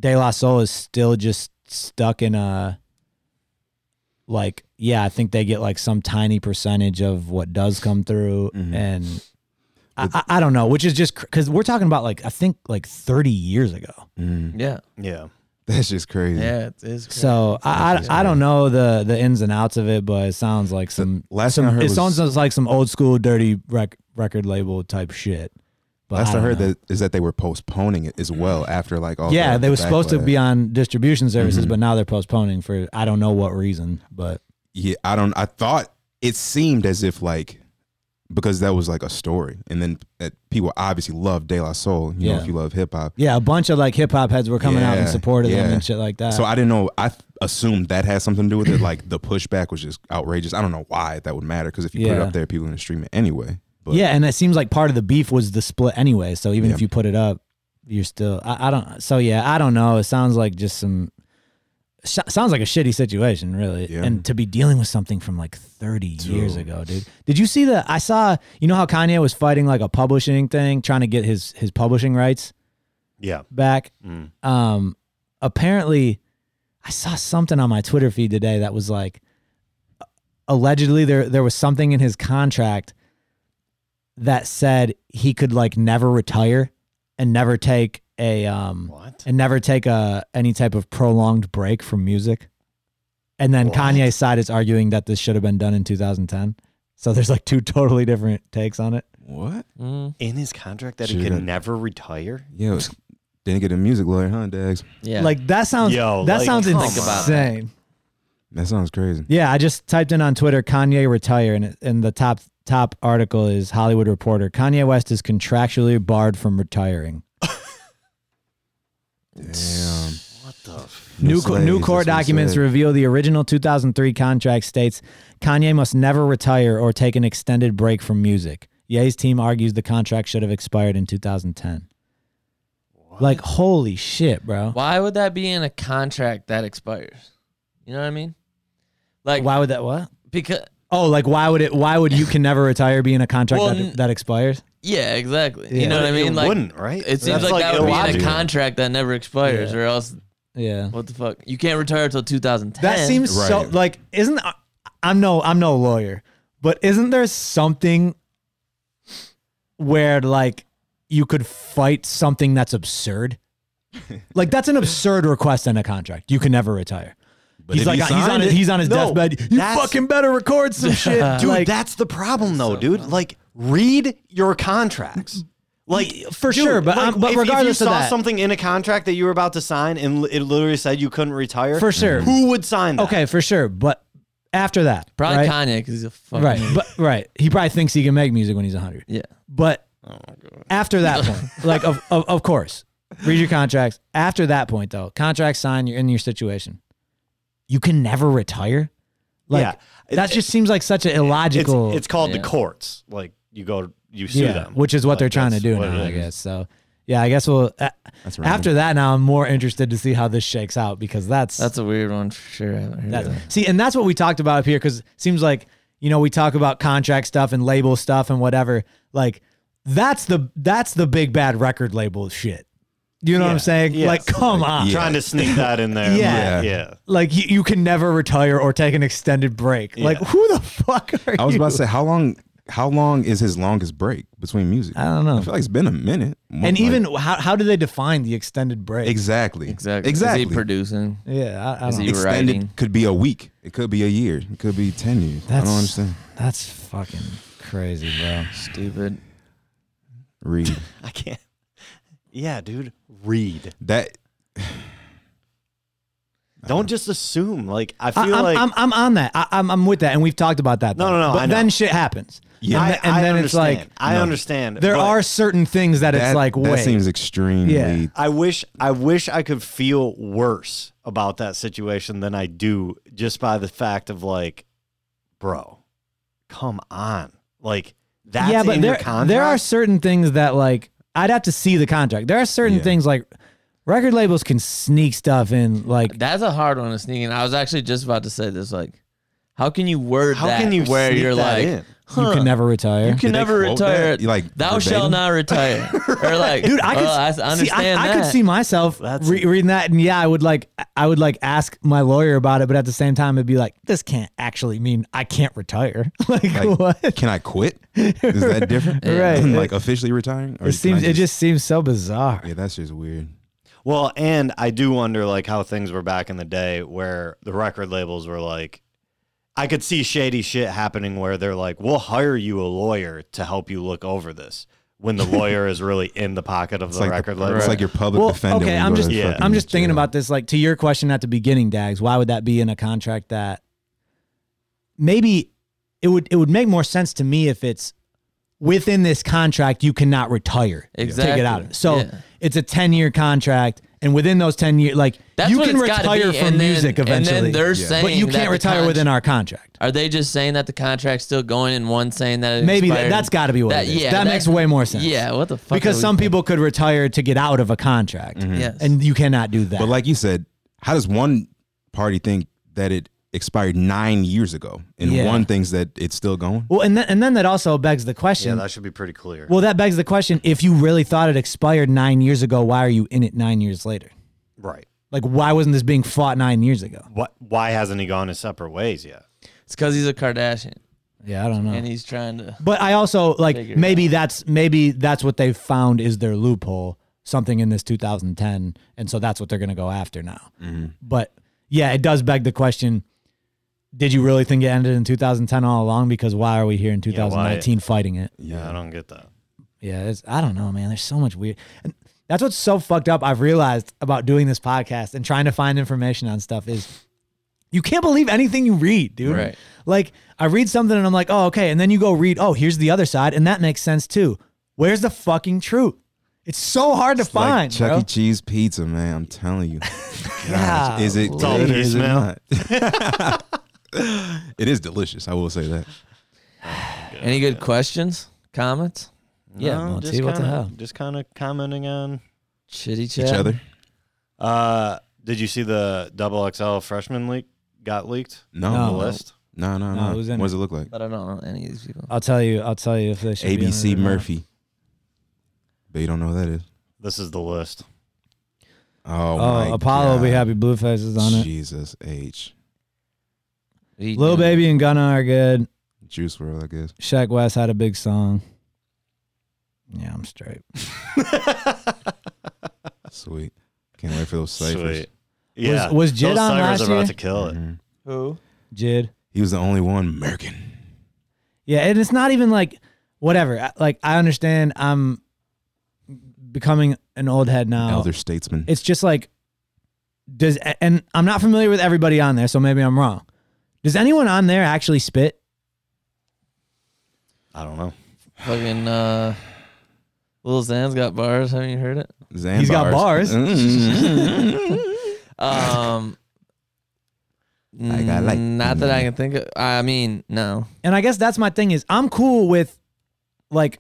[SPEAKER 1] De La Soul is still just stuck in a like, yeah, I think they get like some tiny percentage of what does come through,
[SPEAKER 3] Mm-hmm.
[SPEAKER 1] and I, I, I don't know, which is just because we're talking about like I think like thirty years ago.
[SPEAKER 4] Yeah.
[SPEAKER 2] Yeah,
[SPEAKER 3] That's just crazy.
[SPEAKER 4] Yeah. It is. Crazy.
[SPEAKER 1] So I, I, I don't know the the ins and outs of it, but it sounds like some
[SPEAKER 3] last
[SPEAKER 1] some,
[SPEAKER 3] thing I heard
[SPEAKER 1] it
[SPEAKER 3] was-
[SPEAKER 1] sounds like some old school dirty rec, record label type shit. But
[SPEAKER 3] Last I,
[SPEAKER 1] don't
[SPEAKER 3] heard
[SPEAKER 1] know.
[SPEAKER 3] that is that they were postponing it as well after like all.
[SPEAKER 1] yeah,
[SPEAKER 3] the-
[SPEAKER 1] they
[SPEAKER 3] the
[SPEAKER 1] were supposed to
[SPEAKER 3] backlash.
[SPEAKER 1] be on distribution services,
[SPEAKER 3] Mm-hmm.
[SPEAKER 1] but now they're postponing for I don't know what reason. But
[SPEAKER 3] yeah, I don't. I thought it seemed as if like because that was like a story, and then that people obviously love De La Soul. You know,
[SPEAKER 1] Yeah.
[SPEAKER 3] if you love hip hop,
[SPEAKER 1] yeah, a bunch of like hip hop heads were coming out in
[SPEAKER 3] Yeah,
[SPEAKER 1] support of them
[SPEAKER 3] yeah.
[SPEAKER 1] and shit like that.
[SPEAKER 3] so I didn't know. I th- assumed that had something to do with it. Like the pushback was just outrageous. I don't know why that would matter because if you put it
[SPEAKER 1] Yeah.
[SPEAKER 3] up there, people are gonna stream it anyway. But
[SPEAKER 1] yeah, and it seems like part of the beef was the split anyway. So even
[SPEAKER 3] Yeah.
[SPEAKER 1] if you put it up, you're still I, I don't. So yeah, I don't know. It sounds like just some sh- sounds like a shitty situation, really.
[SPEAKER 3] Yeah.
[SPEAKER 1] And to be dealing with something from like 30 years ago, dude. Did you see the? I saw. You know how Kanye was fighting like a publishing thing, trying to get his his publishing rights.
[SPEAKER 2] yeah.
[SPEAKER 1] back.
[SPEAKER 2] Mm.
[SPEAKER 1] Um, apparently, I saw something on my Twitter feed today that was like, allegedly there there was something in his contract that said he could like never retire and never take a um
[SPEAKER 2] What?
[SPEAKER 1] and never take a any type of prolonged break from music. And then Kanye's side is arguing that this should have been done in 2010. So there's like two totally different takes on it.
[SPEAKER 3] what?
[SPEAKER 4] Mm,
[SPEAKER 2] In his contract that he
[SPEAKER 3] Should've-
[SPEAKER 2] can never retire.
[SPEAKER 3] Yeah, it was- didn't get a music lawyer, huh, Dags?
[SPEAKER 4] yeah.
[SPEAKER 1] Like that sounds
[SPEAKER 2] Yo,
[SPEAKER 1] that
[SPEAKER 2] like,
[SPEAKER 1] sounds
[SPEAKER 2] come
[SPEAKER 4] on. Think about that.
[SPEAKER 1] insane.
[SPEAKER 3] That sounds crazy.
[SPEAKER 1] Yeah, I just typed in on Twitter Kanye retire, and, it- and the top top article is Hollywood Reporter: Kanye West is contractually barred from retiring.
[SPEAKER 3] Damn.
[SPEAKER 2] What the?
[SPEAKER 1] New
[SPEAKER 3] slaves,
[SPEAKER 1] new
[SPEAKER 3] that's
[SPEAKER 1] court
[SPEAKER 3] what he
[SPEAKER 1] documents
[SPEAKER 3] said.
[SPEAKER 1] reveal the original 2003 contract states Kanye must never retire or take an extended break from music. Ye's team argues the contract should have expired in 2010. Like holy shit, bro!
[SPEAKER 4] why would that be in a contract that expires? You know what I mean? Like
[SPEAKER 1] Why would that? What?
[SPEAKER 4] because
[SPEAKER 1] Oh, like why would it? Why would you can never retire be in a contract
[SPEAKER 4] Well, n-
[SPEAKER 1] that, that expires?
[SPEAKER 4] yeah, exactly.
[SPEAKER 1] Yeah.
[SPEAKER 4] You know what I mean?
[SPEAKER 2] It
[SPEAKER 4] Like
[SPEAKER 2] wouldn't, right?
[SPEAKER 4] It seems
[SPEAKER 2] That's,
[SPEAKER 4] like, that would be in a
[SPEAKER 2] illogical.
[SPEAKER 4] contract that never expires,
[SPEAKER 1] Yeah.
[SPEAKER 4] or else
[SPEAKER 1] Yeah.
[SPEAKER 4] what the fuck? You can't retire till 2010.
[SPEAKER 1] That seems so
[SPEAKER 3] Right.
[SPEAKER 1] like isn't I- I'm no I'm no lawyer, but isn't there something where like you could fight something that's absurd? like that's an absurd request in a contract. You can never retire. he's
[SPEAKER 3] if
[SPEAKER 1] like
[SPEAKER 3] he
[SPEAKER 1] he's on
[SPEAKER 3] signed
[SPEAKER 1] his,
[SPEAKER 3] it-
[SPEAKER 1] he's on his
[SPEAKER 2] No,
[SPEAKER 1] deathbed. You
[SPEAKER 2] that's-
[SPEAKER 1] fucking better record some shit,
[SPEAKER 2] Dude,
[SPEAKER 1] Like,
[SPEAKER 2] that's the problem though, dude. Like, read your contracts. Like
[SPEAKER 1] for
[SPEAKER 2] dude,
[SPEAKER 1] sure, but
[SPEAKER 2] like,
[SPEAKER 1] I'm- but
[SPEAKER 2] if-
[SPEAKER 1] regardless
[SPEAKER 2] if you
[SPEAKER 1] of
[SPEAKER 2] saw
[SPEAKER 1] that-
[SPEAKER 2] something in a contract that you were about to sign and li- it literally said you couldn't retire,
[SPEAKER 1] For sure.
[SPEAKER 2] who would sign that?
[SPEAKER 1] okay for sure. But after that,
[SPEAKER 4] probably
[SPEAKER 1] right?
[SPEAKER 4] Kanye because he's a fucking
[SPEAKER 1] right, but right, he probably thinks he can make music when he's 100.
[SPEAKER 4] yeah.
[SPEAKER 1] But
[SPEAKER 2] Oh
[SPEAKER 1] after that point, like of, of of course, read your contracts. After that point, though, contract signed, you're in your situation. You can never retire. Like
[SPEAKER 2] Yeah.
[SPEAKER 1] that
[SPEAKER 2] It-
[SPEAKER 1] just seems like such an illogical.
[SPEAKER 2] It's, it's called
[SPEAKER 4] Yeah.
[SPEAKER 2] the courts. Like you go, you sue them,
[SPEAKER 1] which is what
[SPEAKER 2] Like,
[SPEAKER 1] they're trying to
[SPEAKER 2] that's
[SPEAKER 1] do
[SPEAKER 2] what
[SPEAKER 1] now,
[SPEAKER 2] it
[SPEAKER 1] I
[SPEAKER 2] is.
[SPEAKER 1] guess. So, yeah, I guess we'll. Uh,
[SPEAKER 3] That's random.
[SPEAKER 1] after that, now I'm more interested to see how this shakes out because that's
[SPEAKER 4] That's a weird one for sure. I haven't heard
[SPEAKER 1] That's,
[SPEAKER 4] that.
[SPEAKER 1] See, and that's what we talked about up here because it seems like, you know, we talk about contract stuff and label stuff and whatever. Like, that's the that's the big bad record label shit. You know what I'm
[SPEAKER 2] Yeah.
[SPEAKER 1] saying?
[SPEAKER 2] Yes.
[SPEAKER 1] Like, come on.
[SPEAKER 3] yeah.
[SPEAKER 2] Trying to sneak that in there.
[SPEAKER 1] Yeah.
[SPEAKER 2] Like, yeah.
[SPEAKER 1] Like, you, you can never retire or take an extended break. Like,
[SPEAKER 2] Yeah.
[SPEAKER 1] who the fuck are
[SPEAKER 3] I was
[SPEAKER 1] you?
[SPEAKER 3] about to say how long how long is his longest break between music?
[SPEAKER 1] I don't know.
[SPEAKER 3] I feel like it's been a minute.
[SPEAKER 1] and
[SPEAKER 3] Like-
[SPEAKER 1] even how, how do they define the extended break?
[SPEAKER 3] exactly,
[SPEAKER 4] Exactly.
[SPEAKER 3] exactly.
[SPEAKER 4] Is he producing?
[SPEAKER 1] yeah, I, I
[SPEAKER 4] Is
[SPEAKER 1] don't
[SPEAKER 4] he-
[SPEAKER 3] Extended
[SPEAKER 4] writing?
[SPEAKER 3] could be a week. It could be a year. It could be ten years. I
[SPEAKER 1] That's-
[SPEAKER 3] don't understand.
[SPEAKER 1] That's fucking crazy, bro.
[SPEAKER 4] Stupid.
[SPEAKER 3] Read
[SPEAKER 2] I can't. Yeah, dude. Read.
[SPEAKER 3] that.
[SPEAKER 2] Don't just assume. Like I
[SPEAKER 1] Uh-huh. I,
[SPEAKER 2] feel
[SPEAKER 1] am
[SPEAKER 2] like
[SPEAKER 1] I'm, I'm on that. I, I'm, I'm with that, and we've talked about that.
[SPEAKER 2] No,
[SPEAKER 1] though.
[SPEAKER 2] no, no,
[SPEAKER 1] But
[SPEAKER 2] I know.
[SPEAKER 1] then shit happens.
[SPEAKER 3] Yeah.
[SPEAKER 1] and,
[SPEAKER 2] I,
[SPEAKER 1] th- and
[SPEAKER 2] I
[SPEAKER 1] then
[SPEAKER 2] understand.
[SPEAKER 1] it's like
[SPEAKER 2] I understand.
[SPEAKER 1] there
[SPEAKER 2] but
[SPEAKER 1] are certain things that,
[SPEAKER 3] that,
[SPEAKER 1] it's like
[SPEAKER 3] that
[SPEAKER 1] wait.
[SPEAKER 3] seems extremely.
[SPEAKER 1] Yeah.
[SPEAKER 2] I wish. I wish I could feel worse about that situation than I do, just by the fact of like, bro, come on. Like that's
[SPEAKER 1] yeah, but
[SPEAKER 2] in
[SPEAKER 1] there
[SPEAKER 2] your contract.
[SPEAKER 1] there are certain things that like I'd have to see the contract. There are certain
[SPEAKER 3] Yeah.
[SPEAKER 1] things like record labels can sneak stuff in. Like
[SPEAKER 4] That's a hard one to sneak in. I was actually just about to say this. Like, how can you word
[SPEAKER 2] How
[SPEAKER 4] that
[SPEAKER 2] can you
[SPEAKER 4] where
[SPEAKER 2] sneak
[SPEAKER 4] you're
[SPEAKER 2] that
[SPEAKER 4] like,
[SPEAKER 2] in?
[SPEAKER 1] you can never retire.
[SPEAKER 4] you can
[SPEAKER 3] Did they
[SPEAKER 4] never
[SPEAKER 3] quote
[SPEAKER 4] retire.
[SPEAKER 3] that? Oh, You, like,
[SPEAKER 4] thou shall
[SPEAKER 3] verbatim?
[SPEAKER 4] not retire. Or like,
[SPEAKER 1] Dude, I could
[SPEAKER 4] oh, I s- understand
[SPEAKER 1] see. I, I
[SPEAKER 4] that.
[SPEAKER 1] could see myself
[SPEAKER 2] That's-
[SPEAKER 1] re- reading that, and yeah, I would like. I would like ask my lawyer about it, but at the same time, it'd be like, this can't actually mean I can't retire. like,
[SPEAKER 3] Like,
[SPEAKER 1] what? It
[SPEAKER 3] Can I quit? Is that different?
[SPEAKER 1] Right.
[SPEAKER 3] like officially retiring? Or can I
[SPEAKER 1] seems. It just seems so bizarre.
[SPEAKER 3] Yeah, that's just weird.
[SPEAKER 2] Well, and I do wonder like how things were back in the day where the record labels were like I could see shady shit happening where they're like, "We'll hire you a lawyer to help you look over this." When the lawyer is really in the pocket of
[SPEAKER 3] It's
[SPEAKER 2] the
[SPEAKER 3] like
[SPEAKER 2] record
[SPEAKER 3] the,
[SPEAKER 2] label.
[SPEAKER 3] It's like your public defender.
[SPEAKER 1] Okay,
[SPEAKER 3] when you
[SPEAKER 1] I'm
[SPEAKER 3] go to
[SPEAKER 1] just
[SPEAKER 2] Yeah.
[SPEAKER 3] fucking
[SPEAKER 1] I'm just thinking
[SPEAKER 3] jail.
[SPEAKER 1] about this. Like to your question at the beginning, Dags, why would that be in a contract that maybe it would it would make more sense to me if it's within this contract you cannot retire.
[SPEAKER 4] Exactly.
[SPEAKER 1] Take it out. of it. So
[SPEAKER 4] Yeah.
[SPEAKER 1] it's a ten year contract and within those ten years like
[SPEAKER 4] That's
[SPEAKER 1] you
[SPEAKER 4] what
[SPEAKER 1] can
[SPEAKER 4] it's gotta
[SPEAKER 1] retire
[SPEAKER 4] be,
[SPEAKER 1] from
[SPEAKER 4] and then-
[SPEAKER 1] music
[SPEAKER 4] and then
[SPEAKER 1] eventually.
[SPEAKER 4] they're
[SPEAKER 1] but you
[SPEAKER 4] saying that
[SPEAKER 1] can't
[SPEAKER 4] the
[SPEAKER 1] retire within
[SPEAKER 4] contract-
[SPEAKER 1] our contract.
[SPEAKER 4] Are they just saying that the contract's still going and one saying that it
[SPEAKER 1] Maybe that,
[SPEAKER 4] expired?
[SPEAKER 1] that's gotta be what it is.
[SPEAKER 4] yeah,
[SPEAKER 1] that
[SPEAKER 4] that-
[SPEAKER 1] makes way more sense.
[SPEAKER 4] Yeah, what the fuck?
[SPEAKER 1] Because
[SPEAKER 4] are we
[SPEAKER 1] some
[SPEAKER 4] doing?
[SPEAKER 1] people could retire to get out of a contract.
[SPEAKER 4] Yes.
[SPEAKER 1] And you cannot do that.
[SPEAKER 3] Mm-hmm. But like you said, how does one party think that it expired nine years ago, and
[SPEAKER 1] Yeah.
[SPEAKER 3] one thinks that it's still going?
[SPEAKER 1] Well, and then and then that also begs the
[SPEAKER 2] yeah,
[SPEAKER 1] question.
[SPEAKER 2] that should be pretty clear.
[SPEAKER 1] well, that begs the question: If you really thought it expired nine years ago, why are you in it nine years later?
[SPEAKER 2] right.
[SPEAKER 1] Like, why wasn't this being fought nine years ago?
[SPEAKER 2] What why hasn't he gone his separate ways yet?
[SPEAKER 4] it's because he's a Kardashian
[SPEAKER 1] Yeah, I don't know.
[SPEAKER 4] and he's trying to.
[SPEAKER 1] but I also like
[SPEAKER 4] Figure it
[SPEAKER 1] maybe that's maybe that's what they found is their loophole, something in this 2010, and so that's what they're gonna go after now. But yeah, it does beg the question: Did you really think it ended in 2010 all along? Because why are we here in 2019 fighting it?
[SPEAKER 2] Yeah, I don't get that.
[SPEAKER 1] Yeah, it's, I don't know, man. There's so much weird. And that's what's so fucked up. I've realized about doing this podcast and trying to find information on stuff is you can't believe anything you read, dude.
[SPEAKER 4] Right.
[SPEAKER 1] Like I read something and I'm like, oh, okay. And then you go read, oh, here's the other side, and that makes sense too. Where's the fucking truth? It's so hard to
[SPEAKER 3] Like
[SPEAKER 1] find.
[SPEAKER 3] Chuck
[SPEAKER 1] bro.
[SPEAKER 3] E. Cheese pizza, man. I'm telling you.
[SPEAKER 1] Yeah.
[SPEAKER 3] Gosh, is it good
[SPEAKER 2] all
[SPEAKER 3] or
[SPEAKER 2] you
[SPEAKER 3] is it
[SPEAKER 2] smell.
[SPEAKER 3] not? it is delicious. I will say that.
[SPEAKER 4] Any good questions, comments? yeah,
[SPEAKER 2] No,
[SPEAKER 4] Monty, what the
[SPEAKER 2] kinda-
[SPEAKER 4] hell?
[SPEAKER 2] Just kind of commenting on
[SPEAKER 4] Chitty
[SPEAKER 3] Each
[SPEAKER 4] chat.
[SPEAKER 3] other?
[SPEAKER 2] uh did you see the double XL freshman leak got leaked?
[SPEAKER 3] No,
[SPEAKER 1] No.
[SPEAKER 2] The list?
[SPEAKER 3] no, no,
[SPEAKER 1] No,
[SPEAKER 3] no.
[SPEAKER 1] it was in
[SPEAKER 3] What does
[SPEAKER 1] it.
[SPEAKER 3] it look like?
[SPEAKER 4] But I don't know any of these people.
[SPEAKER 1] I'll tell you. I'll tell you if they should be on it
[SPEAKER 3] ABC
[SPEAKER 1] or not.
[SPEAKER 3] Murphy. But you don't know who that is.
[SPEAKER 2] This is the list.
[SPEAKER 3] Oh,
[SPEAKER 1] Oh,
[SPEAKER 3] my
[SPEAKER 1] Apollo will be
[SPEAKER 3] God.
[SPEAKER 1] happy. Blueface is on it.
[SPEAKER 3] Jesus H.
[SPEAKER 1] Lil Baby and Gunna are good.
[SPEAKER 3] Juice World, I guess.
[SPEAKER 1] Shaq West had a big song. Yeah, I'm straight.
[SPEAKER 3] Sweet. Can't wait for those ciphers.
[SPEAKER 2] Sweet. Yeah.
[SPEAKER 1] was Jid
[SPEAKER 2] Those
[SPEAKER 1] on
[SPEAKER 2] suckers
[SPEAKER 1] last year?
[SPEAKER 2] are
[SPEAKER 1] Mm-hmm.
[SPEAKER 2] about to kill it.
[SPEAKER 3] Mhm.
[SPEAKER 4] Who?
[SPEAKER 1] Jid.
[SPEAKER 3] He was the only one American.
[SPEAKER 1] Yeah, and it's not even like whatever. I- Like I understand I'm becoming an old head now.
[SPEAKER 3] Elder statesman.
[SPEAKER 1] It's just like does and I'm not familiar with everybody on there, so maybe I'm wrong. Does anyone on there actually spit?
[SPEAKER 2] I don't know.
[SPEAKER 4] Fucking uh, Lil Xan's got bars. Haven't you heard it?
[SPEAKER 3] Zan Mm-hmm.
[SPEAKER 1] He's got bars.
[SPEAKER 3] Mm.
[SPEAKER 4] Um,
[SPEAKER 3] I got like
[SPEAKER 4] Not that I can think of. I mean, no.
[SPEAKER 1] And I guess that's my thing is I'm cool with like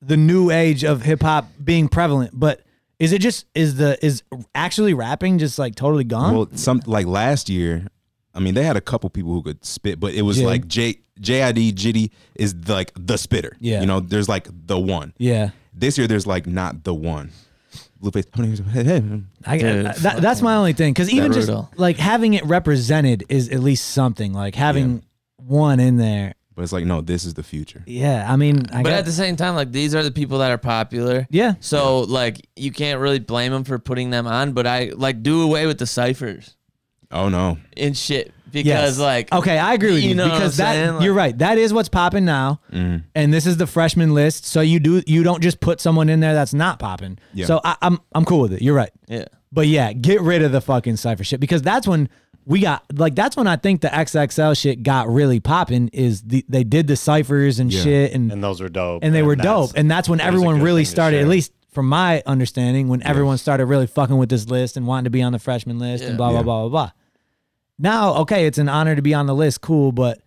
[SPEAKER 1] the new age of hip hop being prevalent, but is it just is the is actually rapping just like totally gone?
[SPEAKER 3] Well, some like last year, I mean, they had a couple people who could spit, but it was
[SPEAKER 1] Yeah.
[SPEAKER 3] like J JID Jitty is like the spitter.
[SPEAKER 1] Yeah.
[SPEAKER 3] you know, there's like the one.
[SPEAKER 1] yeah.
[SPEAKER 3] This year, there's like not the one. Blueface.
[SPEAKER 1] I,
[SPEAKER 4] Dude,
[SPEAKER 1] I- that, that's my only thing because even just
[SPEAKER 4] brutal.
[SPEAKER 1] like having it represented is at least something. Like having one in there,
[SPEAKER 3] But it's like no, this is the future.
[SPEAKER 1] yeah. I mean, I
[SPEAKER 4] But
[SPEAKER 1] guess,
[SPEAKER 4] at the same time, like these are the people that are popular.
[SPEAKER 1] yeah,
[SPEAKER 4] So like you can't really blame them for putting them on, but I like do away with the ciphers
[SPEAKER 3] Oh no,
[SPEAKER 4] and shit because
[SPEAKER 1] Yes.
[SPEAKER 4] like
[SPEAKER 1] okay, I agree with you,
[SPEAKER 4] you know what
[SPEAKER 1] because
[SPEAKER 4] I'm
[SPEAKER 1] that
[SPEAKER 4] saying? Like- Mm-hmm.
[SPEAKER 1] you're right. That is what's popping now, and this is the freshman list. So you do you don't just put someone in there that's not popping.
[SPEAKER 3] Yeah.
[SPEAKER 1] So I, I'm I'm cool with it. You're right.
[SPEAKER 4] yeah
[SPEAKER 1] But yeah, get rid of the fucking cipher shit because that's when we got like that's when I think the XXL shit got really popping. Is the, they did the ciphers and shit
[SPEAKER 2] and those were dope.
[SPEAKER 1] and they were
[SPEAKER 2] that's-
[SPEAKER 1] dope. And that's when
[SPEAKER 2] was a
[SPEAKER 1] everyone
[SPEAKER 2] good
[SPEAKER 1] really
[SPEAKER 2] thing to
[SPEAKER 1] started, at
[SPEAKER 2] share.
[SPEAKER 1] least from my understanding, when everyone started really fucking with this list and wanting to be on the freshman list and
[SPEAKER 4] Yeah.
[SPEAKER 1] blah, blah,
[SPEAKER 3] Yeah.
[SPEAKER 1] blah, blah, blah. Now, okay, it's an honor to be on the list. Cool. But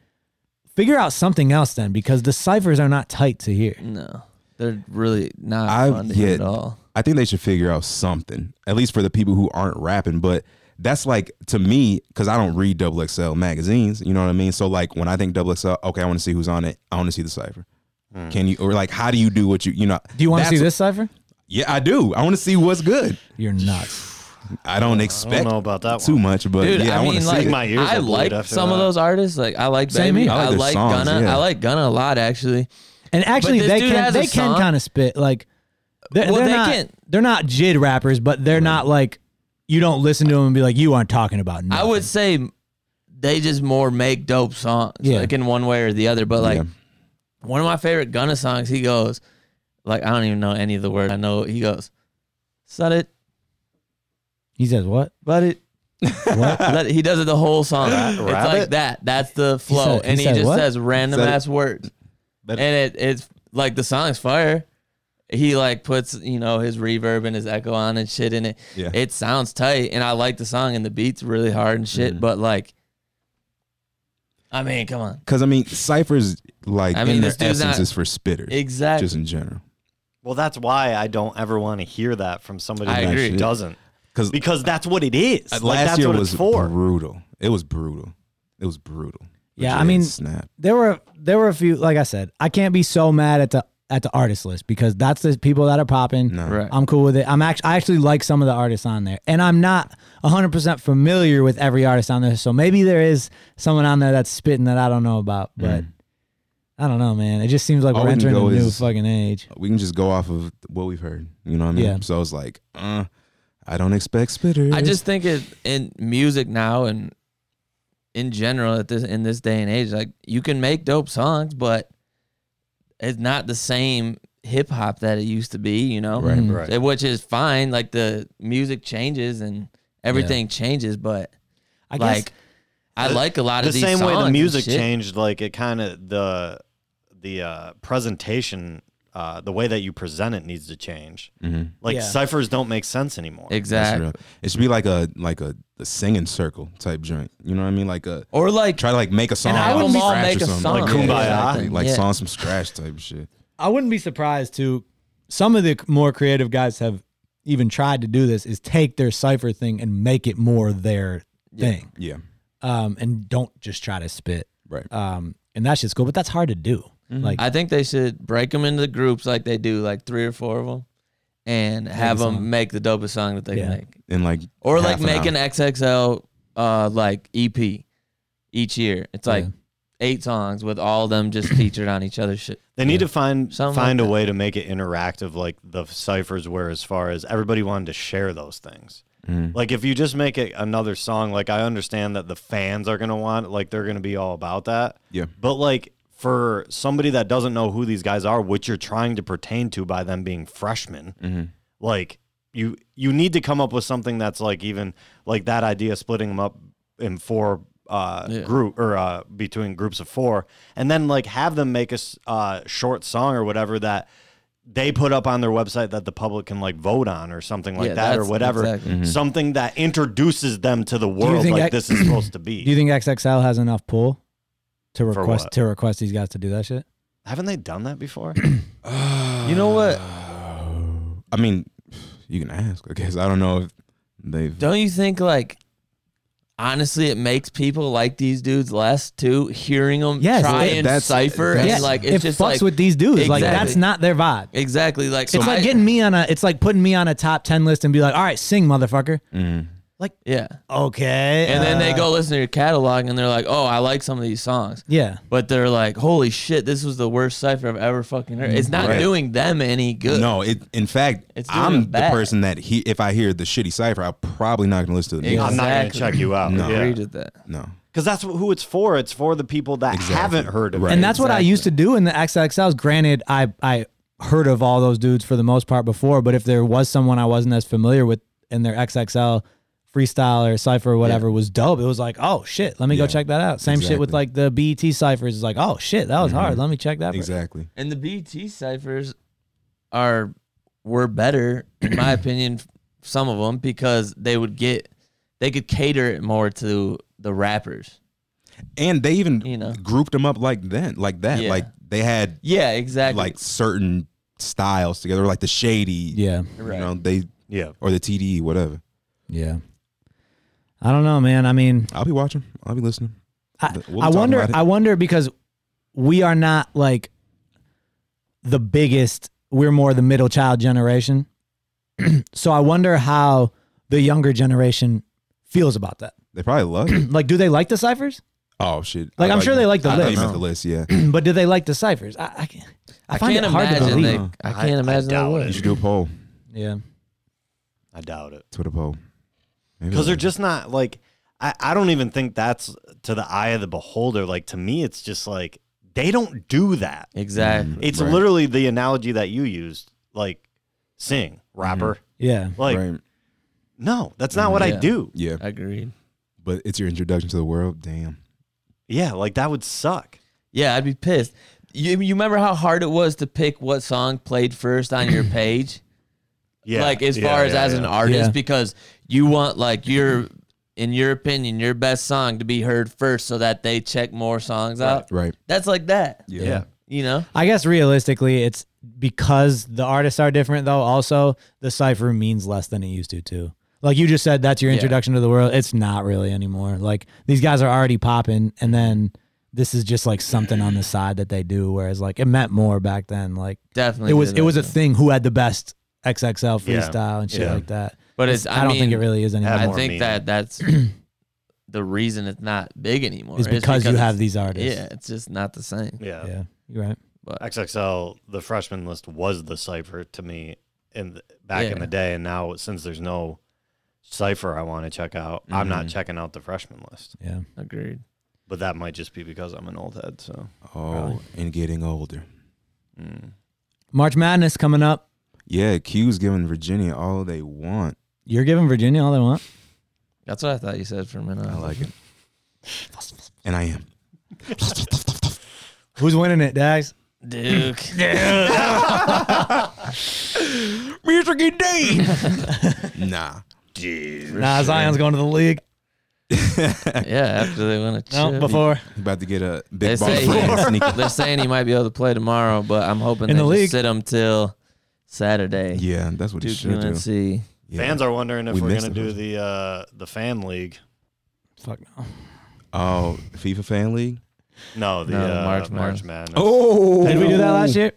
[SPEAKER 1] figure out something else then because the ciphers are not tight to here.
[SPEAKER 4] no they're really not
[SPEAKER 3] I
[SPEAKER 4] fun to hear
[SPEAKER 3] yeah,
[SPEAKER 4] at all.
[SPEAKER 3] I think they should figure out something, at least for the people who aren't rapping. But that's like to me, because I don't read Double XL magazines. You know what I mean? So like when I think Double XL, okay, I want to see who's on it. I want to see the cipher.
[SPEAKER 2] Hmm.
[SPEAKER 3] Can you or like how do you do what you you know?
[SPEAKER 1] Do you want to
[SPEAKER 3] that's-
[SPEAKER 1] see this cipher?
[SPEAKER 3] Yeah, I do. I want to see what's good.
[SPEAKER 1] You're nuts.
[SPEAKER 3] I don't expect
[SPEAKER 2] know about that
[SPEAKER 3] too
[SPEAKER 2] one.
[SPEAKER 3] much, but
[SPEAKER 4] Dude,
[SPEAKER 3] yeah, I,
[SPEAKER 4] I,
[SPEAKER 3] want
[SPEAKER 4] mean,
[SPEAKER 3] to
[SPEAKER 4] like
[SPEAKER 3] see.
[SPEAKER 2] My
[SPEAKER 3] it.
[SPEAKER 2] ears
[SPEAKER 4] I
[SPEAKER 2] are glued
[SPEAKER 4] like
[SPEAKER 2] after
[SPEAKER 4] some of
[SPEAKER 2] that.
[SPEAKER 4] those artists. Like I like
[SPEAKER 1] Same
[SPEAKER 4] Baby,
[SPEAKER 1] here. I
[SPEAKER 3] like
[SPEAKER 4] I like,
[SPEAKER 3] their songs,
[SPEAKER 4] Gunna,
[SPEAKER 3] yeah.
[SPEAKER 4] I like Gunna a lot actually.
[SPEAKER 1] And actually,
[SPEAKER 4] this
[SPEAKER 1] they
[SPEAKER 4] dude
[SPEAKER 1] can
[SPEAKER 4] has a
[SPEAKER 1] they can
[SPEAKER 4] song.
[SPEAKER 1] kind of spit like they're,
[SPEAKER 4] Well,
[SPEAKER 1] they're
[SPEAKER 4] they
[SPEAKER 1] not
[SPEAKER 4] can-
[SPEAKER 1] they're not jid rappers, but they're not like you don't listen to them and be like you aren't talking about.
[SPEAKER 4] I
[SPEAKER 1] Nothing.
[SPEAKER 4] would say they just more make dope songs,
[SPEAKER 1] Yeah.
[SPEAKER 4] like in one way or the other. But like
[SPEAKER 3] Yeah.
[SPEAKER 4] one of my favorite Gunna songs, he goes, like I don't even know any of the words. I know he goes, "Sut it,
[SPEAKER 1] He says what?
[SPEAKER 4] but it." Let it- he does it the whole song. it's like
[SPEAKER 2] rabbit?
[SPEAKER 4] that. That's the flow,
[SPEAKER 1] said- he
[SPEAKER 4] and he
[SPEAKER 1] said
[SPEAKER 4] just
[SPEAKER 1] what?
[SPEAKER 4] says random
[SPEAKER 3] Said it.
[SPEAKER 4] ass words,
[SPEAKER 3] Let it-
[SPEAKER 4] and it it's like the song's fire. He like puts you know his reverb and his echo on and shit in it.
[SPEAKER 3] Yeah.
[SPEAKER 4] It sounds tight, and I like the song and the beats really hard and shit.
[SPEAKER 1] Mm-hmm.
[SPEAKER 4] But like, I mean, come on,
[SPEAKER 3] Because I mean, ciphers like
[SPEAKER 4] I mean,
[SPEAKER 3] in their
[SPEAKER 4] this dude's
[SPEAKER 3] essence
[SPEAKER 4] not-
[SPEAKER 3] is for spitters,
[SPEAKER 4] exactly.
[SPEAKER 3] just in general.
[SPEAKER 2] Well, that's why I don't ever want to hear that from somebody
[SPEAKER 4] I
[SPEAKER 2] who
[SPEAKER 4] agree.
[SPEAKER 2] doesn't.
[SPEAKER 3] 'Cause-
[SPEAKER 2] because that's what it is.
[SPEAKER 3] Last
[SPEAKER 2] Like, that's
[SPEAKER 3] year
[SPEAKER 2] what
[SPEAKER 3] was
[SPEAKER 2] it's for.
[SPEAKER 3] brutal. It was brutal. It was brutal.
[SPEAKER 1] Yeah,
[SPEAKER 3] Legit
[SPEAKER 1] I mean-
[SPEAKER 3] snap.
[SPEAKER 1] there were there were a few like I said, I can't be so mad at the at the artist list because that's the people that are popping.
[SPEAKER 3] No.
[SPEAKER 4] Right.
[SPEAKER 1] I'm cool with it. I'm actually I actually like some of the artists on there. And I'm not 100% familiar with every artist on there, so maybe there is someone on there that's spitting that I don't know about, but I don't know, man. It just seems like
[SPEAKER 3] Mm. All
[SPEAKER 1] we're
[SPEAKER 3] we can
[SPEAKER 1] entering a
[SPEAKER 3] go
[SPEAKER 1] new
[SPEAKER 3] is-
[SPEAKER 1] fucking age.
[SPEAKER 3] we can just go off of what we've heard. You know what I mean?
[SPEAKER 1] Yeah.
[SPEAKER 3] So it's like, uh, I don't expect spitters.
[SPEAKER 4] I just think it in music now and in general at this in this day and age, like you can make dope songs, but it's not the same hip hop that it used to be, you know?
[SPEAKER 3] Right,
[SPEAKER 1] Mhm.
[SPEAKER 2] right.
[SPEAKER 4] Eh, Which is fine. Like the music changes and everything changes, but
[SPEAKER 1] I guess
[SPEAKER 4] like I like a lot
[SPEAKER 2] the
[SPEAKER 4] of these
[SPEAKER 2] same way
[SPEAKER 4] songs
[SPEAKER 2] the
[SPEAKER 4] and
[SPEAKER 2] music
[SPEAKER 4] shit.
[SPEAKER 2] changed like it kind of the the uh presentation uh the way that you present it needs to change
[SPEAKER 4] Mm-hmm.
[SPEAKER 3] Mhm.
[SPEAKER 2] like
[SPEAKER 1] Yeah.
[SPEAKER 2] ciphers don't make sense anymore
[SPEAKER 3] That's
[SPEAKER 4] Exactly.
[SPEAKER 3] real. It should be like a like a, a singing circle type joint. You know what I mean? Like a
[SPEAKER 4] Or like
[SPEAKER 3] try to like make a song.
[SPEAKER 4] I
[SPEAKER 3] out
[SPEAKER 4] would
[SPEAKER 3] of
[SPEAKER 4] be-
[SPEAKER 3] scratch
[SPEAKER 4] make
[SPEAKER 3] or
[SPEAKER 4] a
[SPEAKER 3] something.
[SPEAKER 4] song.
[SPEAKER 3] Like,
[SPEAKER 2] Kumbaya.
[SPEAKER 3] exactly. Like
[SPEAKER 4] Yeah.
[SPEAKER 3] songs from scratch type of shit.
[SPEAKER 1] I wouldn't be surprised to some of the more creative guys have even tried to do this is take their cipher thing and make it more their thing.
[SPEAKER 3] Yeah.
[SPEAKER 1] Um and don't just try to spit
[SPEAKER 3] Right.
[SPEAKER 1] um, and that's just cool. But that's hard to do. Like,
[SPEAKER 4] Mm-hmm. I think they should break them into groups like they do, like three or four of them, and have
[SPEAKER 1] a
[SPEAKER 4] them make the dopest song that they
[SPEAKER 1] Yeah.
[SPEAKER 4] can make.
[SPEAKER 3] and like
[SPEAKER 4] or
[SPEAKER 3] half
[SPEAKER 4] like make
[SPEAKER 3] hour.
[SPEAKER 4] an XXL uh like EP each year. It's like
[SPEAKER 1] Yeah.
[SPEAKER 4] eight songs with all of them just featured on each other's shit.
[SPEAKER 2] they need to find
[SPEAKER 4] Something
[SPEAKER 2] find
[SPEAKER 4] like
[SPEAKER 2] a
[SPEAKER 4] that.
[SPEAKER 2] way to make it interactive like the ciphers were as far as everybody wanted to share those things
[SPEAKER 4] Mm-hmm.
[SPEAKER 2] like if you just make it another song like i understand that the fans are going to want it, like they're going to be all about that
[SPEAKER 3] Yeah.
[SPEAKER 2] but like for somebody that doesn't know who these guys are which you're trying to pertain to by them being freshmen
[SPEAKER 3] mm-hmm.
[SPEAKER 2] like you you need to come up with something that's like even like that idea of splitting them up in four uh
[SPEAKER 4] Yeah.
[SPEAKER 2] group or uh between groups of four and then like have them make a s- uh short song or whatever that they put up on their website that the public can like vote on or something like
[SPEAKER 4] Yeah,
[SPEAKER 2] that or
[SPEAKER 4] that's-
[SPEAKER 2] whatever.
[SPEAKER 4] exactly. Mm-hmm.
[SPEAKER 2] Something that introduces them to the world
[SPEAKER 1] think
[SPEAKER 2] like
[SPEAKER 1] I-
[SPEAKER 2] this is supposed to
[SPEAKER 1] Do you
[SPEAKER 2] be.
[SPEAKER 1] think XXL has enough pull to request
[SPEAKER 2] what?
[SPEAKER 1] to request these guys to do that shit?
[SPEAKER 2] Haven't they done that before?
[SPEAKER 4] You know what?
[SPEAKER 1] Um.
[SPEAKER 3] I mean, you can ask. I guess I don't know if they've.
[SPEAKER 4] Don't you think like honestly it makes people like these dudes less too hearing them
[SPEAKER 1] Yes,
[SPEAKER 4] try
[SPEAKER 1] that-
[SPEAKER 4] and
[SPEAKER 3] that's-
[SPEAKER 4] cipher
[SPEAKER 3] that's-
[SPEAKER 4] and like it's
[SPEAKER 1] it
[SPEAKER 4] just
[SPEAKER 1] fucks
[SPEAKER 4] like
[SPEAKER 1] with these dudes. Like that's
[SPEAKER 4] Exactly.
[SPEAKER 1] not their vibe.
[SPEAKER 4] exactly like
[SPEAKER 1] it's like
[SPEAKER 4] I-
[SPEAKER 1] getting me on a. It's like putting me on a top ten list and be like, all right, sing, motherfucker.
[SPEAKER 4] yeah.
[SPEAKER 1] Okay.
[SPEAKER 4] Mm. And then they
[SPEAKER 1] uh,
[SPEAKER 4] go listen to your catalog and they're like, "Oh, I like some of these songs."
[SPEAKER 1] Yeah.
[SPEAKER 4] But they're like, "Holy shit, this was the worst cipher I've ever fucking heard." It's not
[SPEAKER 3] Right.
[SPEAKER 4] doing them any good.
[SPEAKER 3] No, it. In fact,
[SPEAKER 4] It's doing
[SPEAKER 3] I'm
[SPEAKER 4] them
[SPEAKER 3] the
[SPEAKER 4] bad.
[SPEAKER 3] person that he. If I hear the shitty cipher, I'm probably not gonna listen to the music.
[SPEAKER 2] I'm not gonna
[SPEAKER 4] Exactly.
[SPEAKER 2] check you out.
[SPEAKER 3] No.
[SPEAKER 4] I
[SPEAKER 2] Yeah.
[SPEAKER 4] agreed with that.
[SPEAKER 3] No,
[SPEAKER 2] Because that's wh- who it's for. It's for the people that
[SPEAKER 3] Exactly.
[SPEAKER 2] haven't heard of
[SPEAKER 3] Right.
[SPEAKER 2] it.
[SPEAKER 1] and that's what I
[SPEAKER 4] Exactly.
[SPEAKER 1] used to do in the XXLs. Granted, I I heard of all those dudes for the most part before, but if there was someone I wasn't as familiar with and their XXL freestyle or cipher or whatever was dope, it was like, oh shit, let me
[SPEAKER 3] Yeah.
[SPEAKER 1] go check that out. Same shit with like
[SPEAKER 3] Exactly. Mm-hmm.
[SPEAKER 1] the BET ciphers. It's like, oh shit, that was hard. Let me check that. Exactly.
[SPEAKER 3] exactly.
[SPEAKER 4] And the BT ciphers are were better, in my opinion, some of them because they would get they could cater it more to the rappers.
[SPEAKER 3] And they even
[SPEAKER 4] You know.
[SPEAKER 3] grouped them up like then, like that.
[SPEAKER 4] Yeah.
[SPEAKER 3] Like they had
[SPEAKER 4] Yeah, exactly.
[SPEAKER 3] like certain styles together, like the shady.
[SPEAKER 1] Yeah,
[SPEAKER 3] You
[SPEAKER 4] Right.
[SPEAKER 3] know they
[SPEAKER 2] Yeah.
[SPEAKER 3] or the TDE, whatever.
[SPEAKER 1] yeah. I don't know, man. I mean,
[SPEAKER 3] I'll be watching. I'll be listening.
[SPEAKER 1] I,
[SPEAKER 3] But we'll be
[SPEAKER 1] I
[SPEAKER 3] talking
[SPEAKER 1] wonder.
[SPEAKER 3] about it.
[SPEAKER 1] I wonder because we are not like the biggest. We're more the middle child generation. so I wonder how the younger generation feels about that.
[SPEAKER 3] They probably love it.
[SPEAKER 1] Like, do they like the ciphers?
[SPEAKER 3] oh shit!
[SPEAKER 1] Like,
[SPEAKER 3] I
[SPEAKER 1] I'm sure they like the
[SPEAKER 3] I thought you
[SPEAKER 1] list.
[SPEAKER 3] meant the list. Yeah,
[SPEAKER 1] but do they like the ciphers? I, I, can't- I find
[SPEAKER 4] can't
[SPEAKER 1] it hard to
[SPEAKER 4] imagine
[SPEAKER 1] believe.
[SPEAKER 4] they,
[SPEAKER 3] believe.
[SPEAKER 4] I
[SPEAKER 2] I-
[SPEAKER 4] can't
[SPEAKER 2] I
[SPEAKER 4] imagine they
[SPEAKER 2] doubt
[SPEAKER 4] would.
[SPEAKER 3] you should do a poll.
[SPEAKER 1] yeah,
[SPEAKER 2] I doubt it.
[SPEAKER 3] Twitter poll. Maybe
[SPEAKER 2] Because
[SPEAKER 3] they'll-
[SPEAKER 2] they're just not like, I, I don't even think that's to the eye of the beholder. Like, to me, it's just like, they don't do that.
[SPEAKER 4] Exactly.
[SPEAKER 2] It's
[SPEAKER 3] Right.
[SPEAKER 2] literally the analogy that you used. Like, sing, rapper.
[SPEAKER 1] yeah.
[SPEAKER 2] Like,
[SPEAKER 3] Mm-hmm. right.
[SPEAKER 2] no, that's not what I
[SPEAKER 4] Yeah.
[SPEAKER 2] do.
[SPEAKER 3] Yeah,
[SPEAKER 4] Agreed.
[SPEAKER 3] but it's your introduction to the world. Damn.
[SPEAKER 2] Yeah, like that would suck.
[SPEAKER 4] Yeah, I'd be pissed. You, you remember how hard it was to pick what song played first on your page?
[SPEAKER 2] Yeah.
[SPEAKER 4] like as
[SPEAKER 2] yeah,
[SPEAKER 4] far as
[SPEAKER 2] yeah,
[SPEAKER 4] as an
[SPEAKER 2] yeah.
[SPEAKER 4] artist
[SPEAKER 1] Yeah.
[SPEAKER 4] because you want like your in your opinion your best song to be heard first so that they check more songs out
[SPEAKER 3] Right.
[SPEAKER 4] that's like that
[SPEAKER 3] Yeah.
[SPEAKER 4] you know
[SPEAKER 1] I guess realistically, it's because the artists are different, though. Also, the cipher means less than it used to, too. Like you just said, that's your
[SPEAKER 4] Yeah.
[SPEAKER 1] introduction to the world. It's not really anymore. Like these guys are already popping, and then this is just like something on the side that they do. Whereas, like it meant more back then. Like
[SPEAKER 4] definitely
[SPEAKER 1] it was,
[SPEAKER 4] did
[SPEAKER 1] it was a
[SPEAKER 4] that.
[SPEAKER 1] thing. Who had the best XXL
[SPEAKER 2] Yeah.
[SPEAKER 1] freestyle and shit
[SPEAKER 2] Yeah.
[SPEAKER 1] like that.
[SPEAKER 4] but it's
[SPEAKER 1] I, don't
[SPEAKER 4] mean,
[SPEAKER 1] think it really is anymore.
[SPEAKER 2] had
[SPEAKER 4] i
[SPEAKER 2] more
[SPEAKER 4] think
[SPEAKER 2] meaning.
[SPEAKER 4] that that's the reason it's not big anymore
[SPEAKER 1] It's
[SPEAKER 4] is
[SPEAKER 1] because, you have these artists.
[SPEAKER 4] yeah it's just not the same
[SPEAKER 2] Yeah.
[SPEAKER 1] yeah, you're right.
[SPEAKER 2] XXL, the freshman list was the cipher to me in the, back in
[SPEAKER 4] Yeah.
[SPEAKER 2] the day, and now since there's no cipher I want to check out, I'm not
[SPEAKER 3] Mm-hmm.
[SPEAKER 2] checking out the freshman list.
[SPEAKER 1] Yeah,
[SPEAKER 4] agreed
[SPEAKER 2] But that might just be because I'm an old head. So
[SPEAKER 3] Oh, and getting older.
[SPEAKER 1] March Madness coming up.
[SPEAKER 3] Yeah, Q's giving Virginia all they want.
[SPEAKER 1] You're giving Virginia all they want.
[SPEAKER 4] that's what i thought you said for a minute
[SPEAKER 3] I like it. And I am.
[SPEAKER 1] Who's winning it, Dax?
[SPEAKER 4] duke
[SPEAKER 3] Michigan Dane. nah.
[SPEAKER 1] Nah, Zion's going to the league.
[SPEAKER 4] yeah after they win a chip
[SPEAKER 1] No, before.
[SPEAKER 3] About to get a big
[SPEAKER 4] They
[SPEAKER 3] ball
[SPEAKER 4] say
[SPEAKER 3] for him. Sneak-
[SPEAKER 4] they're saying he might be able to play tomorrow, but I'm hoping
[SPEAKER 1] In
[SPEAKER 4] they
[SPEAKER 1] the
[SPEAKER 4] just
[SPEAKER 1] league.
[SPEAKER 4] sit him till Saturday.
[SPEAKER 3] Yeah, that's what he
[SPEAKER 4] Duke
[SPEAKER 3] should do.
[SPEAKER 4] UNC.
[SPEAKER 3] Yeah.
[SPEAKER 2] fans are wondering if
[SPEAKER 3] We
[SPEAKER 2] we are
[SPEAKER 3] missed
[SPEAKER 2] gonna
[SPEAKER 3] the
[SPEAKER 2] do the uh, the fan league.
[SPEAKER 1] Fuck no.
[SPEAKER 3] Oh, FIFA Fan League?
[SPEAKER 2] No, the
[SPEAKER 4] No,
[SPEAKER 2] uh, March
[SPEAKER 4] March
[SPEAKER 2] March
[SPEAKER 4] Madness.
[SPEAKER 2] Madness.
[SPEAKER 3] Oh.
[SPEAKER 1] Did we do that last year?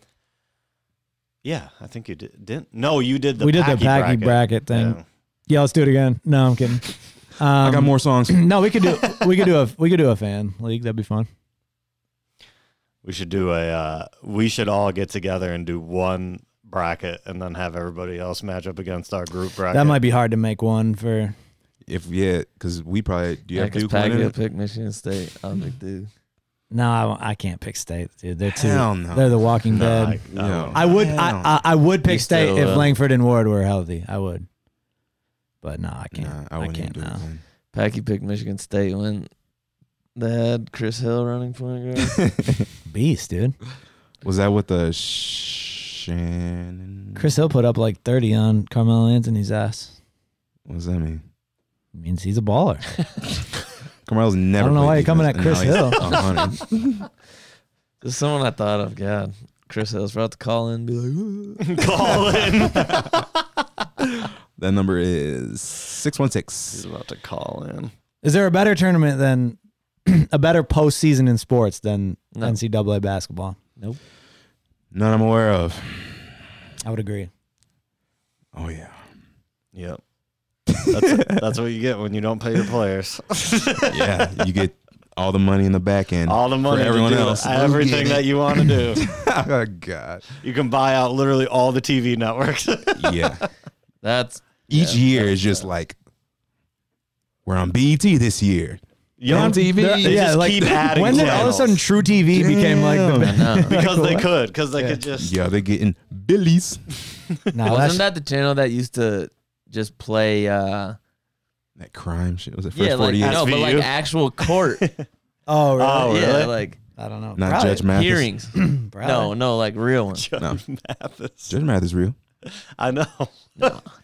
[SPEAKER 2] yeah, I think you did. Didn't? No, you did the
[SPEAKER 1] we did the
[SPEAKER 2] Packy
[SPEAKER 1] packy bracket, thing.
[SPEAKER 2] Yeah.
[SPEAKER 1] Yeah, let's do it again. No, I'm kidding. Um,
[SPEAKER 3] I got more songs.
[SPEAKER 1] No, we could do we could do a we could do a fan league. That'd be fun.
[SPEAKER 2] We should do a. Uh, we should all get together and do one bracket, and then have everybody else match up against our group bracket.
[SPEAKER 1] That might be hard to make one for.
[SPEAKER 3] If yeah, because we probably do you
[SPEAKER 4] Yeah,
[SPEAKER 3] have
[SPEAKER 4] 'cause
[SPEAKER 3] Duke
[SPEAKER 4] Pack
[SPEAKER 3] winning
[SPEAKER 4] will
[SPEAKER 3] it?
[SPEAKER 4] pick Michigan State. I'll pick Duke.
[SPEAKER 1] No, I, won't- I can't pick state, dude. They're too.
[SPEAKER 3] Hell no.
[SPEAKER 1] They're the Walking
[SPEAKER 2] Nah,
[SPEAKER 1] Dead.
[SPEAKER 2] I- I
[SPEAKER 3] Yeah.
[SPEAKER 2] won't.
[SPEAKER 1] I, would I,
[SPEAKER 3] Hell.
[SPEAKER 1] I I would pick
[SPEAKER 4] You
[SPEAKER 1] state
[SPEAKER 4] still,
[SPEAKER 1] if
[SPEAKER 4] uh,
[SPEAKER 1] Langford and Ward were healthy. I would. But no, I can't.
[SPEAKER 3] Nah, I
[SPEAKER 1] I,
[SPEAKER 3] wouldn't even
[SPEAKER 1] can't
[SPEAKER 3] do it.
[SPEAKER 1] now.
[SPEAKER 3] man.
[SPEAKER 4] Packy picked Michigan State when they had Chris Hill running point guard.
[SPEAKER 1] Beast, dude.
[SPEAKER 3] Was that with the sh- uh, Shannon.
[SPEAKER 1] Chris Hill put up like 30 on Carmelo Anthony's ass.
[SPEAKER 3] What does that mean?
[SPEAKER 1] means he's a baller.
[SPEAKER 3] Carmelo's never.
[SPEAKER 1] don't know
[SPEAKER 3] played
[SPEAKER 1] why you're coming at
[SPEAKER 3] defense, and
[SPEAKER 1] Chris
[SPEAKER 3] now he's
[SPEAKER 1] Hill.
[SPEAKER 3] 100.
[SPEAKER 4] There's someone I thought of. God, Chris Hill's about to call in and be like, "Ooh."
[SPEAKER 2] Call in.
[SPEAKER 3] That number is 616.
[SPEAKER 2] about to call in.
[SPEAKER 1] Is there a better tournament than a better postseason in sports than
[SPEAKER 4] No.
[SPEAKER 1] NCAA basketball?
[SPEAKER 3] None I'm aware of.
[SPEAKER 1] I would agree.
[SPEAKER 3] Oh, yeah.
[SPEAKER 2] Yep. That's, that's what you get when you don't pay your players.
[SPEAKER 3] Yeah. you get all the money in the back end.
[SPEAKER 2] All the money,
[SPEAKER 3] For
[SPEAKER 2] to
[SPEAKER 3] everyone
[SPEAKER 2] do
[SPEAKER 3] else.
[SPEAKER 2] everything that you want to do,
[SPEAKER 3] oh, God.
[SPEAKER 2] you can buy out literally all the TV networks.
[SPEAKER 3] Yeah.
[SPEAKER 4] "That's
[SPEAKER 3] Each year is just like, we're on BET this year.
[SPEAKER 2] Young
[SPEAKER 3] TV.
[SPEAKER 1] They're-
[SPEAKER 2] They just keep adding
[SPEAKER 1] when did all of a
[SPEAKER 2] channels.
[SPEAKER 1] sudden True TV became like the
[SPEAKER 4] no."
[SPEAKER 2] because they could, because they could just.
[SPEAKER 3] Yeah, they're getting Billy's.
[SPEAKER 1] now
[SPEAKER 4] Wasn't
[SPEAKER 1] last,
[SPEAKER 4] that the channel that used to just play? uh
[SPEAKER 3] That crime shit. Was it first
[SPEAKER 4] Yeah, like
[SPEAKER 3] 48?
[SPEAKER 4] no, but like
[SPEAKER 2] SVU?
[SPEAKER 4] actual court.
[SPEAKER 1] oh, really?
[SPEAKER 2] Oh, really?
[SPEAKER 4] Yeah, like
[SPEAKER 1] I don't know.
[SPEAKER 3] Not
[SPEAKER 1] Probably.
[SPEAKER 3] Judge Mathis.
[SPEAKER 4] hearings.
[SPEAKER 1] Probably.
[SPEAKER 4] no, no, like real ones.
[SPEAKER 2] Judge Mathis.
[SPEAKER 3] Judge Mathis real.
[SPEAKER 2] I know.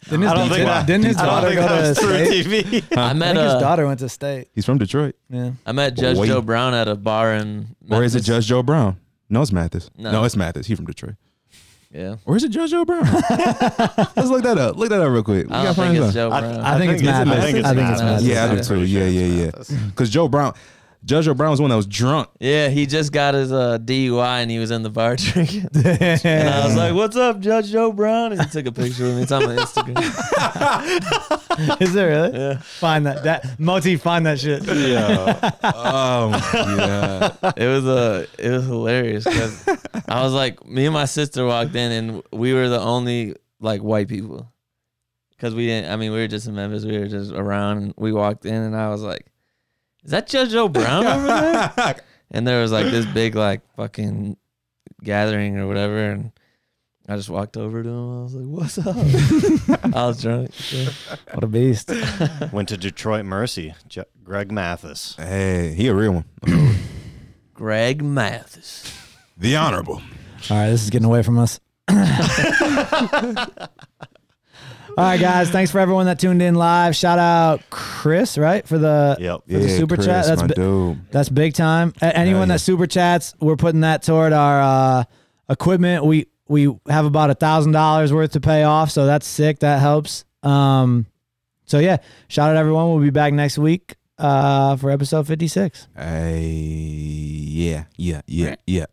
[SPEAKER 1] Didn't his,
[SPEAKER 2] I don't think
[SPEAKER 1] didn't-
[SPEAKER 2] that-
[SPEAKER 1] didn't his
[SPEAKER 2] I don't
[SPEAKER 1] daughter
[SPEAKER 2] think
[SPEAKER 1] go
[SPEAKER 2] that
[SPEAKER 1] to
[SPEAKER 2] was true
[SPEAKER 1] state?
[SPEAKER 2] TV.
[SPEAKER 4] I
[SPEAKER 1] I
[SPEAKER 4] met
[SPEAKER 1] think his
[SPEAKER 4] uh,
[SPEAKER 1] daughter went to state.
[SPEAKER 3] He's from Detroit.
[SPEAKER 1] Yeah.
[SPEAKER 4] I met Judge
[SPEAKER 3] Boy.
[SPEAKER 4] Joe Brown at a bar in.
[SPEAKER 3] Or is it
[SPEAKER 4] Memphis.
[SPEAKER 3] Judge Joe Brown? No, it's Mathis.
[SPEAKER 4] No.
[SPEAKER 3] No, it's Mathis. He's from Detroit.
[SPEAKER 4] Yeah,
[SPEAKER 3] Or is it Judge Joe Brown? Let's look that up. Look that up real quick. We
[SPEAKER 4] I
[SPEAKER 3] gotta
[SPEAKER 4] don't
[SPEAKER 3] find
[SPEAKER 4] think
[SPEAKER 3] this
[SPEAKER 4] it's
[SPEAKER 3] out.
[SPEAKER 4] Joe Brown.
[SPEAKER 1] Oh, I think it's Mathis.
[SPEAKER 2] I think it's
[SPEAKER 1] I think it's
[SPEAKER 2] Mathis.
[SPEAKER 1] Mathis.
[SPEAKER 3] Yeah, I do
[SPEAKER 1] Yeah.
[SPEAKER 3] too. Yeah, yeah, yeah. Because Joe Brown, Judge Joe Brown was one that was drunk.
[SPEAKER 4] yeah, he just got his uh, DUI and he was in the bar drinking. and I was like, "What's up, Judge Joe Brown?" And he took a picture with me. It's on my Instagram.
[SPEAKER 1] Is there really?
[SPEAKER 4] Yeah.
[SPEAKER 1] Find that. that Moti, find that shit.
[SPEAKER 3] Yeah. oh, yeah.
[SPEAKER 4] it was uh, it was hilarious because I was like, me and my sister walked in and we were the only like white people because we didn't. I mean, we were just in Memphis. We were just around. And we walked in and I was like, "Is that Judge Joe Brown over there?" and there was like this big like fucking gathering or whatever and. I just walked over to him. I was like, "What's up?" I was drunk. yeah.
[SPEAKER 1] What a beast.
[SPEAKER 2] Went to Detroit Mercy. Ju- Greg Mathis.
[SPEAKER 3] Hey, he a real one.
[SPEAKER 4] Greg Mathis.
[SPEAKER 3] the
[SPEAKER 1] All
[SPEAKER 3] Honorable.
[SPEAKER 1] right, this is getting away from us. All right, guys. Thanks for everyone that tuned in live. Shout out Chris, right, for the
[SPEAKER 2] Yep.
[SPEAKER 1] for the super
[SPEAKER 3] Chris,
[SPEAKER 1] chat. That's
[SPEAKER 3] my
[SPEAKER 1] bi-
[SPEAKER 3] dude.
[SPEAKER 1] that's big time. A- Anyone
[SPEAKER 3] yeah.
[SPEAKER 1] that super chats, we're putting that toward our uh, equipment. We we have about a thousand dollars worth to pay off, so that's sick. That helps. Um, so yeah, shout out everyone. We'll be back next week uh, for episode fifty six.
[SPEAKER 3] Hey, yeah, yeah, yeah, yeah.